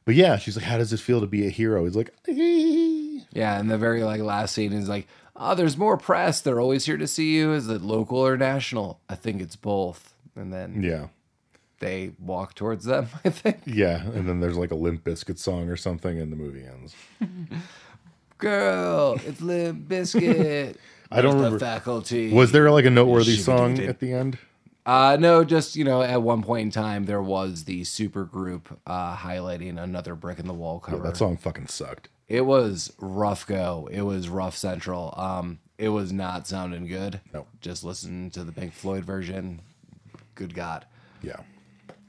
Speaker 2: But yeah, she's like, "How does it feel to be a hero?" He's like,
Speaker 1: yeah. And the very like last scene is like, oh, there's more press. They're always here to see you. Is it local or national? I think it's both. And then
Speaker 2: "Yeah."
Speaker 1: they walk towards them, I think.
Speaker 2: Yeah, and then there's like a Limp Biscuit song or something, and the movie ends.
Speaker 1: Girl, it's Limp Biscuit.
Speaker 2: I don't
Speaker 1: the
Speaker 2: remember.
Speaker 1: faculty.
Speaker 2: Was there like a noteworthy song at the end?
Speaker 1: Uh, no, just you know, at one point in time, there was the super group uh, highlighting another brick in the wall cover.
Speaker 2: That song fucking sucked.
Speaker 1: it was rough go. It was rough central. Um, it was not sounding good.
Speaker 2: No.
Speaker 1: just listen to the Pink Floyd version. Good God.
Speaker 2: Yeah.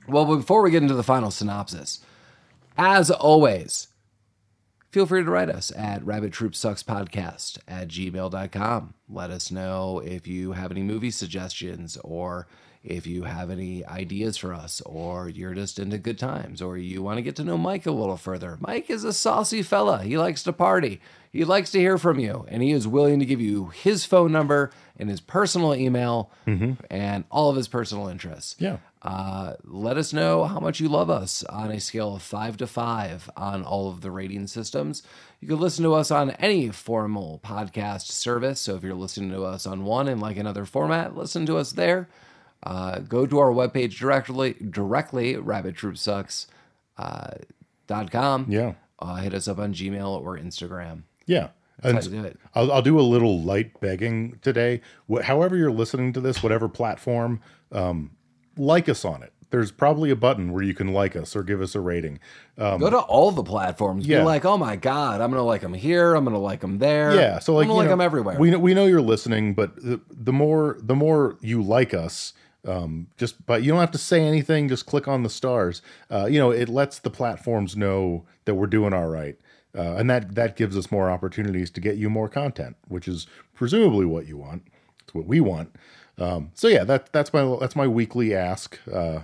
Speaker 1: Well, before we get into the final synopsis, as always, feel free to write us at rabbittroopsuckspodcast at gmail.com. Let us know if you have any movie suggestions or if you have any ideas for us or you're just into good times or you want to get to know Mike a little further. Mike is a saucy fella. He likes to party. He likes to hear from you and he is willing to give you his phone number and his personal email and all of his personal interests.
Speaker 2: Yeah.
Speaker 1: Uh, let us know how much you love us on a scale of five to five on all of the rating systems. You can listen to us on any formal podcast service. So if you're listening to us on one and like another format, listen to us there. Uh, go to our webpage directly, directly rabbittroopsucks.com.
Speaker 2: Yeah.
Speaker 1: Uh, hit us up on Gmail or Instagram.
Speaker 2: Yeah.
Speaker 1: That's how
Speaker 2: And
Speaker 1: you do it.
Speaker 2: I'll, I'll do a little light begging today. Wh- however, you're listening to this, whatever platform, um, like us on it. There's probably a button where you can like us or give us a rating. Um,
Speaker 1: Go to all the platforms.
Speaker 2: Yeah.
Speaker 1: Be like, oh my God, I'm going to like them here. I'm going to like them there.
Speaker 2: yeah, so like,
Speaker 1: I'm
Speaker 2: you
Speaker 1: going to like
Speaker 2: know,
Speaker 1: them everywhere.
Speaker 2: We know, we know you're listening, but the, the more the more you like us, um, just but you don't have to say anything. Just click on the stars. Uh, you know, it lets the platforms know that we're doing all right, uh, and that that gives us more opportunities to get you more content, which is presumably what you want. It's what we want. Um, so yeah, that that's my that's my weekly ask. Uh,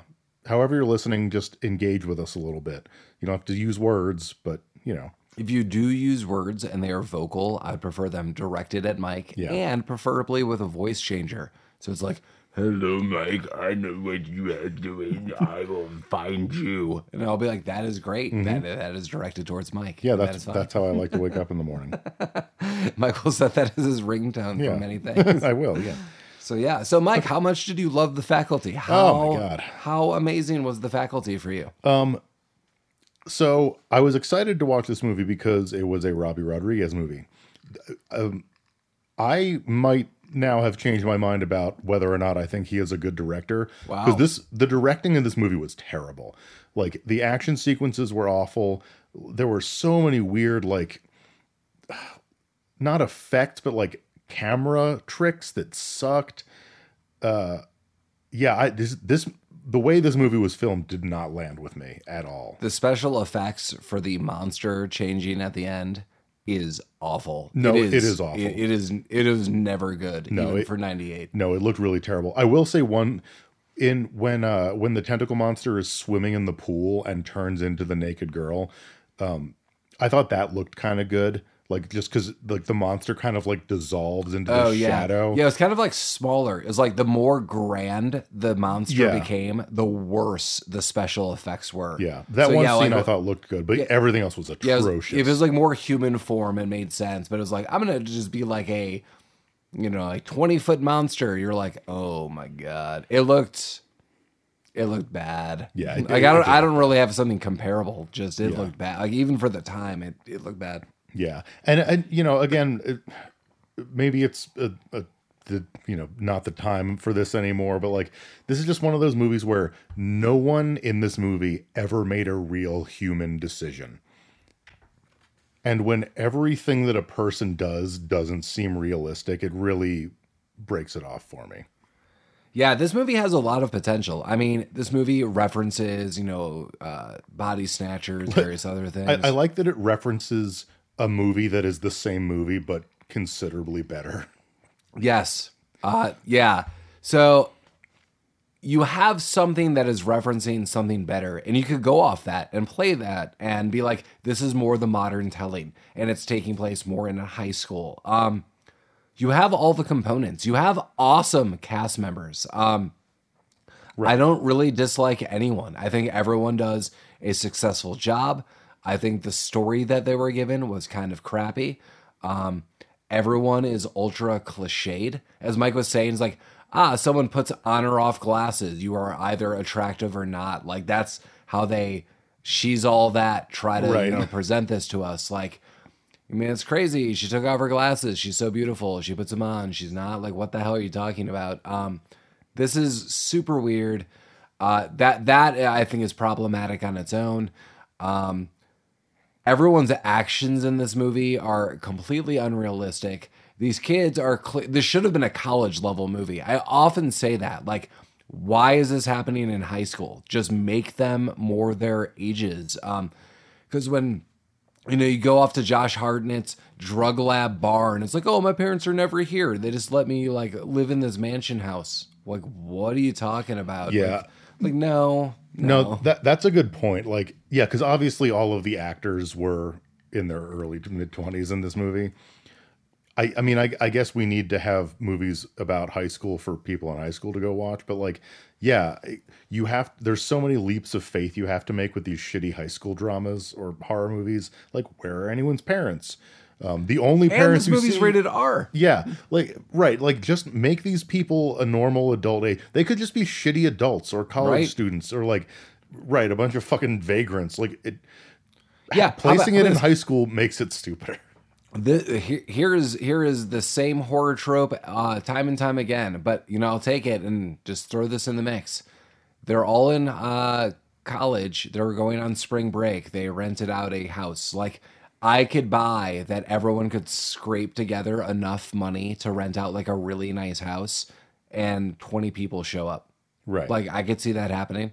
Speaker 2: however you're listening, just engage with us a little bit. You don't have to use words, but you know,
Speaker 1: If you do use words and they are vocal, I'd prefer them directed at Mike
Speaker 2: Yeah.
Speaker 1: and preferably with a voice changer. So it's like,
Speaker 3: Hello, Mike. I know what you are doing. I will find you.
Speaker 1: and I'll be like, that is great. That, that is directed towards Mike.
Speaker 2: Mm-hmm. yeah,
Speaker 1: And that
Speaker 2: that's
Speaker 1: is fine.
Speaker 2: that's how I like to wake up in the morning.
Speaker 1: Michael said that is his ringtone
Speaker 2: Yeah.
Speaker 1: for many things.
Speaker 2: I will, yeah.
Speaker 1: so yeah. So Mike, how much did you love the faculty? How,
Speaker 2: Oh God.
Speaker 1: How amazing was the faculty for you?
Speaker 2: So I was excited to watch this movie because it was a Robbie Rodriguez movie. Um, Uh, I might now have changed my mind about whether or not I think he is a good director.
Speaker 1: Wow.
Speaker 2: this the directing in this movie was terrible. Like the action sequences were awful. There were so many weird like not effects but like camera tricks that sucked. Uh yeah, I this, this the way this movie was filmed did not land with me at all.
Speaker 1: The special effects for the monster changing at the end is awful.
Speaker 2: No, it is awful.
Speaker 1: It, it is. It is never good.
Speaker 2: No,
Speaker 1: even
Speaker 2: it-
Speaker 1: for '98.
Speaker 2: No, it looked really terrible. I will say one in when uh when the tentacle monster is swimming in the pool and turns into the naked girl, um I thought that looked kind of good. Like just cuz like the monster kind of like dissolves into
Speaker 1: Oh
Speaker 2: the
Speaker 1: yeah,
Speaker 2: shadow.
Speaker 1: yeah. It's kind of like smaller. It's like the more grand the monster
Speaker 2: Yeah.
Speaker 1: became, the worse the special effects were.
Speaker 2: Yeah. That
Speaker 1: So,
Speaker 2: one
Speaker 1: yeah,
Speaker 2: scene
Speaker 1: like,
Speaker 2: I thought looked good, but everything else was
Speaker 1: Yeah, it was-
Speaker 2: atrocious.
Speaker 1: if it was like more human form, it made sense. But it was like I'm gonna just be like a, you know, like 20 foot monster. You're like, oh my god, it looked, it looked bad.
Speaker 2: Yeah,
Speaker 1: like
Speaker 2: it- it-
Speaker 1: I
Speaker 2: it
Speaker 1: don't,
Speaker 2: did.
Speaker 1: I don't really have something comparable. Just it looked bad. Like even for the time, it it looked bad.
Speaker 2: Yeah, and and you know, again, it, maybe it's a, a, the you know not the time for this anymore. But like, this is just one of those movies where no one in this movie ever made a real human decision. And when everything that a person does doesn't seem realistic, it really breaks it off for me.
Speaker 1: Yeah, this movie has a lot of potential. I mean, this movie references, you know, uh, body snatchers, various other things.
Speaker 2: I, I like that it references a movie that is the same movie but considerably better.
Speaker 1: Yes. Uh, yeah. So you have something that is referencing something better, and you could go off that and play that and be like, this is more the modern telling, and it's taking place more in a high school. Um, you have all the components. You have awesome cast members. Um, I don't really dislike anyone. I think everyone does a successful job. I think the story that they were given was kind of crappy. Um, everyone is ultra cliched. As Mike was saying, it's like, ah, someone puts on or off glasses. You are either attractive or not. Like, that's how they, she's all that, try to
Speaker 2: Right.
Speaker 1: you know, present this to us. Like, I mean, it's crazy. She took off her glasses. She's so beautiful. She puts them on. She's not like, what the hell are you talking about? Um, this is super weird. Uh, that that I think is problematic on its own. Um, everyone's actions in this movie are completely unrealistic. These kids are. Cl- this should have been a college level movie. I often say that. Like, why is this happening in high school? Just make them more their ages. Because when you know, you go off to Josh Hartnett's drug lab bar, and it's like, oh, my parents are never here. They just let me like live in this mansion house. Like, what are you talking about?
Speaker 2: Yeah.
Speaker 1: Like, like, no,
Speaker 2: No,
Speaker 1: no,
Speaker 2: that that's a good point. Like, yeah, because obviously all of the actors were in their early to mid twenties in this movie. I, I mean, I, I guess we need to have movies about high school for people in high school to go watch, but like, yeah, you have. There's so many leaps of faith you have to make with these shitty high school dramas or horror movies. Like, where are anyone's parents? Um, the only
Speaker 1: And
Speaker 2: parents
Speaker 1: this movie's
Speaker 2: you see,
Speaker 1: rated R.
Speaker 2: yeah, like right, like just make these people a normal adult age. They could just be shitty adults or college
Speaker 1: Right.
Speaker 2: students or like right, a bunch of fucking vagrants. Like it,
Speaker 1: Yeah,
Speaker 2: placing
Speaker 1: how
Speaker 2: it
Speaker 1: about-
Speaker 2: in high school makes it stupider.
Speaker 1: The, here, here is here is the same horror trope uh, time and time again. But you know, I'll take it and just throw this in the mix. They're all in uh, college. They're going on spring break. They rented out a house. Like I could buy that everyone could scrape together enough money to rent out like a really nice house, and twenty people show up.
Speaker 2: Right.
Speaker 1: Like I could see that happening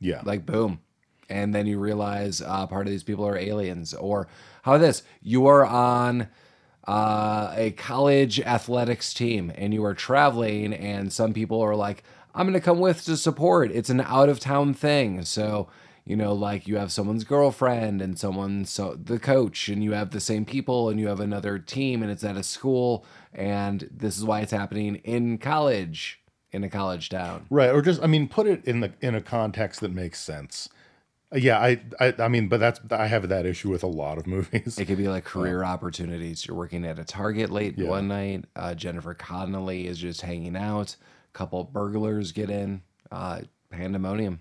Speaker 2: yeah.
Speaker 1: like boom and then you realize uh, part of these people are aliens or how about this you are on uh, a college athletics team and you are traveling and some people are like i'm gonna come with to support it's an out of town thing so you know like you have someone's girlfriend and someone so the coach and you have the same people and you have another team and it's at a school and this is why it's happening in college in a college town
Speaker 2: right or just i mean put it in the in a context that makes sense Uh, yeah I, I i mean but that's i have that issue with a lot of movies
Speaker 1: It could be like career opportunities. You're working at a Target late one night. Uh, Jennifer Connelly is just hanging out. couple burglars get in. Uh, pandemonium.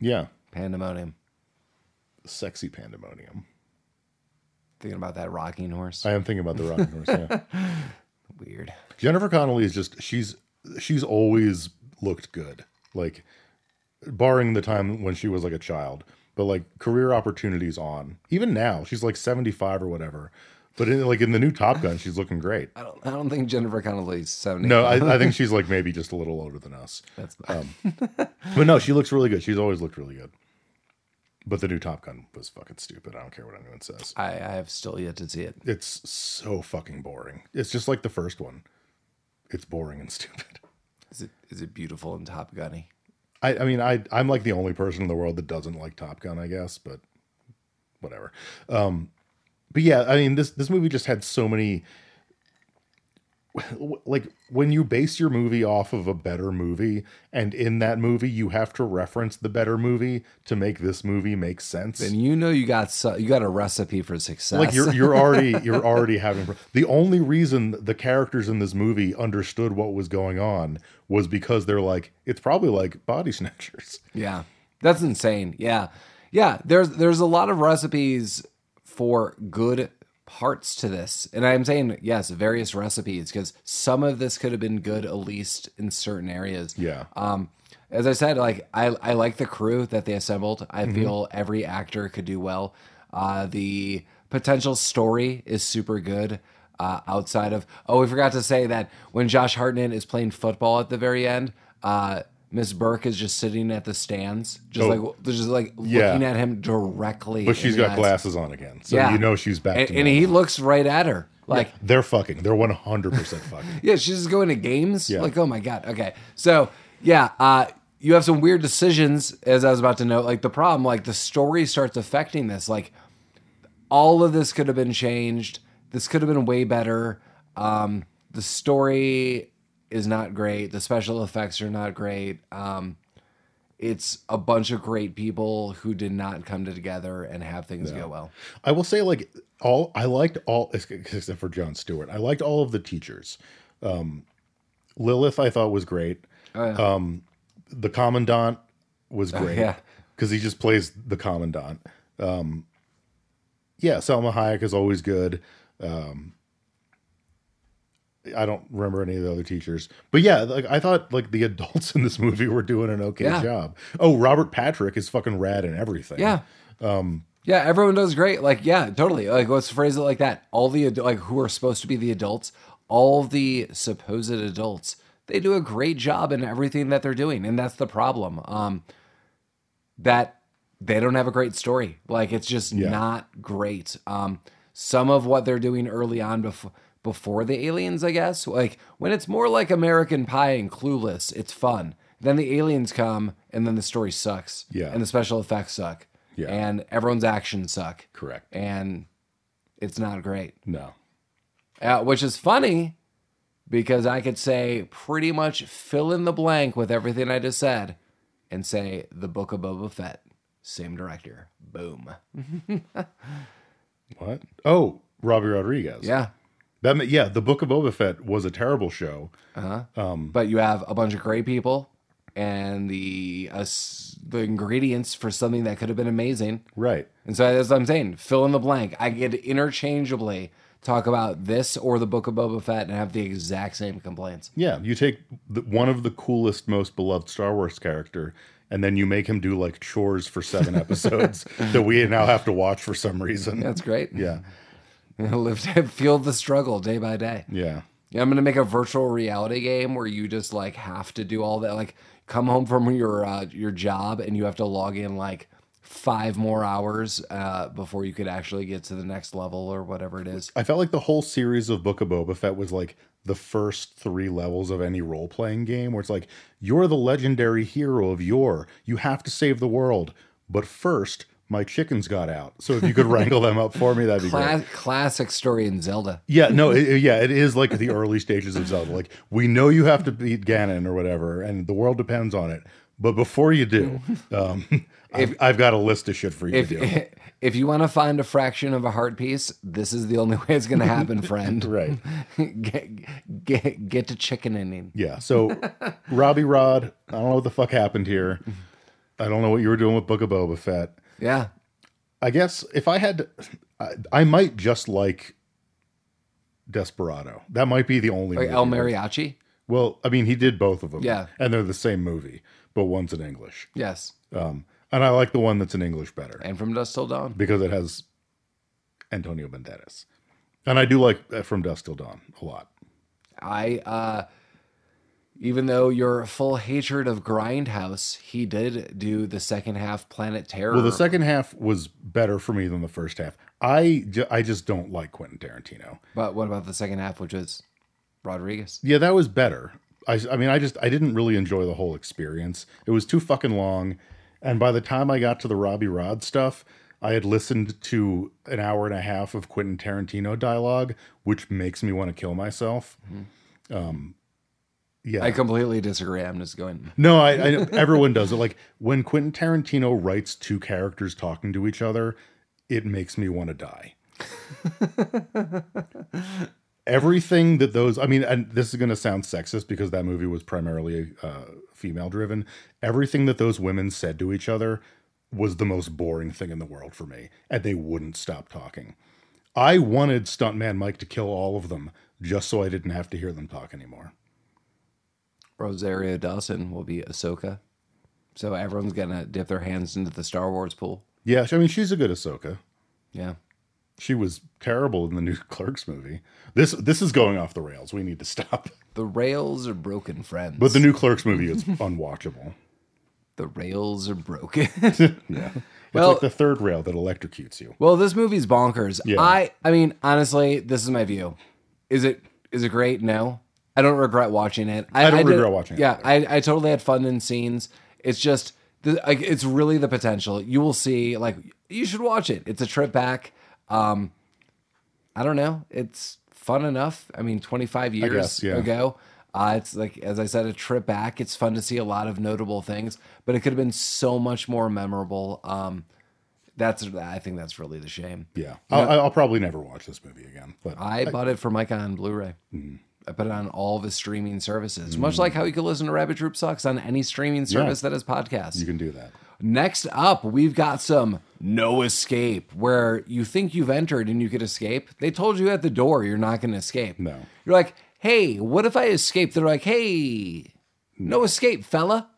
Speaker 2: yeah
Speaker 1: Pandemonium.
Speaker 2: sexy pandemonium
Speaker 1: Thinking about that rocking horse.
Speaker 2: i am thinking about the rocking horse yeah
Speaker 1: Weird.
Speaker 2: Jennifer Connelly is just she's she's always looked good. Like barring the time when she was like a child, but like career opportunities on. Even now, she's like 75 or whatever. But in, like in the new Top Gun, she's looking great.
Speaker 1: I don't. I don't think Jennifer Connelly's seventy.
Speaker 2: No, I, I think she's like maybe just a little older than us.
Speaker 1: That's
Speaker 2: Um, but no, she looks really good. She's always looked really good. But the new Top Gun was fucking stupid. I don't care what anyone says.
Speaker 1: I, I have still yet to see it.
Speaker 2: It's so fucking boring. It's just like the first one. It's boring and stupid.
Speaker 1: Is it is it beautiful and Top Gunny?
Speaker 2: I, I mean, I I'm like the only person in the world that doesn't like Top Gun, I guess, but whatever. Um, but yeah, I mean this this movie just had so many. Like when you base your movie off of a better movie, and in that movie you have to reference the better movie to make this movie make sense.
Speaker 1: And you know you got so, you got a recipe for success.
Speaker 2: like you're you're already you're already having pro- the only reason the characters in this movie understood what was going on was because they're like it's probably like body snatchers.
Speaker 1: Yeah. That's insane. Yeah. Yeah, there's there's a lot of recipes for good parts to this. And I'm saying yes, various recipes because some of this could have been good at least in certain areas.
Speaker 2: Yeah.
Speaker 1: Um as I said, like I I like the crew that they assembled. I
Speaker 2: Mm-hmm.
Speaker 1: feel every actor could do well. Uh the potential story is super good. Uh, outside of oh, we forgot to say that when Josh Hartnett is playing football at the very end, uh, Miss Burke is just sitting at the stands, just
Speaker 2: Oh.
Speaker 1: like just like
Speaker 2: Yeah.
Speaker 1: looking at him directly.
Speaker 2: But
Speaker 1: in
Speaker 2: she's
Speaker 1: the
Speaker 2: got
Speaker 1: eyes.
Speaker 2: glasses on again, so
Speaker 1: Yeah.
Speaker 2: you know she's back.
Speaker 1: and,
Speaker 2: to
Speaker 1: and
Speaker 2: normal.
Speaker 1: he looks right at her. Like,
Speaker 2: they're fucking. They're one hundred percent fucking.
Speaker 1: yeah, she's just going to games.
Speaker 2: Yeah.
Speaker 1: Like, oh my god. Okay, so yeah, uh, you have some weird decisions. As I was about to note, like the problem, like the story starts affecting this. Like, all of this could have been changed. This could have been way better. Um, the story is not great. The special effects are not great. Um, it's a bunch of great people who did not come together and have things go well.
Speaker 2: I will say, like all, I liked all ex- except for John Stewart. I liked all of the teachers. Um, Lilith, I thought was great.
Speaker 1: Oh, yeah.
Speaker 2: Um, The commandant was great
Speaker 1: Oh, yeah.
Speaker 2: because he just plays the commandant. Um, yeah, Selma Hayek is always good. Um, I don't remember any of the other teachers, but yeah, like I thought, like the adults in this movie were doing an okay
Speaker 1: Yeah.
Speaker 2: job. Oh, Robert Patrick is fucking rad in everything.
Speaker 1: Yeah. Um, yeah, everyone does great. Like, yeah, totally. Like, let's phrase it like that. All the ad- like who are supposed to be the adults, all the supposed adults, they do a great job in everything that they're doing, and that's the problem. Um, that they don't have a great story. Like, it's just not great. Um, some of what they're doing early on before before the aliens, I guess. Like when it's more like American Pie and Clueless, it's fun. Then the aliens come, and then the story sucks.
Speaker 2: Yeah.
Speaker 1: and the special effects suck.
Speaker 2: Yeah.
Speaker 1: And everyone's actions suck.
Speaker 2: Correct.
Speaker 1: And it's not great.
Speaker 2: No.
Speaker 1: Uh, which is funny because I could say pretty much fill in the blank with everything I just said and say The Book of Boba Fett, same director. Boom.
Speaker 2: What? Oh, Robbie Rodriguez.
Speaker 1: Yeah.
Speaker 2: That ma- yeah, The Book of Boba Fett was a terrible show.
Speaker 1: But you have a bunch of great people and the uh, the ingredients for something that could have been amazing.
Speaker 2: Right.
Speaker 1: And so that's what I'm saying. Fill in the blank. I could interchangeably talk about this or the Book of Boba Fett and have the exact same complaints.
Speaker 2: Yeah, you take the, one of the coolest most beloved Star Wars character and then you make him do like chores for 7 episodes that we now have to watch for some reason.
Speaker 1: That's great.
Speaker 2: Yeah.
Speaker 1: Lived, feel the struggle day by day.
Speaker 2: Yeah.
Speaker 1: Yeah, I'm gonna make a virtual reality game where you just like have to do all that. Like, come home from your uh, your job and you have to log in like five more hours uh, before you could actually get to the next level or whatever it is.
Speaker 2: I felt like the whole series of Book of Boba Fett was like the first three levels of any role playing game where it's like, you're the legendary hero of yore. You have to save the world. But first, my chickens got out. So if you could wrangle them up for me, that'd be great.
Speaker 1: Cla- classic story in Zelda.
Speaker 2: Yeah, no, it, it- yeah, it is like the early stages of Zelda. Like we know you have to beat Ganon or whatever, and the world depends on it. But before you do, um, I've, I've got a list of shit for you
Speaker 1: If
Speaker 2: to do.
Speaker 1: if you want to find a fraction of a heart piece, this is the only way it's gonna happen, friend.
Speaker 2: Right.
Speaker 1: get, get get to chickening.
Speaker 2: Yeah. So Robbie Rod, I don't know what the fuck happened here. I don't know what you were doing with Book of Boba Fett.
Speaker 1: Yeah.
Speaker 2: I guess if I had, I, I might just like Desperado. That might be the only.
Speaker 1: Like
Speaker 2: movie
Speaker 1: El
Speaker 2: where-
Speaker 1: Mariachi?
Speaker 2: Well, I mean, he did both of them.
Speaker 1: Yeah.
Speaker 2: and they're the same movie, but one's in English.
Speaker 1: Yes.
Speaker 2: Um, and I like the one that's in English better
Speaker 1: And From Dust Till Dawn?
Speaker 2: because it has Antonio Banderas, and I do like uh, From Dusk Till Dawn a lot.
Speaker 1: I, uh, even though your full hatred of Grindhouse, he did do the second half Planet Terror.
Speaker 2: Well, the second half was better for me than the first half. I, ju- I just don't like Quentin Tarantino.
Speaker 1: but what about the second half, which was Rodriguez?
Speaker 2: Yeah, that was better. I, I mean, I just I didn't really enjoy the whole experience. It was too fucking long, and by the time I got to the Robbie Rod stuff, I had listened to an hour and a half of Quentin Tarantino dialogue, which makes me want to kill myself. Um, yeah,
Speaker 1: Mm-hmm. I completely disagree. I'm just going,
Speaker 2: no, I, I everyone does it. Like when Quentin Tarantino writes two characters talking to each other, it makes me want to die. Everything that those, I mean, and this is going to sound sexist because that movie was primarily uh, female driven. Everything that those women said to each other was the most boring thing in the world for me, and they wouldn't stop talking. I wanted Stuntman Mike to kill all of them just so I didn't have to hear them talk anymore.
Speaker 1: Rosario Dawson will be Ahsoka. So everyone's going to dip their hands into the Star Wars pool.
Speaker 2: Yeah, I mean, she's a good Ahsoka.
Speaker 1: Yeah.
Speaker 2: She was terrible in the new Clerks movie. This this is going off the rails. We need to stop.
Speaker 1: The rails are broken, friends.
Speaker 2: But the new Clerks movie is unwatchable.
Speaker 1: the rails are broken.
Speaker 2: It's
Speaker 1: Well-
Speaker 2: like the third rail that electrocutes you.
Speaker 1: well, this movie's bonkers.
Speaker 2: Yeah.
Speaker 1: I I mean, honestly, this is my view. Is it is it great? No. I don't regret watching it.
Speaker 2: I don't
Speaker 1: did-
Speaker 2: regret watching it
Speaker 1: Yeah, I, I totally had fun in scenes. It's just the, like it's really the potential. You will see like you should watch it. It's a trip back. Um I don't know. It's fun enough. I mean, 25 years
Speaker 2: guess, yeah.
Speaker 1: ago. Uh, it's like, as I said, a trip back. It's fun to see a lot of notable things, but it could have been so much more memorable. Um, that's, I think that's really the shame.
Speaker 2: Yeah, I'll, I'll probably never watch this movie again. But
Speaker 1: I bought it for Micah on Blu ray.
Speaker 2: Hmm.
Speaker 1: I put it on all of his streaming services, much like how you could listen to Rabbit Troop Sucks on any streaming service that has podcasts.
Speaker 2: you can do that.
Speaker 1: Next up, we've got some no escape where you think you've entered and you could escape. They told you at the door you're not going to escape.
Speaker 2: No.
Speaker 1: You're like, hey, what if I escape? They're like, hey, no escape, fella.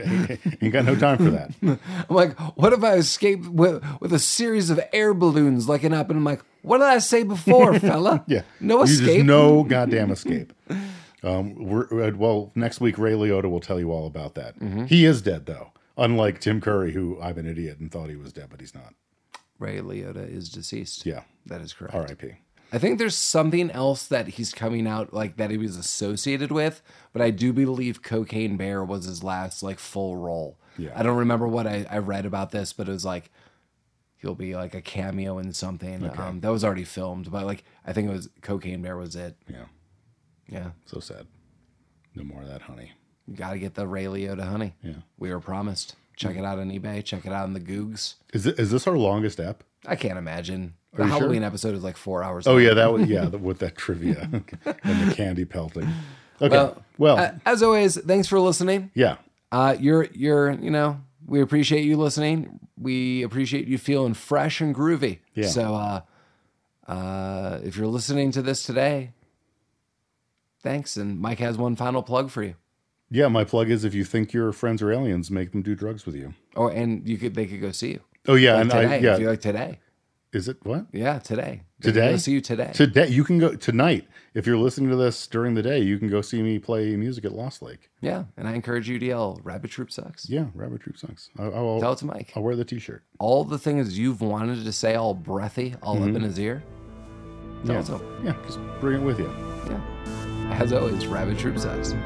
Speaker 2: Ain't got no time for that.
Speaker 1: I'm like, what if I escape with, with a series of air balloons looking up? And I'm like, what did I say before, fella?
Speaker 2: Yeah,
Speaker 1: No
Speaker 2: You just
Speaker 1: escape.
Speaker 2: no goddamn escape. Um, we're, uh, well, next week Ray Liotta will tell you all about that.
Speaker 1: Mm-hmm.
Speaker 2: He is dead though. Unlike Tim Curry, who I'm an idiot and thought he was dead, but he's not.
Speaker 1: Ray Liotta is deceased.
Speaker 2: Yeah,
Speaker 1: That is correct.
Speaker 2: R.I.P.
Speaker 1: I think there's something else that he's coming out like that he was associated with, but I do believe Cocaine Bear was his last like full role.
Speaker 2: Yeah.
Speaker 1: I don't remember what I, I read about this, but it was like he'll be like a cameo in something. Um, that was already filmed, but like I think it was Cocaine Bear was it.
Speaker 2: Yeah,
Speaker 1: Yeah.
Speaker 2: so sad. No more of that, honey.
Speaker 1: You gotta get the Ray Liotta honey.
Speaker 2: Yeah.
Speaker 1: We were promised. Check it out on eBay, check it out on the Googs.
Speaker 2: Is it, is this our longest app?
Speaker 1: I can't imagine. The
Speaker 2: you sure?
Speaker 1: Halloween episode is like four hours.
Speaker 2: Oh
Speaker 1: long.
Speaker 2: yeah, that was yeah the, with that trivia and the candy pelting. Okay, well,
Speaker 1: Well, Uh, as always, thanks for listening.
Speaker 2: yeah,
Speaker 1: Uh, you're you're you know we appreciate you listening. We appreciate you feeling fresh and groovy.
Speaker 2: Yeah.
Speaker 1: So uh, uh, if you're listening to this today, thanks. And Mike has one final plug for you.
Speaker 2: yeah. My plug is if you think your friends are aliens, make them do drugs with you.
Speaker 1: Oh, and you could they could go see you
Speaker 2: Oh yeah, and
Speaker 1: today.
Speaker 2: I
Speaker 1: if you
Speaker 2: yeah.
Speaker 1: like today,
Speaker 2: Is it what
Speaker 1: yeah, today. They could
Speaker 2: today?
Speaker 1: go see you today.
Speaker 2: Today you can go tonight. If you're listening to this during the day, you can go see me play music at Lost Lake.
Speaker 1: yeah, and I encourage you to yell, "Rabbit Troop sucks."
Speaker 2: Yeah, Rabbit Troop songs. I,
Speaker 1: Tell
Speaker 2: I'll,
Speaker 1: it to Mike.
Speaker 2: I'll wear the T-shirt.
Speaker 1: All the things you've wanted to say, all breathy, all up in his ear. Tell
Speaker 2: Mm-hmm. Yeah,
Speaker 1: it to him.
Speaker 2: yeah. Just bring it with you.
Speaker 1: Yeah. As always, Rabbit Troop sucks.